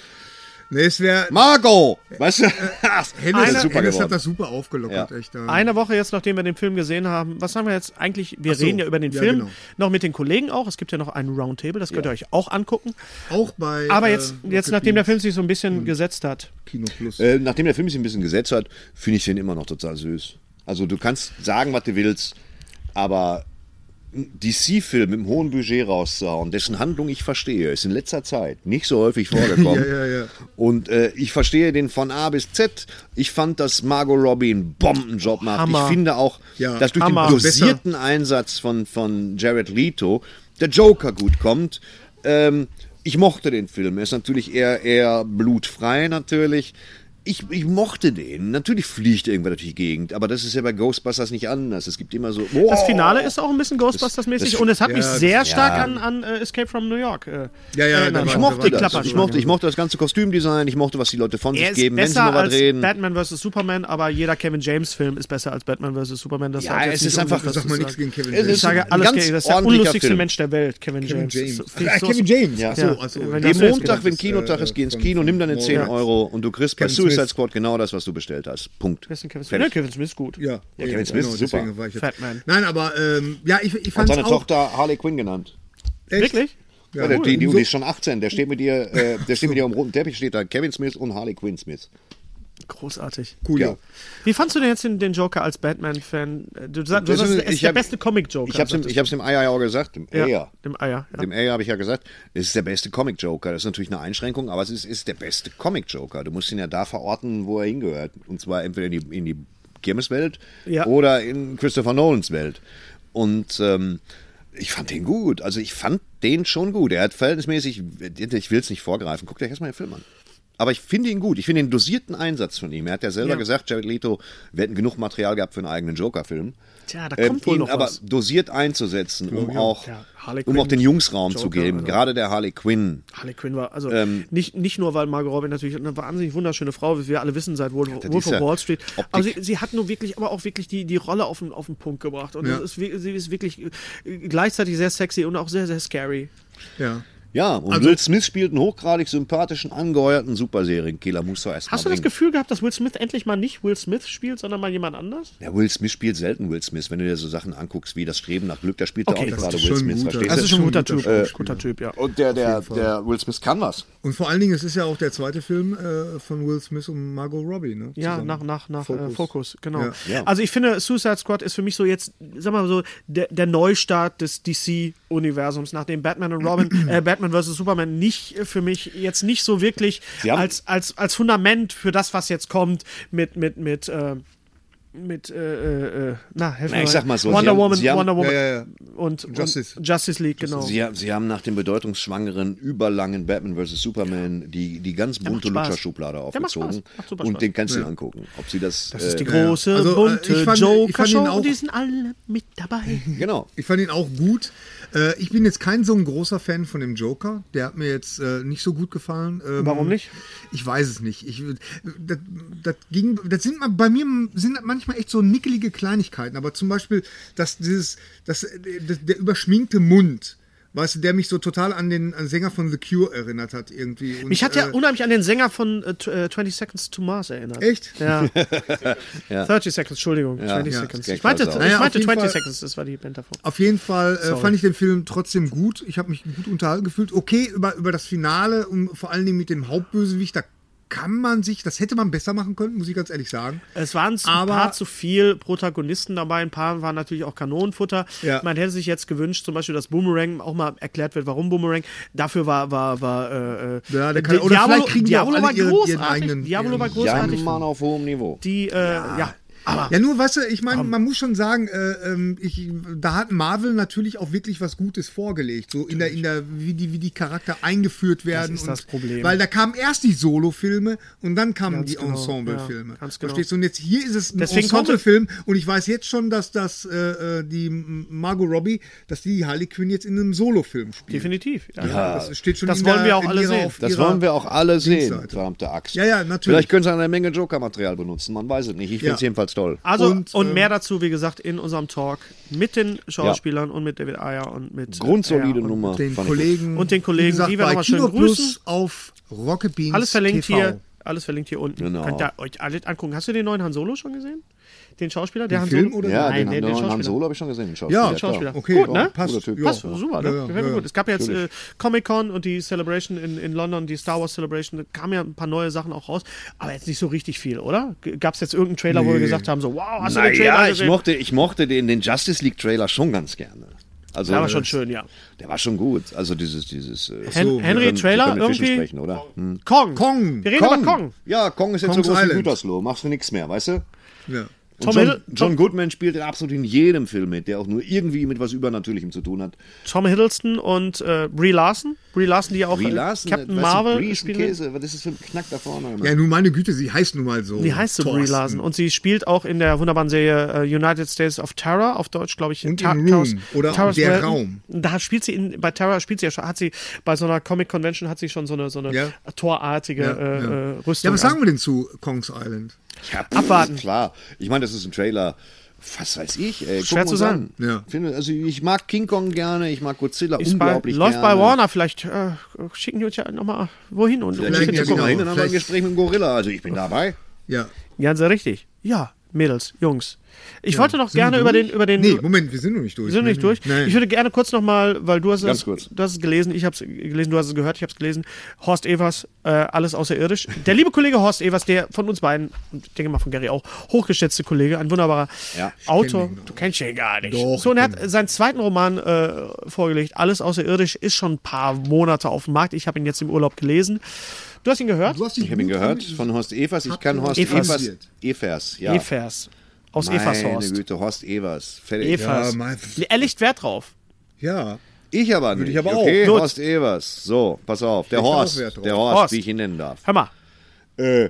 nee, es wäre. Margot! Weißt du? das Äh, Hennes, ist super Hennes hat geworden. das super aufgelockert, Ja. echt. ja. Eine Woche jetzt, nachdem wir den Film gesehen haben, was haben wir jetzt eigentlich? Wir so, reden ja über den ja, Film, genau. noch mit den Kollegen auch. Es gibt ja noch einen Roundtable, das könnt ihr euch auch angucken. Auch bei. Aber jetzt, äh, Hm. jetzt Rocket nachdem der Film sich so ein bisschen gesetzt hat, Beans Kino Plus. Äh, nachdem der Film sich ein bisschen gesetzt hat, finde ich den immer noch total süß. Also du kannst sagen, was du willst, aber ein DC-Film mit einem hohen Budget rauszuhauen, dessen Handlung ich verstehe, ist in letzter Zeit nicht so häufig vorgekommen. Ja, ja, ja. Und äh, ich verstehe den von A bis Z. Ich fand, dass Margot Robbie einen Bombenjob macht. Hammer. Ich finde auch, Ja, dass durch Hammer. den dosierten Einsatz von, von Jared Leto der Joker gut kommt. Ähm, ich mochte den Film. Er ist natürlich eher, eher blutfrei, natürlich. Ich, ich mochte den. Natürlich fliegt irgendwer durch die Gegend, aber das ist ja bei Ghostbusters nicht anders. Es gibt immer so. das Wow. Finale ist auch ein bisschen Ghostbusters-mäßig das- und es hat mich das- sehr stark an, an äh, Escape from New York äh, Ja, ja, erinnert. da Ich war- mochte Die das. Klapperschlange. Ich mochte, ich mochte das ganze Kostümdesign. Ich mochte, was die Leute von Er sich ist geben, wenn sie besser mal was als reden. Batman vs. Superman, aber jeder Kevin James-Film ist besser als Batman vs. Superman. Das Ja, sagt jetzt es nicht ist einfach- unbedingt Sag was zu mal sagen. nichts gegen Kevin Es Ich James. ist- sage ein alles, ganz gegen- das ist der ordentlicher unlustigste Film. Mensch der Welt, Kevin, Kevin James. James. Das ist- Ah, so- Kevin James. Ja. Ach so, Ja. ach so. Wenn Den das- Geh Kevin Montag, wenn James Kinotag ist, äh, ist, geh ins von- Kino, nimm deine von 10 Morgan. Euro und du kriegst bei Kevin Suicide Smith. Squad genau das, was du bestellt hast. Punkt. Wer ist denn Kevin Smith? Fertig. Nee, Kevin Smith ist gut. Ja, genau, Ja, Kevin Smith ist super. deswegen war ich jetzt- Fatman. Nein, aber ähm, ja, ich, ich Und fand seine auch Tochter Harley Quinn genannt. echt- Wirklich? Ja, Ja, der, die, die, so- die ist schon 18, der steht mit dir, äh, der steht mit dir am roten Teppich, steht da Kevin Smith und Harley Quinn Smith. Großartig. cool. Ja. ja. Wie fandst du denn jetzt den, den Joker als Batman-Fan? Du, sa- du Das sagst, ist- er ist ich der hab- beste Comic-Joker. Ich hab's, im, sagtest ich hab's dem Ei ja auch gesagt, dem du. Ei. ja, dem Eier. Ja. Dem Ei habe ich ja gesagt, es ist der beste Comic-Joker. Das ist natürlich eine Einschränkung, aber es ist, ist der beste Comic-Joker. Du musst ihn ja da verorten, wo er hingehört. Und zwar entweder in die, in die Kirmeswelt Ja. oder in Christopher Nolans Welt. Und ähm, ich fand den gut. Also ich fand den schon gut. Er hat verhältnismäßig, ich will es nicht vorgreifen, guckt euch erstmal den Film an. Aber ich finde ihn gut. Ich finde den dosierten Einsatz von ihm. Er hat ja selber Ja. gesagt, Jared Leto, wir hätten genug Material gehabt für einen eigenen Joker-Film. Tja, Ah, da Ähm, kommt wohl ihn noch aber was. dosiert einzusetzen, um auch, Ja, Harley um Quinn, auch den Jungs Raum zu Joker, geben. also. Gerade der Harley Quinn. Harley Quinn war, also Ähm, nicht, nicht nur, weil Margot Robbie natürlich eine wahnsinnig wunderschöne Frau, wie wir alle wissen, seit Wolf, die Wolf ist of ja Wall Street, Optik. aber sie, sie hat nur wirklich, aber auch wirklich die, die Rolle auf den, auf den Punkt gebracht und das ist, wie- sie ist wirklich äh, gleichzeitig sehr sexy und auch sehr, sehr scary. Ja. Ja, und Will Smith spielt einen hochgradig sympathischen, angeheuerten Superserienkiller. Muss er erst Hast du mal das bringen. Gefühl gehabt, dass Will Smith endlich mal nicht Will Smith spielt, sondern mal jemand anders? Ja, Will Smith spielt selten Will Smith, wenn du dir so Sachen anguckst wie das Streben nach Glück, da spielt er auch nicht das gerade ist Will schon Smith, gut, verstehst das du? Also ist schon ein guter Typ. Schauspieler. guter Typ, ja. Und der, der, der Will Smith kann was. Und vor allen Dingen, es ist ja auch der zweite Film äh, von Will Smith und Margot Robbie, ne? Ja, Zusammen. nach, nach, nach Focus, äh, Focus genau. Ja. Ja. Also ich finde, Suicide Squad ist für mich so jetzt, sag mal so, der, der Neustart des DC-Universums, nachdem Batman und Robin, äh, Batman vs. Superman nicht äh, für mich jetzt nicht so wirklich Sie haben- als, als, als Fundament für das, was jetzt kommt, mit, mit, mit, äh, mit, äh, äh, äh, na, helf Na, mir mal. ich sag mal so, Sie Wonder haben- Woman, Sie haben- Wonder Woman Ja, ja, ja. Und, Justice. und Justice League, genau. Sie, ha- sie haben nach dem bedeutungsschwangeren, überlangen Batman vs. Superman die, die ganz bunte Spaß. Lutscher-Schublade Der macht Spaß. aufgezogen Macht super und Spaß. den kannst du dir angucken, ob sie das, das die äh, große, Also, äh, bunte ich fand- ich fand ihn Joker-Show auch- und die sind alle mit dabei. genau. Ich fand ihn auch gut. Äh, ich bin jetzt kein so ein großer Fan von dem Joker. Der hat mir jetzt äh, nicht so gut gefallen. Ähm, Warum nicht? Ich weiß es nicht. Ich, das, das, ging, das sind mal- bei mir sind das manchmal echt so nickelige Kleinigkeiten. Aber zum Beispiel, dass dieses, dass, äh, das, der überschminkte Mund. Weißt du, der mich so total an den an den Sänger von The Cure erinnert hat irgendwie. Und, Mich hat ja äh, unheimlich an den Sänger von äh, tw- äh, 20 Seconds to Mars erinnert. Echt? Ja. 30 Seconds, Entschuldigung. 20 ja, Seconds. das Ich meinte, geht klar ich meinte aus. Naja, 20 auf jeden Fall- Seconds, das war die Band davor. Auf jeden Fall äh, fand ich den Film trotzdem gut. Ich habe mich gut unterhalten gefühlt. Okay, über, über das Finale und vor allen Dingen mit dem Hauptbösewicht, da kann man sich, das hätte man besser machen können, muss ich ganz ehrlich sagen. Es waren ein Aber- paar zu viel Protagonisten dabei, ein paar waren natürlich auch Kanonenfutter. Ja. Man hätte sich jetzt gewünscht, zum Beispiel, dass Boomerang auch mal erklärt wird, warum Boomerang. Dafür war, war, war äh, äh, Ja, der Di- kann- oder vielleicht kriegen die auch Diablo alle war ihren- ihren großartig. eigenen- Diablo war ihren- Ja, großartig. Mann auf hohem Niveau. Die, äh, ja. Aber Ja, nur, weißt du, ich meine, man muss schon sagen, äh, ähm, ich, da hat Marvel natürlich auch wirklich was Gutes vorgelegt, so in der, in der, wie die, wie die Charakter eingeführt werden. ist das Problem. Weil da kamen erst die Solo-Filme und dann kamen Ganz die genau, Ensemble-Filme. ja, ganz genau. Verstehst du? Und jetzt hier ist es ein Deswegen konnte- Ensemble-Film und ich weiß jetzt schon, dass das, äh, äh, die M- Margot Robbie, dass die Harley Quinn jetzt in einem Solo-Film spielt. definitiv. Ja. Das steht schon Das in wollen der, wir auch in alle ihrer, sehen. Auf Das ihrer, wollen wir auch alle sehen, Dienstseite. verdammte Axt. Ja, ja, natürlich. Vielleicht können sie eine Menge Joker-Material benutzen, man weiß es nicht. Ich finde es Ja. jedenfalls toll. Also, und, Und, mehr dazu, wie gesagt, in unserem Talk mit den Schauspielern und mit David Ayer und mit. äh, Grundsolide er und Nummer. Den fand ich gut. Kollegen. Und den Kollegen, wie gesagt, die wir bei nochmal schön Kino grüßen. Plus auf Rocket Beans Alles verlinkt TV. hier. Alles verlinkt hier unten. Genau. Könnt ihr euch alle angucken. Hast du den neuen Han Solo schon gesehen? Den Schauspieler? Der Han Film Solo? oder- Ja, Nein, den, den, den den Han Schauspieler. Solo habe ich schon gesehen. Den Schauspieler, Ja, klar. Schauspieler. Okay, Gut, ja, ne? passt. Guter Typ. Ja. Passt, super, ne? Ja, ja, Gefällt mir ja. gut. Es gab ja jetzt äh, Comic-Con und die Celebration in, in London, die Star Wars Celebration, da kamen ja ein paar neue Sachen auch raus, aber jetzt nicht so richtig viel, oder? Gab es jetzt irgendeinen Trailer, wo wir gesagt haben, so, wow, hast du den Trailer Naja, ich gesehen? mochte, ich mochte den, den Justice League Trailer schon ganz gerne. Also, der war schon schön, ja. Der war schon gut. Also dieses, dieses. äh, Hen so, Henry, wir können- wir Trailer können mit Fischen irgendwie. sprechen, oder? Hm. Kong. Kong. Wir reden über Kong. Ja, Kong ist jetzt Kong's so groß wie Island. Gütersloh. Machst du nichts mehr, weißt du? Ja. Und Tom John, Hiddle- John Goodman spielt in absolut in jedem Film mit, der auch nur irgendwie mit was Übernatürlichem zu tun hat. Tom Hiddleston und äh, Brie Larson. Brie Larson, die auch Brie äh, Larson, Captain weißt du, Brie Marvel ist ein spielt. Käse, was ist das für ein Knack da vorne? Mann? ja, nun meine Güte, sie heißt nun mal so. Die heißt so Brie Thorsten. Larson. Und sie spielt auch in der wunderbaren Serie äh, United States of Terror, auf Deutsch glaube ich. Und Ta- in Taros- Room oder Taros Der Welton. Raum. Da spielt sie in, bei Terror spielt sie ja schon, hat sie bei so einer Comic Convention hat sie schon so eine, so eine Ja. torartige Ja, äh, ja. äh, Rüstung. ja, was an. sagen wir denn zu Kongs Island? Ja, pff, Abwarten. Klar. Ich meine, das ist ein Trailer. Was weiß ich? Ey, gucken Schwer wir zu uns sagen. an. Ja. Finde, also ich mag King Kong gerne, ich mag Godzilla Ist bei, unglaublich läuft gerne. bei Warner vielleicht. Äh, schicken die uns ja nochmal wohin und Vielleicht Vielleicht gibt's ja auch genau. mal hin und haben wir ein Vielleicht- Gespräch mit dem Gorilla. Also ich bin dabei. Ja. Ja, sehr richtig. Ja, Mädels, Jungs. Ich wollte noch gerne über den, über den. Nee, Moment, wir sind noch nicht durch. Wir sind nicht durch. Nein. Ich würde gerne kurz nochmal, weil du hast, Ganz es, kurz. du hast es gelesen, ich habe es gelesen, du hast es gehört, ich habe es gelesen. Horst Evers, äh, alles außerirdisch. Der liebe Kollege Horst Evers, der von uns beiden, und ich denke mal von Gary auch, hochgeschätzte Kollege, ein wunderbarer Ja. Autor. du kennst ihn gar nicht. Doch, so, und er ich hat seinen zweiten Roman äh, vorgelegt, alles außerirdisch, ist schon ein paar Monate auf dem Markt. Ich habe ihn jetzt im Urlaub gelesen. Du hast ihn gehört? Du hast dich Ich habe ihn gut gehört an- von Horst Evers. Ich Habt kann ihr Horst Evers. Evers. Evers, ja. Evers. Aus Meine Evershorst. Güte, Horst Evers. Fertig. Evers. Ja, mein- er legt Wert drauf. Ja. Ich aber nicht. ich aber auch. okay, Gut. Horst Evers. So, pass auf. Der Leg da auch Horst, Wert drauf. der Horst, Horst. wie ich ihn nennen darf. Hör mal. Äh,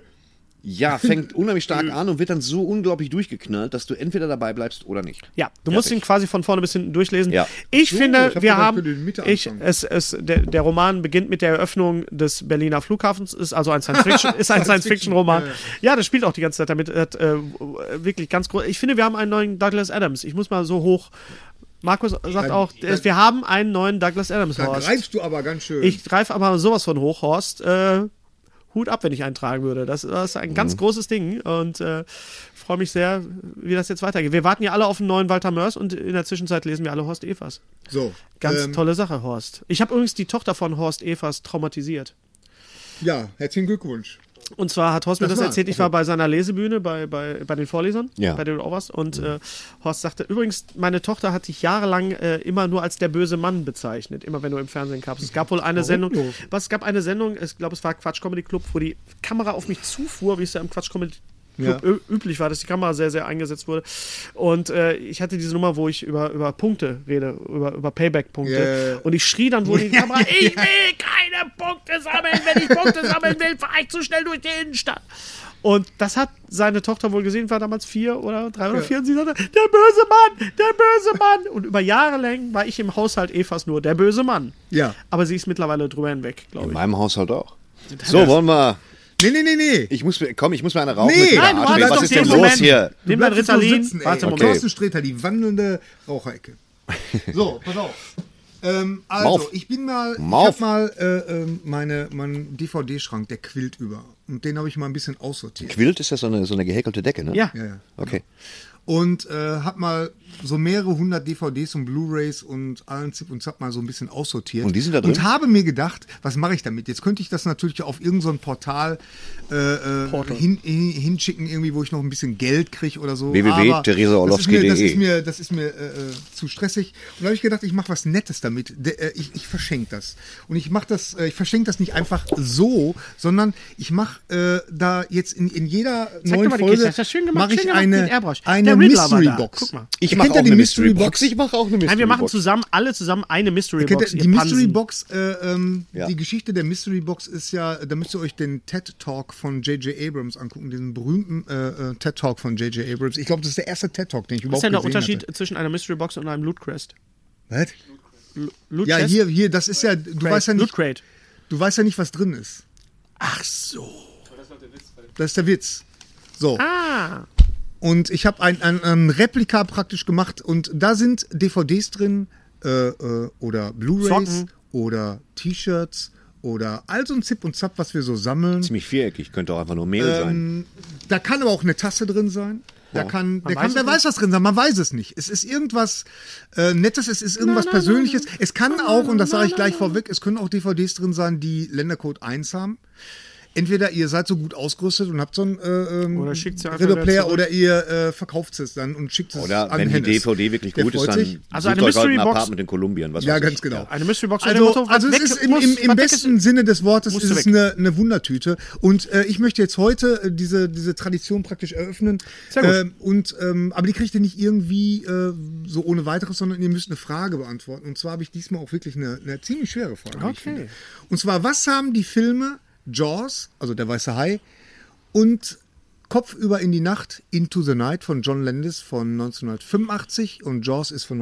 ja, fängt unheimlich stark an und wird dann so unglaublich durchgeknallt, dass du entweder dabei bleibst oder nicht. Ja, du musst ihn quasi von vorne bis hinten durchlesen. Ja. Ich So, finde, ich hab wir gedacht, haben. wir den Mitte Ich, anfangen. es, es, der, der Roman beginnt mit der Eröffnung des Berliner Flughafens, ist also ein Science-Fiction-Roman. Science Fiction, Roman. ja, das spielt auch die ganze Zeit damit. Hat, äh, wirklich ganz groß. Ich finde, wir haben einen neuen Douglas Adams. Ich muss mal so hoch. Markus sagt auch, äh, wir haben einen neuen Douglas Adams Da Horst. greifst du aber ganz schön. Ich greife aber sowas von hoch, Horst. Äh, Hut ab, wenn ich einen tragen würde. Das, das ist ein ganz großes Ding und äh, freue mich sehr, wie das jetzt weitergeht. Wir warten ja alle auf einen neuen Walter Mörs und in der Zwischenzeit lesen wir alle Horst Evers. so. Ganz ähm, tolle Sache, Horst. Ich habe übrigens die Tochter von Horst Evers traumatisiert. Ja, herzlichen Glückwunsch. Und zwar hat Horst mir Das das war- erzählt, ich war bei seiner Lesebühne bei, bei, bei den Vorlesern, Ja. bei den Overs und Mhm. äh, Horst sagte, übrigens, meine Tochter hat dich jahrelang äh, immer nur als der böse Mann bezeichnet, immer wenn du im Fernsehen kamst. Es gab wohl eine Sendung, was, es gab eine Sendung, ich glaube, es war Quatsch Comedy Club, wo die Kamera auf mich zufuhr, wie es ja im Quatsch Comedy Club Ja. ü- üblich war, dass die Kamera sehr, sehr eingesetzt wurde. Und äh, ich hatte diese Nummer, wo ich über, über Punkte rede, über, über Payback-Punkte. Ja, ja, ja. Und ich schrie dann wohl in die Kamera, ich will keine Punkte sammeln, wenn ich Punkte sammeln will, fahre ich zu schnell durch die Innenstadt. Und das hat seine Tochter wohl gesehen, war damals vier oder drei oder vier, und sie sagte, der böse Mann, der böse Mann. Und über Jahre lang war ich im Haushalt Evas nur der böse Mann. Ja. Aber sie ist mittlerweile drüber hinweg, glaube In ich. meinem Haushalt auch. So, wollen wir. Nee, nee, nee, nee. Ich muss, mir- komm, ich muss mir eine rauchen. Nee. mit dir, Nein, du Arsch. hast was doch ist den denn los Moment. hier? Nimm Du dein bleibst jetzt nur Ritalin, sitzen, ey. warte einen Okay. Moment. Thorsten Sträter, die wandelnde Raucherecke. So, pass auf. Ähm, also, Mauf. ich bin mal, ich Mauf. hab mal äh, ähm, meine, meinen DVD-Schrank, der quillt über. Und den habe ich mal ein bisschen aussortiert. Quilt ist ja so eine, so eine gehäkelte Decke, ne? Ja. Ja, ja. Okay. Und äh, hab mal so mehrere hundert DVDs und Blu-Rays und allen Zip und Zap mal so ein bisschen aussortiert. Und die sind da drin? Und habe mir gedacht, was mache ich damit? Jetzt könnte ich das natürlich auf irgendein so ein Portal äh, äh, hin, hin, hinschicken, irgendwie, wo ich noch ein bisschen Geld kriege oder so. www.theresa Aber das ist mir- Orlowski.de. Das ist mir, das ist mir äh, äh, zu stressig. Und da habe ich gedacht, ich mache was Nettes damit. De, äh, ich ich verschenke das. Und ich mache das, äh, ich verschenke das nicht einfach so, sondern ich mache äh, da jetzt in, in jeder Zeig neuen doch mal die Kiste. Folge Hast du das schön gemacht? mache ich Schön gemacht mit eine, Airbrush. eine Der Riddler war Mystery da. Box. Guck mal. Ich Ihr mache kennt ja auch die eine Mystery Mystery Box. Box. Ich mache auch eine Mystery Nein, wir machen Box. zusammen, alle zusammen eine Mystery Kennt Box. ihr, ihr die Mystery Pansen. Box, äh, ähm, Ja. die Geschichte der Mystery Box ist ja, da müsst ihr euch den TED Talk von J.J. Abrams angucken, diesen berühmten äh, äh, TED Talk von J.J. Abrams. Ich glaube, das ist der erste TED Talk, den ich Was ist überhaupt gesehen denn der habe. Unterschied zwischen einer Mystery Box und einem Loot Crest? Was? Loot Ja, Chest? hier, hier, das ist ja, du Crate. weißt ja Loot nicht, Crate. du weißt ja nicht, was drin ist. Ach so. Das ist der Witz. So. Ah. Und ich habe ein, ein, ein Replika praktisch gemacht und da sind DVDs drin äh, äh, oder Blu-rays Socken. oder T-Shirts oder all so ein Zip und Zap, was wir so sammeln. Ziemlich viereckig, könnte auch einfach nur Mehl sein. Da kann aber auch eine Tasse drin sein. Da kann, der weiß kann, es wer nicht. weiß, was drin sein, man weiß es nicht. Es ist irgendwas äh, Nettes, es ist irgendwas Persönliches. Es kann auch, und das sage ich gleich vorweg, es können auch DVDs drin sein, die Ländercode 1 haben. Entweder ihr seid so gut ausgerüstet und habt so einen äh, ähm, Oder schickt sie einfach wieder Redo-Player zurück. oder ihr äh, verkauft es dann und schickt es Oder an wenn die Hennes. DVD wirklich Der gut ist, freut dann sich. Also eine sucht euch halt Mystery ein Box- Apartment in Kolumbien. Was Ja, weiß ganz ich. genau. Eine Mystery Box Also, unter dem Motto, also was es weg ist im, muss, im, was im weg ist, besten Sinne des Wortes musst ist du es weg. eine, eine Wundertüte. Und äh, ich möchte jetzt heute äh, diese, diese Tradition praktisch eröffnen. Sehr gut. Ähm, und, ähm, aber die kriegt ihr nicht irgendwie äh, so ohne weiteres, sondern ihr müsst eine Frage beantworten. Und zwar habe ich diesmal auch wirklich eine, eine ziemlich schwere Frage. wie ich Okay. finde. Und zwar, was haben die Filme Jaws, also der weiße Hai, und Kopf über in die Nacht, Into the Night von John Landis von 1985 und Jaws ist von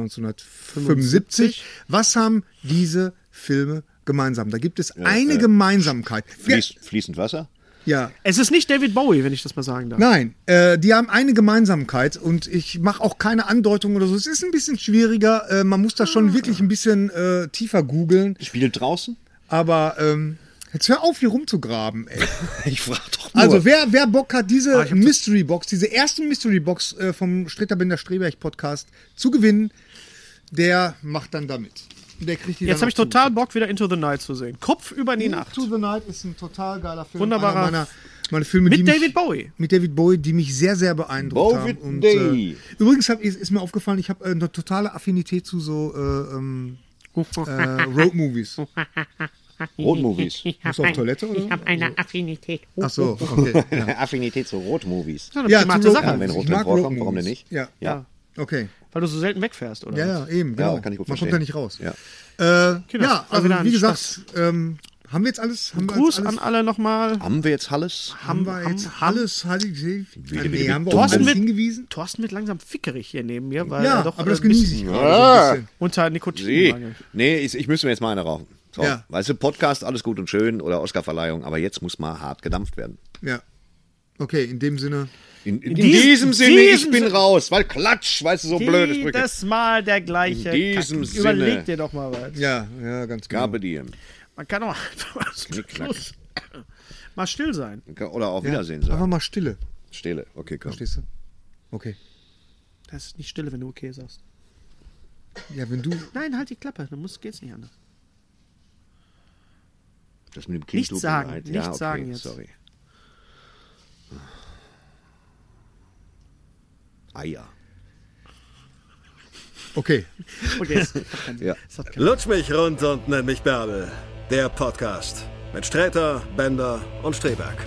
1975. Was haben diese Filme gemeinsam? Da gibt es eine äh, Gemeinsamkeit. Fließ, fließend Wasser? Ja, Es ist nicht David Bowie, wenn ich das mal sagen darf. nein, äh, die haben eine Gemeinsamkeit und ich mache auch keine Andeutung oder so. Es ist ein bisschen schwieriger, äh, man muss da schon wirklich ein bisschen äh, tiefer googeln, Spielt draußen? aber ähm, jetzt hör auf, hier rumzugraben, ey. Ich frage doch nur. Also wer, wer Bock hat, diese Mystery Box, diese erste Mystery Box äh, vom Stritterbinder Streberich Podcast zu gewinnen, der macht dann damit. Der kriegt die Jetzt dann habe ich auch total Bock, wieder Into the Night zu sehen. Kopf über die zu. Nacht. To the Night ist ein total geiler Film. Wunderbarer Einer meiner, meiner Filme, die Mit mich, David Bowie. Mit David Bowie, die mich sehr, sehr beeindruckt Bowie haben. Und, Day. äh, übrigens hab, ist, ist mir aufgefallen, ich habe äh, eine totale Affinität zu so äh, ähm, äh, Road Movies. Rotmovies. Muss auf Toilette oder? so? habe eine Affinität. Ach so, okay. Affinität zu Rotmovies. Das ist Ja, eine private zu Sache. Ja, wenn Ich Rotwein mag vorkommt, warum denn Rotmovies. nicht? Ja. ja. Okay. Weil du so selten wegfährst, oder? Ja, ja, eben, genau. Ja, kann ich gut Man verstehen. kommt da nicht raus. Ja. Äh, ja, war also wieder ein wie gesagt, ähm, haben wir jetzt alles? Haben wir Gruß jetzt an alles, alle nochmal. Haben wir jetzt Halles? Haben wir jetzt alles? Haben, wie, nee, wie, haben wir auch Thorsten alles wird- hingewiesen? Thorsten wird langsam fickerig hier neben mir, weil Ja, er doch aber das ein bisschen genieße ich gerade so ein bisschen. unter Nee, Nikotin nee ich, ich müsste mir jetzt mal eine rauchen. So, Ja. Weißt du, Podcast, alles gut und schön oder Oscarverleihung, aber jetzt muss mal hart gedampft werden. Ja. Okay, in dem Sinne. In, in, in diesem- diesem Sinne, ich diesem bin Sin- raus, weil Klatsch, weißt du, so blöde Sprüche. Jedes Mal der gleiche. In diesem Kack. Sinne. Überleg dir doch mal was. Ja, ja, ganz genau. Gabe dir. Man kann auch einfach mal, zum knack. Schluss mal still sein. Oder auf Wiedersehen Einfach sagen. mal Stille, Stille. Okay, komm. verstehst du? Okay. Das ist nicht stille, wenn du okay sagst. Ja, wenn du. Nein, halt die Klappe. Dann muss, geht's nicht anders. Das mit dem kind Nichts tut mir sagen, leid. nichts ja, okay, sagen jetzt. Sorry. Ah. Eier. Okay. Okay, es hat keinen Sinn. Ja. Es hat keinen Lutsch mich rund und nenn mich Bärbel. Der Podcast mit Sträter, Bender und Streberg.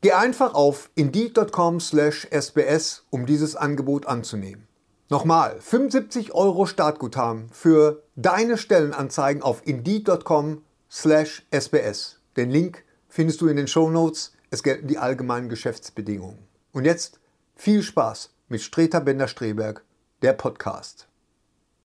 Geh einfach auf indeed.com slash sbs, um dieses Angebot anzunehmen. Nochmal, 75 Euro Startguthaben für deine Stellenanzeigen auf indeed.com slash sbs. Den Link findest du in den Shownotes. Es gelten die allgemeinen Geschäftsbedingungen. Und jetzt viel Spaß mit Streter Bender-Streberg, der Podcast.